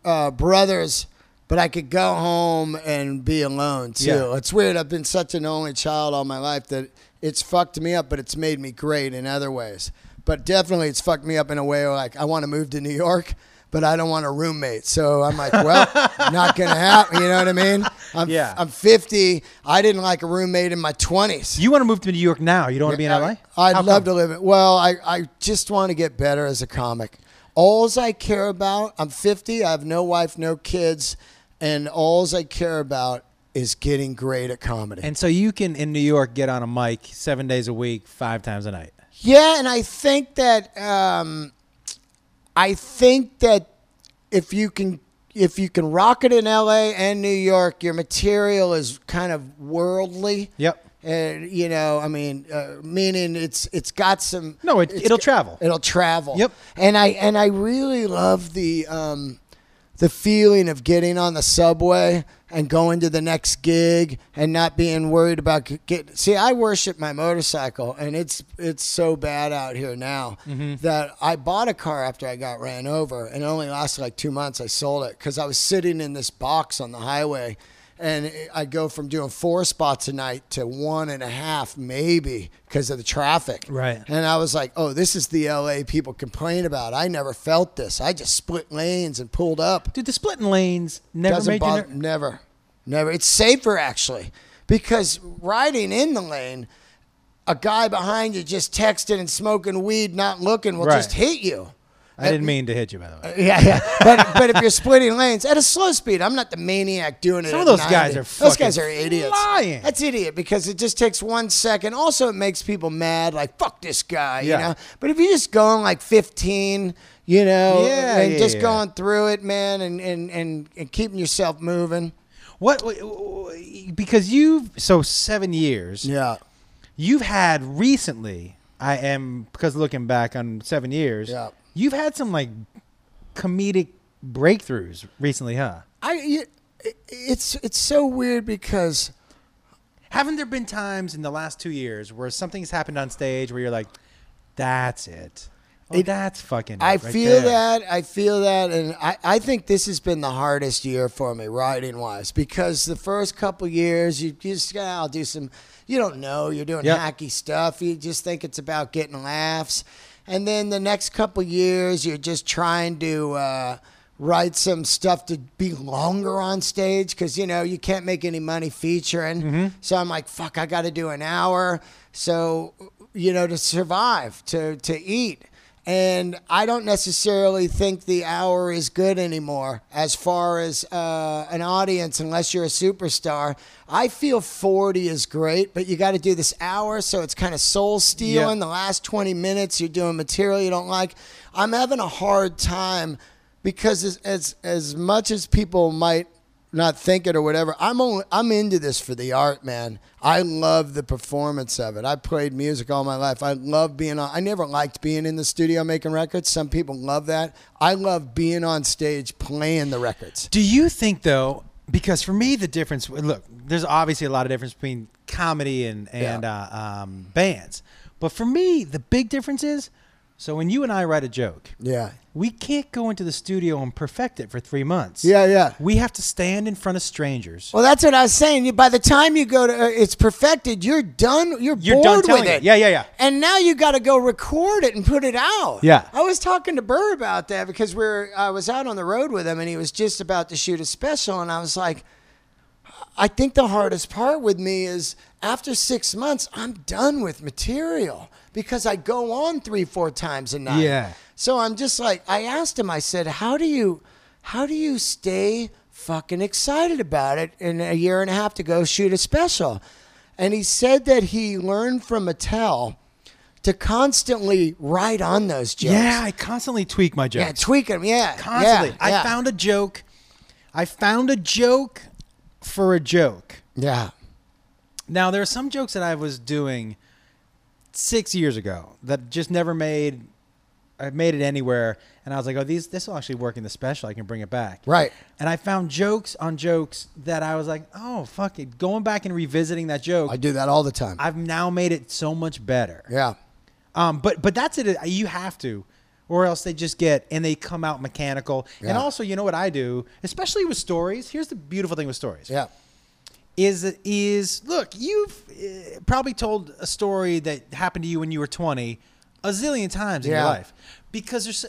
Speaker 2: uh, brothers, but I could go home and be alone too.
Speaker 1: Yeah.
Speaker 2: It's weird. I've been such an only child all my life that it's fucked me up, but it's made me great in other ways. But definitely, it's fucked me up in a way like I want to move to New York. But I don't want a roommate, so I'm like, well, not gonna happen. You know what I mean? I'm,
Speaker 1: Yeah.
Speaker 2: I'm 50. I didn't like a roommate in my 20s.
Speaker 1: You want to move to New York now? You don't want to be in LA?
Speaker 2: I,
Speaker 1: How
Speaker 2: would
Speaker 1: come?
Speaker 2: love to live it. Well, I, I just want to get better as a comic. Alls I care about, I'm 50, I have no wife, no kids, and alls I care about is getting great at comedy.
Speaker 1: And so you can in New York get on a mic seven days a week, five times a night.
Speaker 2: yeah, and I think that um, I think that if you can if you can rock it in LA and New York, your material is kind of worldly.
Speaker 1: Yep.
Speaker 2: And you know, I mean, uh, meaning it's it's got some
Speaker 1: No, it,
Speaker 2: it's
Speaker 1: it'll
Speaker 2: got-
Speaker 1: travel.
Speaker 2: It'll travel.
Speaker 1: Yep.
Speaker 2: And I and I really love the um, the feeling of getting on the subway and going to the next gig and not being worried about g- get. See, I worship my motorcycle, and it's it's so bad out here now
Speaker 1: Mm-hmm.
Speaker 2: that I bought a car after I got ran over, and it only lasted like two months. I sold it because I was sitting in this box on the highway. And it- I go from doing four spots a night to one and a half, maybe, because of the traffic.
Speaker 1: Right.
Speaker 2: And I was like, oh, this is the LA people complain about. I never felt this. I just split lanes and pulled up.
Speaker 1: Dude, the splitting lanes never
Speaker 2: Doesn't
Speaker 1: made you.
Speaker 2: bother.
Speaker 1: ner-
Speaker 2: never. Never. It's safer, actually, because riding in the lane, a guy behind you just texting and smoking weed, not looking, will
Speaker 1: Right.
Speaker 2: just hit you.
Speaker 1: I didn't mean to hit you, by the way.
Speaker 2: Yeah, yeah. But but if you're splitting lanes at a slow speed, I'm not the maniac doing it.
Speaker 1: Some
Speaker 2: at
Speaker 1: of those
Speaker 2: 90.
Speaker 1: guys are
Speaker 2: those
Speaker 1: fucking
Speaker 2: guys are idiots.
Speaker 1: flying.
Speaker 2: That's idiot because it just takes one second. Also, it makes people mad. Like fuck this guy,
Speaker 1: Yeah.
Speaker 2: you know. But if you're just going like 15, you know,
Speaker 1: Yeah,
Speaker 2: and
Speaker 1: yeah,
Speaker 2: just
Speaker 1: yeah.
Speaker 2: going through it, man, and and and, and keeping yourself moving.
Speaker 1: What? w- w- Because you've so seven years.
Speaker 2: Yeah,
Speaker 1: You've had recently. I am because looking back on seven years.
Speaker 2: Yeah.
Speaker 1: You've had some like comedic breakthroughs recently, huh?
Speaker 2: I. You, it- it's it's so weird because
Speaker 1: Haven't there been times in the last two years where something's happened on stage where you're like, "That's it." Oh, that's fucking. it
Speaker 2: I
Speaker 1: right
Speaker 2: feel
Speaker 1: there.
Speaker 2: that. I feel that. And I, I think this has been the hardest year for me, writing wise, because the first couple years, you just, yeah, I'll do some, you don't know, you're doing
Speaker 1: Yep.
Speaker 2: hacky stuff. You just think it's about getting laughs. And then the next couple years, you're just trying to uh, write some stuff to be longer on stage because, you know, you can't make any money featuring.
Speaker 1: Mm-hmm.
Speaker 2: So I'm like, fuck, I got to do an hour. So, you know, to survive, to, to eat. And I don't necessarily think the hour is good anymore as far as uh, an audience, unless you're a superstar. I feel 40 is great, but you got to do this hour, so it's kind of soul stealing.
Speaker 1: Yeah.
Speaker 2: The last 20 minutes, you're doing material you don't like. I'm having a hard time because as, as, as much as people might not think it or whatever, I'm, only, I'm into this for the art, man. I love the performance of it. I played music all my life. I love being on. I never liked being in the studio making records. Some people love that. I love being on stage playing the records.
Speaker 1: Do you think though? Because for me, the difference. Look, there's obviously a lot of difference between comedy and and uh, um, bands, but for me, the big difference is. So when you and I write a joke,
Speaker 2: Yeah.
Speaker 1: we can't go into the studio and perfect it for three months.
Speaker 2: Yeah, yeah.
Speaker 1: We have to stand in front of strangers.
Speaker 2: Well, that's what I was saying. You- By the time you go to, uh, it's perfected. You're done. You're,
Speaker 1: You're done
Speaker 2: bored
Speaker 1: telling
Speaker 2: with
Speaker 1: it.
Speaker 2: it.
Speaker 1: Yeah, yeah, yeah.
Speaker 2: And now you got to go record it and put it out.
Speaker 1: Yeah.
Speaker 2: I was talking to Burr about that because we are I was out on the road with him and he was just about to shoot a special and I was like, I think the hardest part with me is after six months, I'm done with material because I go on three, four times a night.
Speaker 1: Yeah.
Speaker 2: So I'm just like, I asked him, I said, how do you, how do you stay fucking excited about it in a year and a half to go shoot a special? And he said that he learned from Mattel to constantly write on those jokes.
Speaker 1: Yeah, I constantly tweak my jokes.
Speaker 2: Yeah, tweak them. Yeah.
Speaker 1: constantly.
Speaker 2: Yeah,
Speaker 1: I
Speaker 2: yeah.
Speaker 1: found a joke. I found a joke for a joke.
Speaker 2: Yeah.
Speaker 1: Now there are some jokes that I was doing six years ago that just never made. I made it anywhere, and I was like, "Oh, these this will actually work in the special. I can bring it back."
Speaker 2: Right.
Speaker 1: And I found jokes on jokes that I was like, "Oh, fuck it!" Going back and revisiting that joke,
Speaker 2: I do that all the time.
Speaker 1: I've now made it so much better.
Speaker 2: yeah.
Speaker 1: Um, but but that's it. You have to, or else they just get and they come out mechanical. And
Speaker 2: Yeah.
Speaker 1: also, you know what I do, especially with stories. Here's the beautiful thing with stories.
Speaker 2: Yeah.
Speaker 1: Is is look, you've uh, probably told a story that happened to you when you were 20 a zillion times in your
Speaker 2: Yeah.
Speaker 1: life, because there's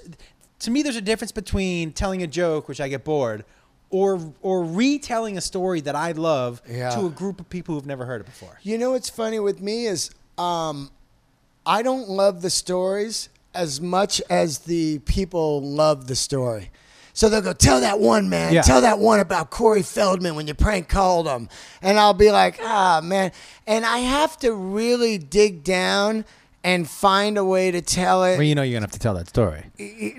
Speaker 1: to me there's a difference between telling a joke which I get bored. Or, or retelling a story that I love
Speaker 2: Yeah.
Speaker 1: to a group of people who've never heard it before.
Speaker 2: You know what's funny with me is um, I don't love the stories as much as the people love the story. So they'll go, tell that one man,
Speaker 1: Yeah.
Speaker 2: tell that one about Corey Feldman when you prank called him. And I'll be like, ah, man. And I have to really dig down and find a way to tell it.
Speaker 1: you know you're gonna have to tell that story.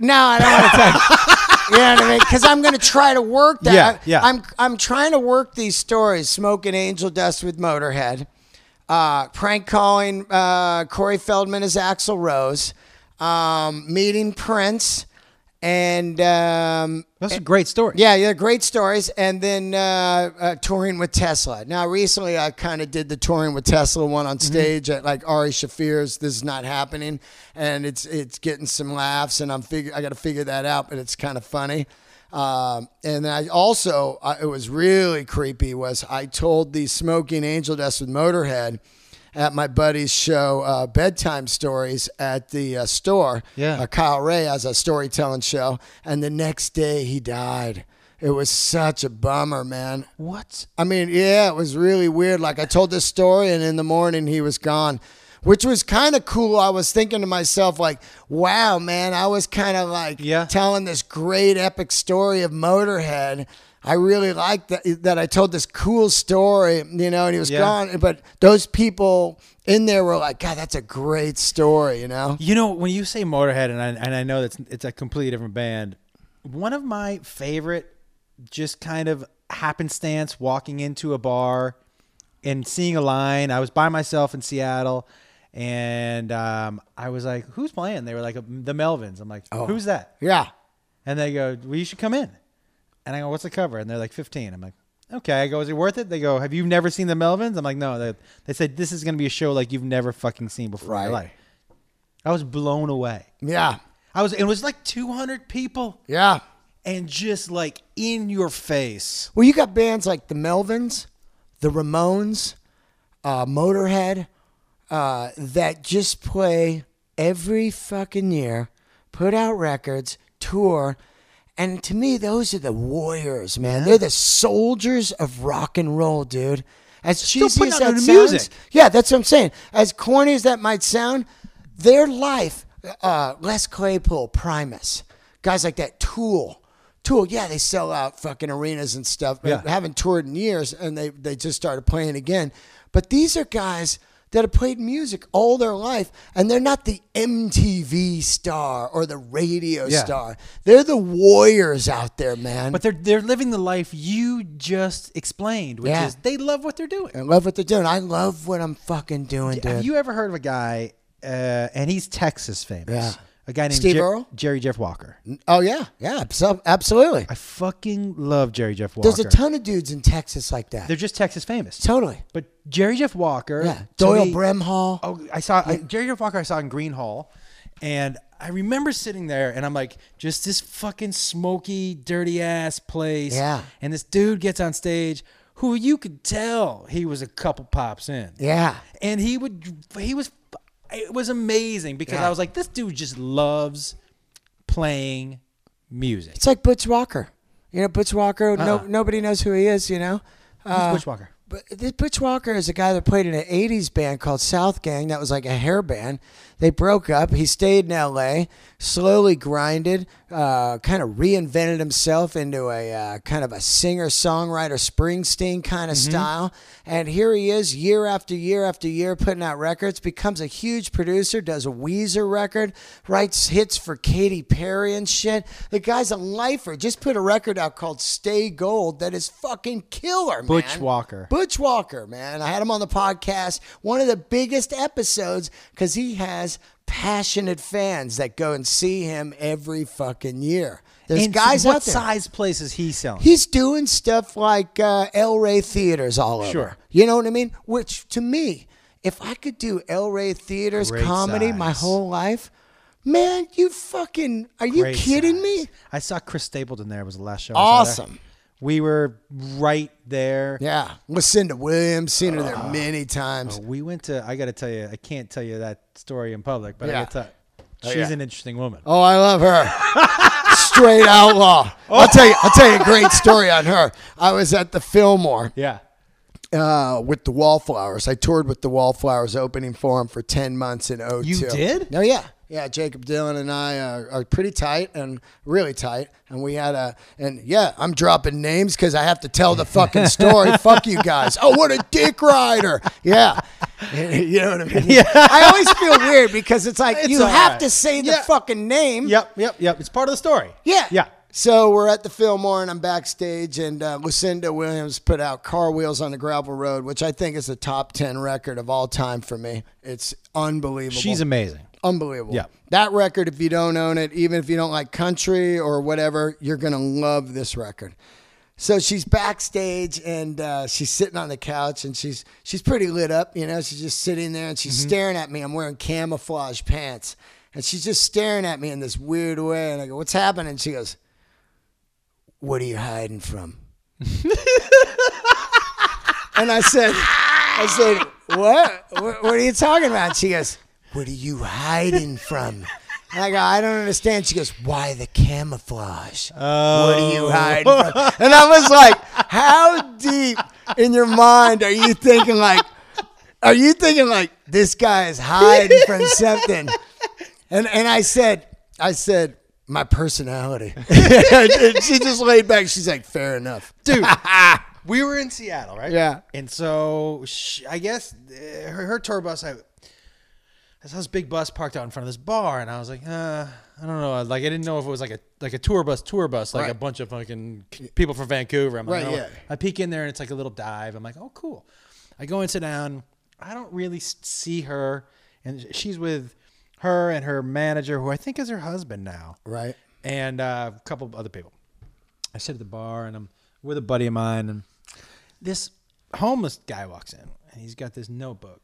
Speaker 2: No, I don't want to tell you. You know what I mean? Because I'm going to try to work that.
Speaker 1: Yeah, yeah.
Speaker 2: I'm I'm trying to work these stories. Smoking angel dust with Motorhead, uh, prank calling uh, Corey Feldman as Axl Rose, um, meeting Prince, and um,
Speaker 1: That's a great story.
Speaker 2: yeah, yeah, great stories. And then uh, uh, touring with Tesla. Now, recently, I kind of did the touring with Tesla one on stage at like Ari Shafir's. This is not happening, and it's it's getting some laughs, and I'm figure I got to figure that out, but it's kind of funny. Um, and I also, I, it was really creepy. Was I told the smoking angel dust with Motorhead at my buddy's show, uh, bedtime stories at the uh, store.
Speaker 1: Yeah.
Speaker 2: Uh, Kyle Ray has a storytelling show, and the next day he died. It was such a bummer, man.
Speaker 1: What?
Speaker 2: I mean, yeah, it was really weird. Like I told this story, and in the morning he was gone, which was kind of cool. I was thinking to myself, like, wow, man, I was kind of like
Speaker 1: Yeah.
Speaker 2: telling this great epic story of Motorhead. I really liked that that I told this cool story, you know, and he was
Speaker 1: Yeah.
Speaker 2: gone. But those people in there were like, God, that's a great story, you know?
Speaker 1: You know, when you say Motorhead, and I, and I know that's it's a completely different band. One of my favorite, just kind of happenstance, walking into a bar and seeing a line. I was by myself in Seattle, and um, I was like, "Who's playing?" They were like, "The Melvins." I'm like, "Who's that?"
Speaker 2: Yeah.
Speaker 1: And they go, "Well, you should come in." And I go, "What's the cover?" And they're like, 15. I'm like, "Okay." I go, "Is it worth it?" They go, "Have you never seen the Melvins?" I'm like, "No." They, they said, "This is going to be a show like you've never fucking seen before in your
Speaker 2: Right.
Speaker 1: life." I was blown away.
Speaker 2: Yeah.
Speaker 1: I was it was like 200 people
Speaker 2: Yeah.
Speaker 1: and just like in your face.
Speaker 2: Well, you got bands like the Melvins, the Ramones, uh, Motorhead, uh, that just play every fucking year, put out records, tour. And to me, those are the warriors, man. They're the soldiers of rock and roll, dude. As cheesy
Speaker 1: putting
Speaker 2: as
Speaker 1: out
Speaker 2: that
Speaker 1: new
Speaker 2: sounds,
Speaker 1: music.
Speaker 2: yeah, that's what I'm saying. As corny as that might sound, their life, uh, Les Claypool, Primus, guys like that, Tool, Tool, yeah, they sell out fucking arenas and stuff.
Speaker 1: Yeah.
Speaker 2: Haven't toured in years, and they they just started playing again. But these are guys that have played music all their life, and they're not the MTV star or the radio
Speaker 1: Yeah.
Speaker 2: star. They're the warriors out there, man.
Speaker 1: But they're they're living the life you just explained, which
Speaker 2: Yeah.
Speaker 1: is they love what they're doing.
Speaker 2: I love what they're doing. I love what I'm fucking doing, dude.
Speaker 1: Have you ever heard of a guy uh, and he's Texas famous?
Speaker 2: Yeah.
Speaker 1: A guy named
Speaker 2: Steve
Speaker 1: Jer-
Speaker 2: Earle?
Speaker 1: Jerry Jeff Walker.
Speaker 2: oh yeah, yeah, abso- absolutely.
Speaker 1: I fucking love Jerry Jeff Walker.
Speaker 2: There's a ton of dudes in Texas like that.
Speaker 1: They're just Texas famous.
Speaker 2: totally.
Speaker 1: But Jerry Jeff Walker,
Speaker 2: Yeah.
Speaker 1: to
Speaker 2: Doyle
Speaker 1: me-
Speaker 2: Bramhall.
Speaker 1: Oh, I saw I, Jerry Jeff Walker. I saw in Green Hall, and I remember sitting there, and I'm like, just this fucking smoky, dirty ass place.
Speaker 2: Yeah.
Speaker 1: And this dude gets on stage, who you could tell he was a couple pops in.
Speaker 2: Yeah.
Speaker 1: And he would, he was, it was amazing because
Speaker 2: Yeah.
Speaker 1: I was like, this dude just loves playing music.
Speaker 2: It's like Butch Walker. You know, Butch Walker,
Speaker 1: Uh-uh.
Speaker 2: no, nobody knows who he is, you know? Uh,
Speaker 1: Bush Walker.
Speaker 2: but this Butch Walker is a guy that played in an 80s band called South Gang that was like a hair band. They broke up. He stayed in LA, slowly grinded, uh, kind of reinvented himself into a uh, kind of a singer songwriter Springsteen kind of
Speaker 1: Mm-hmm.
Speaker 2: style. And here he is year after year after year putting out records, becomes a huge producer, does a Weezer record, writes hits for Katy Perry and shit. The guy's a lifer. Just put a record out called Stay Gold that is fucking killer,
Speaker 1: Butch
Speaker 2: man.
Speaker 1: Walker.
Speaker 2: Butch Walker, man. I had him on the podcast, one of the biggest episodes, because he has passionate fans that go and see him every fucking year. There's
Speaker 1: And
Speaker 2: guys
Speaker 1: what
Speaker 2: out there.
Speaker 1: size place is he selling?
Speaker 2: He's doing stuff like uh, El Rey theaters all over.
Speaker 1: Sure.
Speaker 2: You know what I mean? Which to me, if I could do El Rey theaters
Speaker 1: Great
Speaker 2: comedy my
Speaker 1: size.
Speaker 2: whole life, man, you fucking are you
Speaker 1: Great
Speaker 2: kidding
Speaker 1: size.
Speaker 2: me?
Speaker 1: I saw Chris Stapleton there. It was the last show. I saw there.
Speaker 2: Awesome.
Speaker 1: We were right there.
Speaker 2: Yeah, Lucinda Williams, seen her
Speaker 1: Ah,
Speaker 2: there many times.
Speaker 1: We went to. I got to tell you, I can't tell you that story in public, but
Speaker 2: Yeah. Oh,
Speaker 1: I got to. She's
Speaker 2: yeah.
Speaker 1: an interesting woman.
Speaker 2: Oh, I love her. Straight outlaw. I'll tell you. I'll tell you a great story on her. I was at the Fillmore
Speaker 1: Yeah.
Speaker 2: uh, with the Wallflowers. I toured with the Wallflowers opening for them for ten months in 02.
Speaker 1: You did?
Speaker 2: No, yeah, yeah. Jacob Dylan and I are, are pretty tight and really tight, and we had a and yeah. I'm dropping names because I have to tell the fucking story. Fuck you guys. Oh, what a dick rider. Yeah. You know what I mean? Yeah. I always feel weird because it's like
Speaker 1: It's
Speaker 2: you
Speaker 1: all
Speaker 2: have
Speaker 1: right.
Speaker 2: to say the
Speaker 1: Yeah.
Speaker 2: fucking name.
Speaker 1: Yep. Yep. Yep. It's part of the story.
Speaker 2: Yeah.
Speaker 1: Yeah.
Speaker 2: So we're at the Fillmore and I'm backstage, and uh, Lucinda Williams put out Car Wheels on the Gravel Road, which I think is the top 10 record of all time for me. It's unbelievable.
Speaker 1: She's amazing.
Speaker 2: unbelievable.
Speaker 1: Yeah.
Speaker 2: That record, if you don't own it, even if you don't like country or whatever, you're going to love this record. So she's backstage and uh, she's sitting on the couch and she's she's pretty lit up, you know. She's just sitting there and she's staring at me. I'm wearing camouflage pants, and she's just staring at me in this weird way. And I go, "What's happening?" She goes, "What are you hiding from?" and I said, I said, what? what? What are you talking about? She goes, what are you hiding from? And I go, I don't understand. She goes, why the camouflage? What are you hiding from? And I was like, how deep in your mind are you thinking like, are you thinking like this guy is hiding from something? And and I said, I said, my personality. And she just laid back. She's like, fair enough.
Speaker 1: Dude. we were in Seattle, right?
Speaker 2: Yeah.
Speaker 1: And so she, I guess uh, her, her tour bus, I, I saw this big bus parked out in front of this bar, and I was like, uh, I don't know, like I didn't know if it was like a like a tour bus, tour bus, like
Speaker 2: Right.
Speaker 1: a bunch of fucking people from Vancouver. I'm like,
Speaker 2: Right,
Speaker 1: "Oh."
Speaker 2: yeah.
Speaker 1: I peek in there, and it's like a little dive. I'm like, oh, cool. I go and sit down. I don't really s- see her, and she's with her and her manager, who I think is her husband now
Speaker 2: Right.
Speaker 1: and uh, a couple of other people. I sit at the bar and I'm with a buddy of mine, and this homeless guy walks in and he's got this notebook,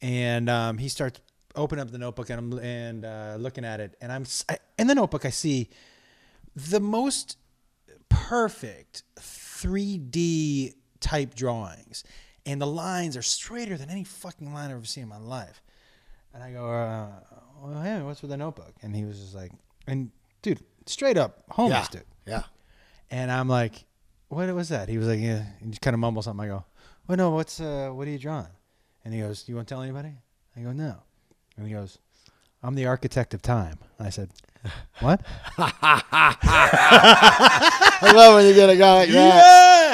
Speaker 1: and um, he starts open up the notebook and I'm and uh, looking at it, and I'm s- I- in the notebook. I see the most perfect 3D type drawings, and the lines are straighter than any fucking line I've ever seen in my life. And I go, uh, well, hey, what's with the notebook? And he was just like, and dude, straight up homeless dude.
Speaker 2: Yeah.
Speaker 1: And I'm like, what was that? He was like, yeah, and just kind of mumble something. I go, well, no, what's, uh, what are you drawing? And he goes, you want to tell anybody? I go, no. And he goes, I'm the architect of time. And I said, what?
Speaker 2: I love when you get a guy like that.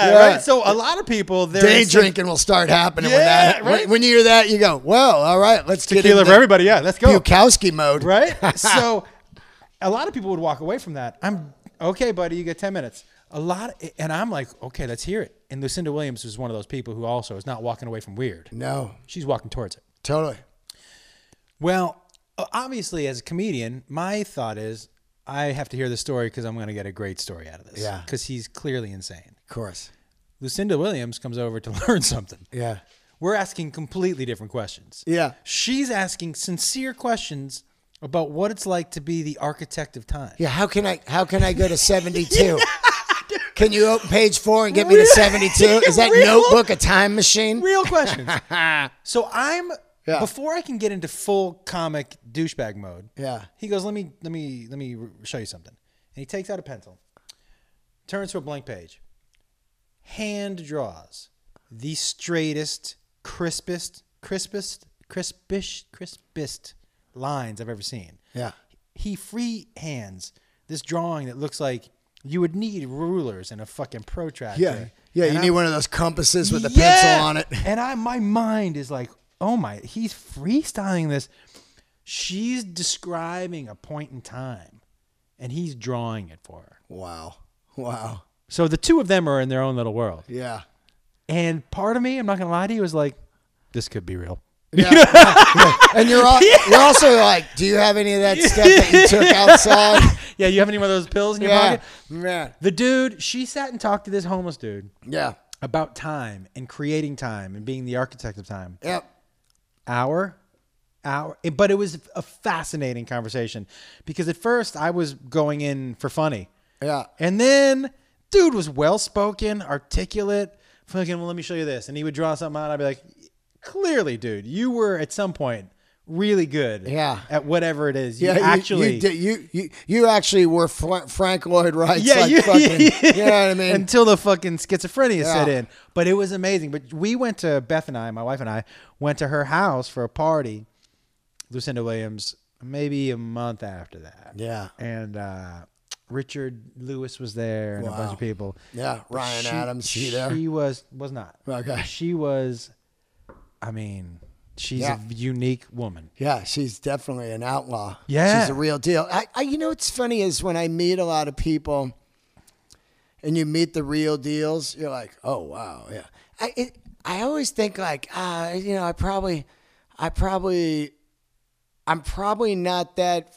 Speaker 1: yeah,
Speaker 2: Yeah.
Speaker 1: right. So a lot of people, they're
Speaker 2: Day
Speaker 1: instant-
Speaker 2: drinking will start happening
Speaker 1: Yeah,
Speaker 2: when that.
Speaker 1: right.
Speaker 2: When, when you hear that, you go, "Well, all right, let's
Speaker 1: tequila for
Speaker 2: get into
Speaker 1: everybody. Yeah, let's go.
Speaker 2: Bukowski mode."
Speaker 1: right? so a lot of people would walk away from that. I'm okay, buddy. You get ten minutes. A lot, and I'm like, okay, let's hear it. And Lucinda Williams was one of those people who also is not walking away from weird.
Speaker 2: No,
Speaker 1: She's walking towards it.
Speaker 2: totally.
Speaker 1: Well, o- obviously, as a comedian, my thought is I have to hear the story because I'm going to get a great story out of this.
Speaker 2: Yeah.
Speaker 1: Because he's clearly insane.
Speaker 2: Of course.
Speaker 1: Lucinda Williams comes over to learn something.
Speaker 2: Yeah.
Speaker 1: We're asking completely different questions.
Speaker 2: Yeah.
Speaker 1: She's asking sincere questions about what it's like to be the architect of time.
Speaker 2: Yeah. How can I? How can I go to seventy-two? Can you open page four and get me to seventy-two? Is that
Speaker 1: Real-
Speaker 2: notebook a time machine?
Speaker 1: Real questions. so I'm
Speaker 2: Yeah.
Speaker 1: before I can get into full comic douchebag mode.
Speaker 2: Yeah.
Speaker 1: He goes, "Let me let me let me r- show you something." And he takes out a pencil, turns to a blank page, hand draws the straightest, crispest, crispest, crispish, crispest lines I've ever seen.
Speaker 2: Yeah.
Speaker 1: He freehands this drawing that looks like you would need rulers and a fucking protractor.
Speaker 2: Yeah. Yeah.
Speaker 1: And
Speaker 2: you
Speaker 1: I'm
Speaker 2: need one of those compasses with a
Speaker 1: yeah!
Speaker 2: pencil on it.
Speaker 1: And I my mind is like, oh my, he's freestyling this. She's describing a point in time and he's drawing it for her.
Speaker 2: Wow. Wow.
Speaker 1: So the two of them are in their own little world.
Speaker 2: Yeah.
Speaker 1: And part of me, I'm not gonna lie to you, is like, this could be real.
Speaker 2: And you're all, you're also like, do you have any of that stuff that you took outside?
Speaker 1: Yeah, you have any one of those pills in your
Speaker 2: Yeah.
Speaker 1: pocket?
Speaker 2: Man.
Speaker 1: The dude, she sat and talked to this homeless dude
Speaker 2: Yeah.
Speaker 1: about time and creating time and being the architect of time.
Speaker 2: Yep.
Speaker 1: hour hour eh, but it was a fascinating conversation because at first i was going in for funny
Speaker 2: Yeah.
Speaker 1: and then dude was well spoken articulate fucking well let me show you this and he would draw something out i'd be like clearly dude you were at some point really good
Speaker 2: Yeah.
Speaker 1: at whatever it is you
Speaker 2: Yeah, you-
Speaker 1: actually
Speaker 2: you, did- you, you, you actually were Fla- Frank Lloyd Wright's
Speaker 1: yeah,
Speaker 2: like
Speaker 1: you,
Speaker 2: fucking, you know what I mean?
Speaker 1: Until the fucking schizophrenia set
Speaker 2: Yeah.
Speaker 1: in, but it was amazing. But we went to Beth and I, my wife and I, went to her house for a party. Lucinda Williams, maybe a month after that.
Speaker 2: Yeah.
Speaker 1: and uh, Richard Lewis was there and a bunch
Speaker 2: Wow.
Speaker 1: of people.
Speaker 2: yeah,
Speaker 1: But
Speaker 2: Ryan Adams, she there?
Speaker 1: She was was not.
Speaker 2: Okay.
Speaker 1: She was. I mean, she's
Speaker 2: Yeah.
Speaker 1: a unique woman.
Speaker 2: Yeah, she's definitely an outlaw.
Speaker 1: Yeah.
Speaker 2: she's a real deal. I, I, you know, what's funny is when I meet a lot of people, and you meet the real deals, you're like, oh wow, yeah. I, it, I always think like, ah, you know, I probably, I probably, I'm probably not that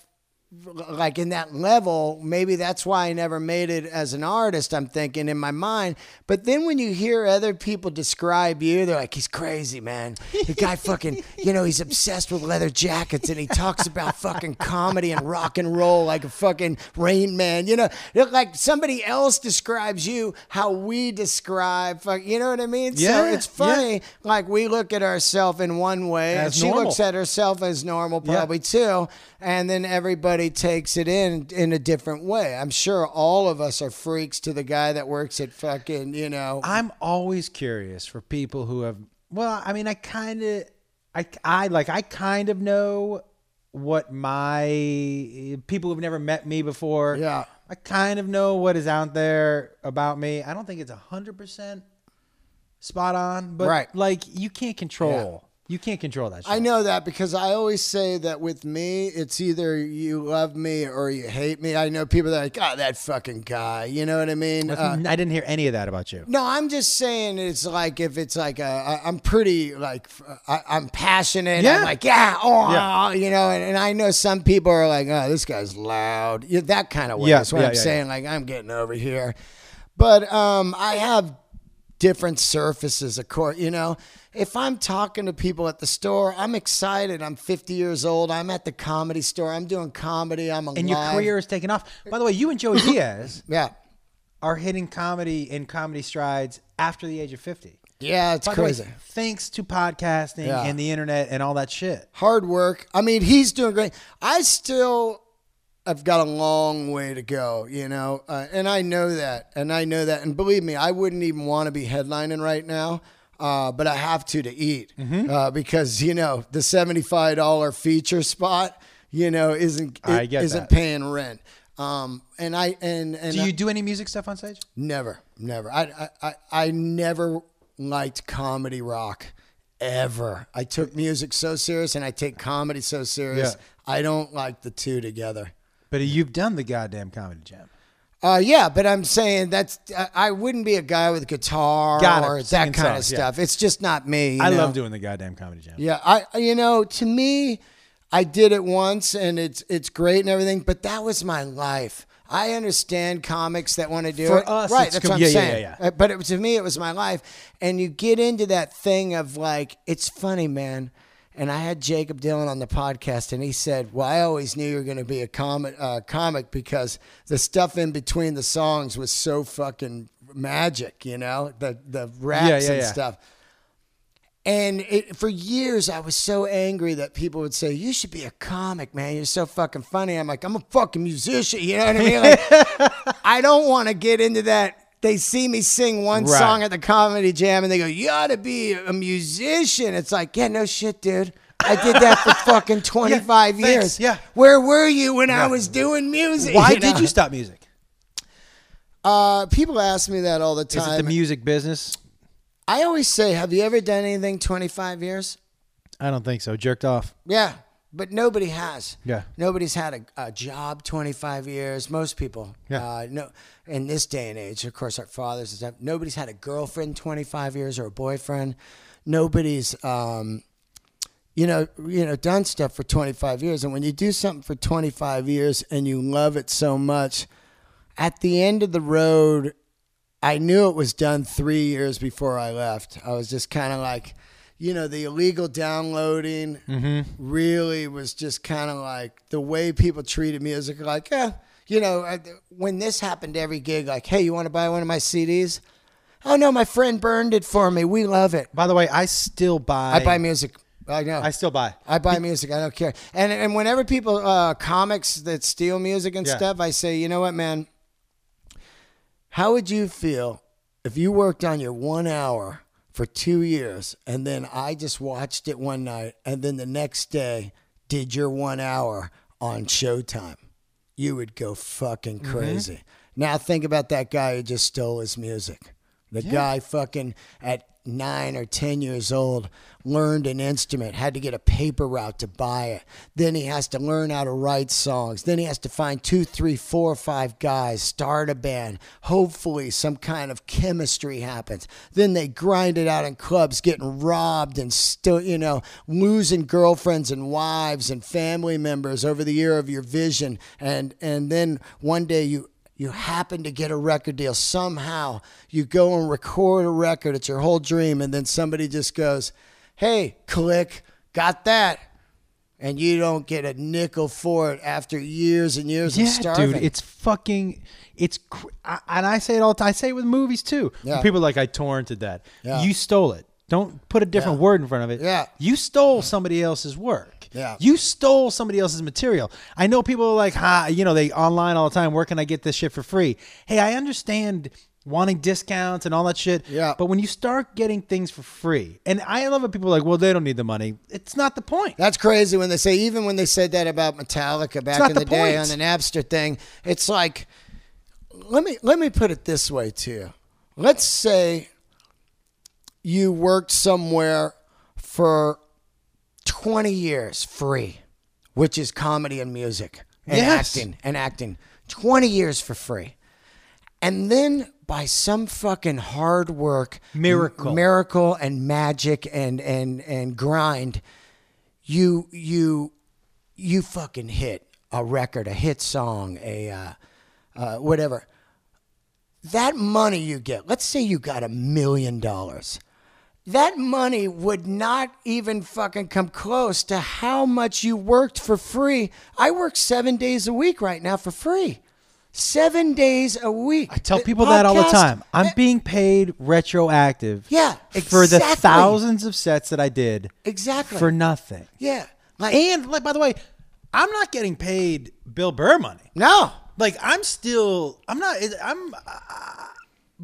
Speaker 2: like in that level maybe that's why i never made it as an artist i'm thinking in my mind but then when you hear other people describe you they're like he's crazy man the guy fucking you know he's obsessed with leather jackets and he talks about fucking comedy and rock and roll like a fucking rain man you know They're like somebody else describes you how we describe fuck, you know what i mean
Speaker 1: Yeah,
Speaker 2: so it's
Speaker 1: yeah.
Speaker 2: funny like we look at ourselves in one way
Speaker 1: As
Speaker 2: and she
Speaker 1: normal.
Speaker 2: looks at herself as normal probably too and then everybody takes it in in a different way i'm sure all of us are freaks to the guy that works at fucking you know
Speaker 1: I'm always curious for people who have. Well, I mean, I kind of, I, I like, I kind of know what my people who've never met me before.
Speaker 2: Yeah.
Speaker 1: I kind of know what is out there about me. I don't think it's a hundred percent spot on, but
Speaker 2: Right.
Speaker 1: like you can't control, you can't control that. Shit.
Speaker 2: I know that because I always say that with me, it's either you love me or you hate me. I know people that are like, oh, that fucking guy. You know what I mean? Uh,
Speaker 1: I didn't hear any of that about you.
Speaker 2: No, I'm just saying it's like if it's like a, I, I'm pretty like I, I'm passionate.
Speaker 1: Yeah.
Speaker 2: I'm like yeah, oh,
Speaker 1: Yeah.
Speaker 2: you know, and, and I know some people are like, oh, this guy's loud. Yeah, that kind of way.
Speaker 1: Yeah,
Speaker 2: That's what
Speaker 1: yeah,
Speaker 2: I'm
Speaker 1: yeah,
Speaker 2: saying. Like I'm getting over here, but um, I have different surfaces, of course. You know, if I'm talking to people at the store, I'm excited. I'm 50 years old. I'm at the comedy store. I'm doing comedy. I'm alive.
Speaker 1: and your career is taking off. By the way, you and Joey Diaz
Speaker 2: Yeah.
Speaker 1: are hitting comedy and comedy strides after the age of 50.
Speaker 2: Yeah, it's
Speaker 1: By the way,
Speaker 2: crazy.
Speaker 1: thanks to podcasting
Speaker 2: Yeah.
Speaker 1: and the internet and all that shit.
Speaker 2: hard work. I mean, he's doing great. I still have got a long way to go, you know, uh, and I know that, and I know that, and believe me, I wouldn't even want to be headlining right now. Uh, but I have to to eat
Speaker 1: Mm-hmm.
Speaker 2: uh, because you know the seventy five dollar feature spot you know isn't
Speaker 1: I get that.
Speaker 2: isn't paying rent um, and I and and
Speaker 1: Do
Speaker 2: I-
Speaker 1: you do any music stuff on stage?
Speaker 2: Never, never. I, I, I, I never liked comedy rock ever. I took music so serious and I take comedy so serious.
Speaker 1: Yeah.
Speaker 2: I don't like the two together.
Speaker 1: But you've done the goddamn comedy jam.
Speaker 2: Uh, yeah, but I'm saying that's I, I wouldn't be a guy with a guitar
Speaker 1: Got it.
Speaker 2: or
Speaker 1: Singing
Speaker 2: that kind of
Speaker 1: songs, yeah.
Speaker 2: stuff. It's just not me. you
Speaker 1: I
Speaker 2: know?
Speaker 1: love doing the goddamn comedy jam.
Speaker 2: Yeah, I you know, to me, I did it once and it's it's great and everything, but that was my life. I understand comics that want to do
Speaker 1: For
Speaker 2: it.
Speaker 1: us,
Speaker 2: right,
Speaker 1: it's
Speaker 2: that's
Speaker 1: com-
Speaker 2: what I'm
Speaker 1: yeah, yeah,
Speaker 2: saying.
Speaker 1: yeah,
Speaker 2: Uh, But it, to me, it was my life. And you get into that thing of like, it's funny, man. And I had Jacob Dylan on the podcast, and he said, "Well, I always knew you were going to be a comic, uh, comic because the stuff in between the songs was so fucking magic, you know, the the raps
Speaker 1: yeah,
Speaker 2: and
Speaker 1: yeah.
Speaker 2: stuff." And it, for years, I was so angry that people would say, "You should be a comic, man. You're so fucking funny." I'm like, "I'm a fucking musician." You know what I mean? Like, I don't want to get into that. They see me sing one
Speaker 1: Right.
Speaker 2: song at the comedy jam, and they go, "You ought to be a musician." It's like, yeah, no shit, dude. I did that for fucking 25
Speaker 1: thanks,
Speaker 2: years.
Speaker 1: yeah.
Speaker 2: Where were you when I was doing music?
Speaker 1: Why
Speaker 2: know?
Speaker 1: did you stop music?
Speaker 2: Uh, people ask me that all the
Speaker 1: Is it the
Speaker 2: time.
Speaker 1: music business?
Speaker 2: I always say, "Have you ever done anything 25 years?"
Speaker 1: I don't think so. Jerked off.
Speaker 2: Yeah, but nobody has.
Speaker 1: Yeah.
Speaker 2: nobody's had a, a job 25 years. Most people.
Speaker 1: Yeah.
Speaker 2: Uh, no, in this day and age, of course, our fathers and stuff. Nobody's had a girlfriend 25 years or a boyfriend. Nobody's, um, you know, you know, done stuff for 25 years. And when you do something for 25 years and you love it so much, at the end of the road, I knew it was done three years before I left. I was just kind of like, you know, the illegal downloading really was just kind of like the way people treated music. Like, eh, you know, I, when this happened to every gig, like, hey, you want to buy one of my CDs? Oh no, my friend burned it for me. We love it.
Speaker 1: By the way, I still buy.
Speaker 2: I buy music. I know.
Speaker 1: I still buy.
Speaker 2: I buy music. I don't care. And and whenever people uh, comics that steal music and
Speaker 1: Yeah.
Speaker 2: stuff, I say, you know what, man? How would you feel if you worked on your one hour for two years and then I just watched it one night and then the next day did your one hour on Showtime? You would go fucking crazy. Now think about that guy who just stole his music. The guy fucking at nine or 10 years old learned an instrument, had to get a paper route to buy it. Then he has to learn how to write songs. Then he has to find two, three, four, five guys, start a band. Hopefully, some kind of chemistry happens. Then they grind it out in clubs, getting robbed and still, you know, losing girlfriends and wives and family members over the year of your vision. And, and then one day you you happen to get a record deal somehow you go and record a record it's your whole dream and then somebody just goes hey click got that and you don't get a nickel for it after years and years of
Speaker 1: Yeah,
Speaker 2: starving
Speaker 1: dude, it's fucking, it's, cr- I, and I say it all the time. I say it with movies too.
Speaker 2: Yeah.
Speaker 1: People are like I torrented that.
Speaker 2: Yeah.
Speaker 1: You stole it. Don't put a different
Speaker 2: Yeah.
Speaker 1: word in front of it.
Speaker 2: Yeah.
Speaker 1: You stole somebody else's work.
Speaker 2: Yeah.
Speaker 1: You stole somebody else's material. I know people are like, ha, you know, they online all the time. Where can I get this shit for free? Hey, I understand wanting discounts and all that shit.
Speaker 2: Yeah.
Speaker 1: But when you start getting things for free, and I love it, people are like, well, they don't need the money. It's not the point.
Speaker 2: That's crazy when they say, even when they said that about Metallica back
Speaker 1: not
Speaker 2: in
Speaker 1: the
Speaker 2: the, day
Speaker 1: point.
Speaker 2: on the Napster thing, it's like, let me let me put it this way to you. Let's say you worked somewhere for 20 years free, which is comedy and music and
Speaker 1: Yes.
Speaker 2: acting and acting. 20 years for free. And then by some fucking hard work,
Speaker 1: Miracle.
Speaker 2: miracle and magic and and and grind, you you you fucking hit a record, a hit song, a uh, uh, whatever. That money you get, let's say you got a million dollars, that money would not even fucking come close to how much you worked for free. I work seven days a week right now for free. Seven days a week. Eh,
Speaker 1: I tell people that all the time. I'm being paid retroactive.
Speaker 2: Yeah,
Speaker 1: For the
Speaker 2: exactly.
Speaker 1: thousands of sets that I did
Speaker 2: exactly
Speaker 1: for nothing.
Speaker 2: yeah. Like
Speaker 1: And like by the way, I'm not getting paid Bill Burr money.
Speaker 2: no,
Speaker 1: Like I'm still I'm not I'm uh,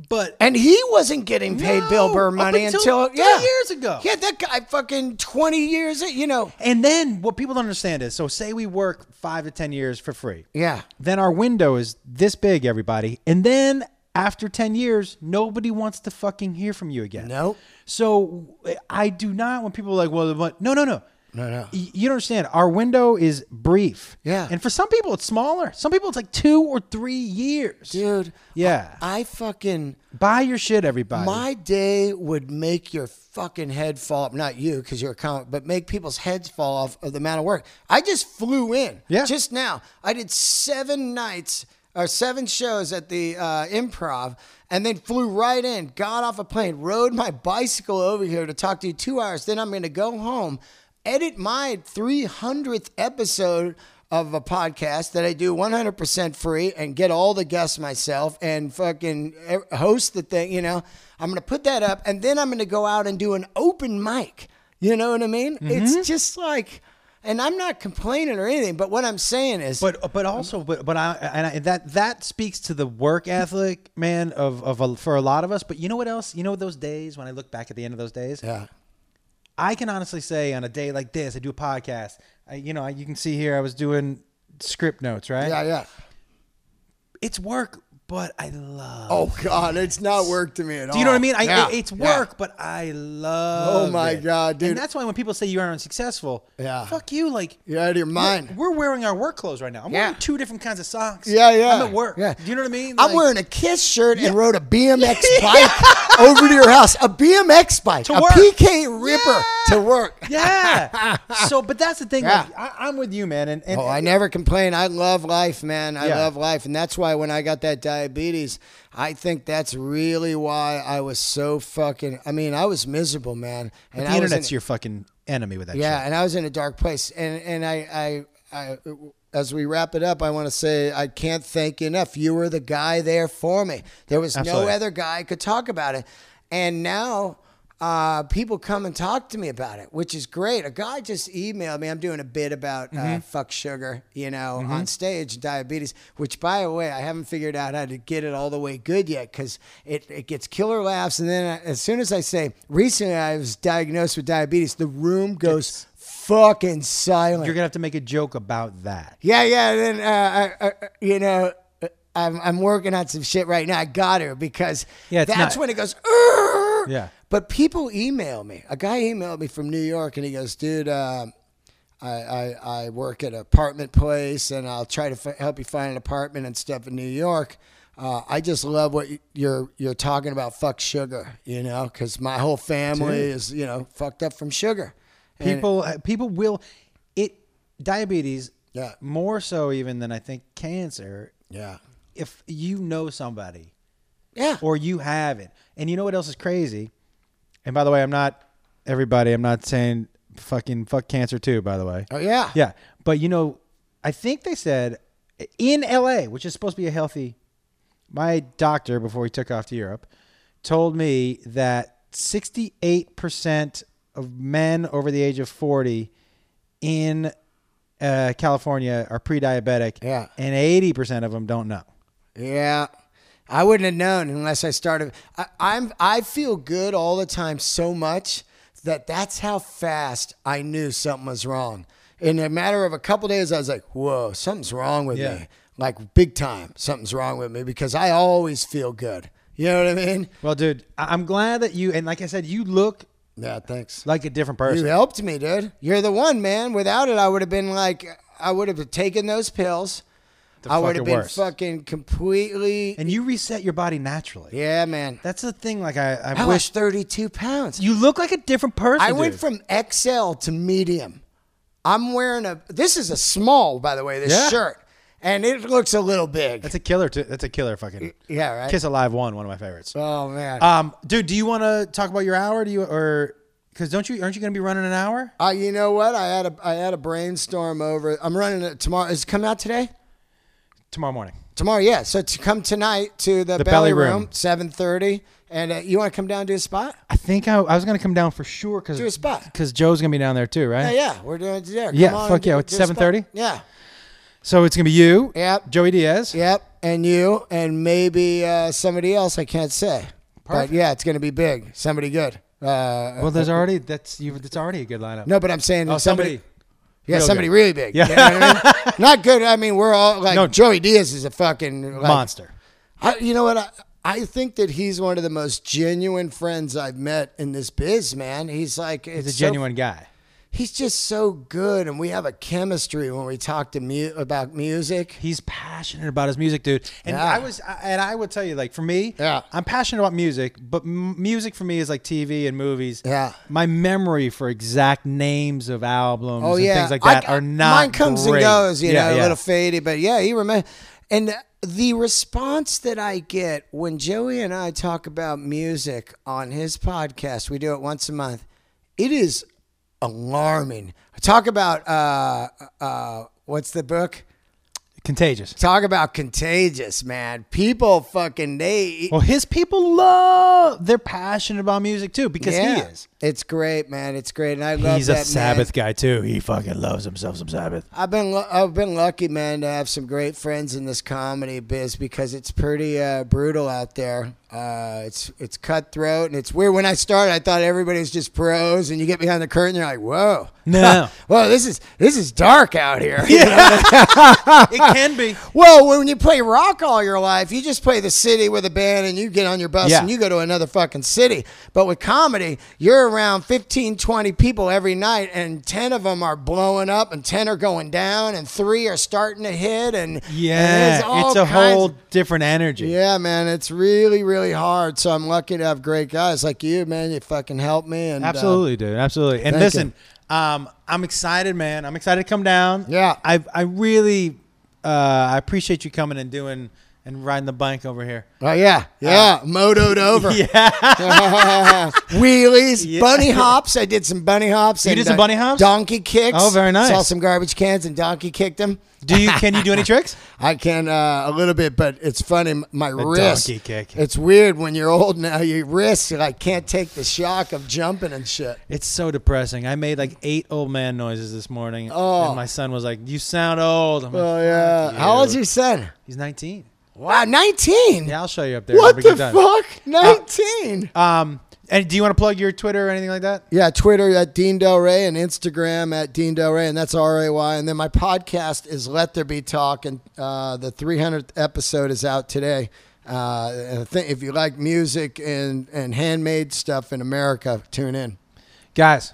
Speaker 1: but
Speaker 2: And he wasn't getting paid Bill
Speaker 1: No,
Speaker 2: Burr
Speaker 1: up
Speaker 2: money
Speaker 1: until
Speaker 2: until,
Speaker 1: three
Speaker 2: yeah
Speaker 1: years ago.
Speaker 2: Yeah, that guy fucking twenty years. You know.
Speaker 1: and then what people don't understand is so say we work 5 to 10 years for free.
Speaker 2: Yeah.
Speaker 1: Then our window is this big everybody. And then after 10 years, nobody wants to fucking hear from you again.
Speaker 2: Nope.
Speaker 1: So I do not when people are like, well, what? no, no, no.
Speaker 2: No, no.
Speaker 1: Y- You don't understand. Our window is brief.
Speaker 2: Yeah.
Speaker 1: And for some people, it's smaller. Some people, it's like two or three years.
Speaker 2: Dude.
Speaker 1: Yeah.
Speaker 2: I fucking
Speaker 1: Buy your shit, everybody.
Speaker 2: my day would make your fucking head fall off. Not you, because you're a comic, but make people's heads fall off of the amount of work. I just flew in.
Speaker 1: Yeah.
Speaker 2: Just now. I did seven nights or seven shows at the uh, improv and then flew right in, got off a plane, rode my bicycle over here to talk to you two hours. Then I'm going to go home, edit my 300th episode of a podcast that I do 100% free and get all the guests myself and fucking e- host the thing, you know. I'm going to put that up and then I'm going to go out and do an open mic. You know what I mean? It's just like and I'm not complaining or anything, but what I'm saying is
Speaker 1: But but also but but I and I, that that speaks to the work ethic, man, of of a, for a lot of us. But you know what else? You know those days when I look back at the end of those days,
Speaker 2: yeah.
Speaker 1: I can honestly say on a day like this, I do a podcast. I, you know, I, you can see here I was doing script notes, right?
Speaker 2: Yeah, yeah.
Speaker 1: It's work, but I love.
Speaker 2: Oh God, it's not work to me at all.
Speaker 1: Do you know what I mean? I,
Speaker 2: Yeah,
Speaker 1: it- it's
Speaker 2: yeah.
Speaker 1: work, but I love.
Speaker 2: Oh my
Speaker 1: it.
Speaker 2: God, dude.
Speaker 1: And that's why when people say you aren't unsuccessful,
Speaker 2: Yeah.
Speaker 1: fuck you. Like
Speaker 2: You're out of your mind.
Speaker 1: we're wearing our work clothes right now. I'm
Speaker 2: Yeah.
Speaker 1: wearing two different kinds of socks.
Speaker 2: Yeah, yeah.
Speaker 1: I'm at work.
Speaker 2: Yeah.
Speaker 1: Do you know what I mean?
Speaker 2: I'm
Speaker 1: Like-
Speaker 2: wearing a Kiss shirt and rode a BMX bike over to your house. A BMX bike, a
Speaker 1: work.
Speaker 2: PK Ripper to work.
Speaker 1: Yeah. so, but that's the thing.
Speaker 2: Yeah.
Speaker 1: Like, I, I'm with you, man. And, and
Speaker 2: Oh, I never complain. I love life, man. I
Speaker 1: Yeah.
Speaker 2: love life. And that's why when I got that diabetes, I think that's really why I was so fucking. I mean, I was miserable, man.
Speaker 1: the
Speaker 2: And I was in-
Speaker 1: internet's your fucking enemy with that.
Speaker 2: Yeah,
Speaker 1: shit.
Speaker 2: and I was in a dark place. And and I I, I as we wrap it up, I want to say I can't thank you enough. You were the guy there for me. There was no
Speaker 1: Absolutely.
Speaker 2: other guy I could talk about it. And now uh, people come and talk to me about it, which is great. A guy just emailed me. I'm doing a bit about
Speaker 1: Mm-hmm.
Speaker 2: uh, fuck sugar, you know, on stage, diabetes, which by the way, I haven't figured out how to get it all the way good yet because it, it gets killer laughs. And then uh, as soon as I say, recently I was diagnosed with diabetes, the room goes fucking silent.
Speaker 1: You're gonna have to make a joke about that.
Speaker 2: Yeah, yeah. And then uh, I, I, you know, uh, I'm I'm working on some shit right now. I got her because
Speaker 1: Yeah, it's
Speaker 2: that's
Speaker 1: not-
Speaker 2: when it goes. "Urgh."
Speaker 1: Yeah.
Speaker 2: But people email me. A guy emailed me from New York, and he goes, "Dude, um I, I I work at an apartment place, and I'll try to f- help you find an apartment and stuff in New York." Uh, I just love what you- you're you're talking about. Fuck sugar, you know, because my whole family is you know fucked up from sugar.
Speaker 1: People, uh, people will. It diabetes.
Speaker 2: Yeah.
Speaker 1: More so even than I think cancer.
Speaker 2: Yeah,
Speaker 1: If you know somebody
Speaker 2: yeah.
Speaker 1: or you have it, and you know what else is crazy? And by the way, I'm not everybody. I'm not saying fucking fuck cancer too. By the way.
Speaker 2: oh yeah.
Speaker 1: Yeah, but you know, I think they said in LA, which is supposed to be a healthy. My doctor, before he took off to Europe, told me that 68% of men over the age of 40 in uh, California are pre-diabetic,
Speaker 2: Yeah.
Speaker 1: and 80% of them don't know.
Speaker 2: Yeah. I wouldn't have known unless I started. I, I'm I feel good all the time so much that that's how fast I knew something was wrong. In a matter of a couple days, I was like, "Whoa, something's wrong with
Speaker 1: Yeah.
Speaker 2: me!" Like big time, something's wrong with me because I always feel good. You know what I mean?
Speaker 1: Well, dude, I- I'm glad that you and like I said, you look
Speaker 2: Yeah, thanks.
Speaker 1: like a different
Speaker 2: You
Speaker 1: person.
Speaker 2: helped me, dude. You're the one, man. Without it, I would have been like, I would have taken those pills. I would
Speaker 1: fucking
Speaker 2: have been
Speaker 1: worst.
Speaker 2: fucking completely.
Speaker 1: and you reset your body naturally.
Speaker 2: yeah, man.
Speaker 1: That's the thing. Like I, I
Speaker 2: I
Speaker 1: wish
Speaker 2: was 32 pounds.
Speaker 1: you look like a different person.
Speaker 2: I
Speaker 1: dude.
Speaker 2: went from XL to medium. I'm wearing a. This is a small, by the way. This
Speaker 1: Yeah.
Speaker 2: shirt, and it looks a little big.
Speaker 1: That's a killer. Too. That's a killer fucking.
Speaker 2: Yeah, right.
Speaker 1: Kiss Alive one, one of my favorites.
Speaker 2: Oh man.
Speaker 1: Um, dude, do you want to talk about your hour? Do you or because don't you aren't you going to be running an hour?
Speaker 2: Uh, you know what? I had a I had a brainstorm over. I'm running it tomorrow. Is it coming out today?
Speaker 1: tomorrow morning.
Speaker 2: Tomorrow, yeah. So to come tonight to the,
Speaker 1: Belly
Speaker 2: belly,
Speaker 1: Room.
Speaker 2: room, seven thirty, and uh, you want to come down and do a spot?
Speaker 1: I think I, I was gonna come down for sure because
Speaker 2: Do a spot.
Speaker 1: Joe's gonna be down there too,
Speaker 2: Yeah,
Speaker 1: right?
Speaker 2: yeah, we're doing it there.
Speaker 1: Yeah,
Speaker 2: Come on
Speaker 1: fuck
Speaker 2: and do-
Speaker 1: yeah, it's
Speaker 2: do a spot.
Speaker 1: 7:30?
Speaker 2: Yeah,
Speaker 1: So it's gonna be you,
Speaker 2: Yep.
Speaker 1: Joey Diaz,
Speaker 2: yep, and you, and maybe uh, somebody else. I can't say,
Speaker 1: Perfect.
Speaker 2: but yeah, it's gonna be big. Somebody good. Uh,
Speaker 1: Well, there's already that's you. That's already a good lineup.
Speaker 2: no, but I'm saying
Speaker 1: oh, somebody.
Speaker 2: yeah,
Speaker 1: real
Speaker 2: somebody
Speaker 1: good.
Speaker 2: really big.
Speaker 1: Yeah.
Speaker 2: You know what I mean? not good. I mean, we're all like
Speaker 1: No.
Speaker 2: Joey Diaz is a fucking like,
Speaker 1: monster.
Speaker 2: I, you know what? I, I think that he's one of the most genuine friends I've met in this biz, man. He's like, it's
Speaker 1: He's a
Speaker 2: so-
Speaker 1: genuine guy.
Speaker 2: he's just so good, and we have a chemistry when we talk to mu- about music.
Speaker 1: He's passionate about his music, dude. And
Speaker 2: Yeah.
Speaker 1: I was, I- and I would tell you, like for me,
Speaker 2: Yeah.
Speaker 1: I'm passionate about music, but m- music for me is like TV and movies.
Speaker 2: Yeah.
Speaker 1: my memory for exact names of albums
Speaker 2: Oh
Speaker 1: and
Speaker 2: yeah,
Speaker 1: things like
Speaker 2: I-
Speaker 1: that are not.
Speaker 2: Mine comes
Speaker 1: great.
Speaker 2: and goes, you
Speaker 1: Yeah,
Speaker 2: know,
Speaker 1: yeah.
Speaker 2: a little faded, but yeah, he remember. And the response that I get when Joey and I talk about music on his podcast, we do it once a month. It is alarming. Talk about uh, uh, what's the book?
Speaker 1: Contagious.
Speaker 2: Talk about contagious, man. People fucking they
Speaker 1: Well, his people love. They're passionate about music too because he
Speaker 2: Yeah.
Speaker 1: is.
Speaker 2: It's great, man. It's great, and I love
Speaker 1: He's
Speaker 2: that
Speaker 1: a
Speaker 2: man.
Speaker 1: Sabbath guy too. He fucking loves himself some Sabbath.
Speaker 2: I've been lu- I've been lucky, man, to have some great friends in this comedy biz because it's pretty uh, brutal out there. Uh, it's it's cutthroat and it's weird. When I started, I thought everybody was just pros, and you get behind the curtain, you're like, whoa,
Speaker 1: No.
Speaker 2: whoa, this is this is dark out here. Yeah.
Speaker 1: it can be.
Speaker 2: Well, when you play rock all your life, you just play the city with a band and you get on your bus
Speaker 1: Yeah.
Speaker 2: and you go to another fucking city. But with comedy, you're around 15, 20 people every night and 10 of them are blowing up and 10 are going down and 3 are starting to hit and and
Speaker 1: Yeah,
Speaker 2: there's all
Speaker 1: it's a
Speaker 2: kinds-
Speaker 1: whole different energy.
Speaker 2: Yeah, man, it's really really hard. So I'm lucky to have great guys like you, man. You fucking help me and uh,
Speaker 1: Absolutely, dude. Absolutely. And
Speaker 2: Thank
Speaker 1: listen, um, I'm excited, man. I'm excited to come down.
Speaker 2: Yeah.
Speaker 1: I I really uh, I appreciate you coming and doing and riding the bike over here.
Speaker 2: oh yeah. Yeah, motoed over.
Speaker 1: Uh, Yeah.
Speaker 2: wheelies,
Speaker 1: Yeah.
Speaker 2: bunny hops. I did some bunny hops. You
Speaker 1: did some bunny hops?
Speaker 2: Donkey kicks.
Speaker 1: Oh, very nice.
Speaker 2: Saw some garbage cans and donkey kicked them.
Speaker 1: Do you can you do any tricks?
Speaker 2: I can uh, a little bit, but it's funny. m- My wrist.
Speaker 1: donkey kick.
Speaker 2: It's weird when you're old now. Your wrist you, like can't take the shock of jumping and shit.
Speaker 1: It's so depressing. I made like eight old man noises this morning.
Speaker 2: Oh.
Speaker 1: And my son was like, You sound old. I'm like,
Speaker 2: Oh yeah.
Speaker 1: "Fuck
Speaker 2: How old's
Speaker 1: you."
Speaker 2: your son?
Speaker 1: He's 19.
Speaker 2: Wow, nineteen.
Speaker 1: Yeah, I'll show you up there.
Speaker 2: What
Speaker 1: Have a
Speaker 2: the
Speaker 1: good time.
Speaker 2: fuck? Nineteen.
Speaker 1: Um, and do you want to plug your Twitter or anything like that?
Speaker 2: Yeah, Twitter at Dean Del Rey and Instagram at Dean Del Rey, and that's R A Y. And then my podcast is Let There Be Talk, and uh, the 300th episode is out today. Uh, and I think if you like music and, and handmade stuff in America, tune in.
Speaker 1: Guys,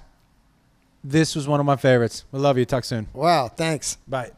Speaker 1: this was one of my favorites. We love you. Talk soon.
Speaker 2: Wow, thanks.
Speaker 1: Bye.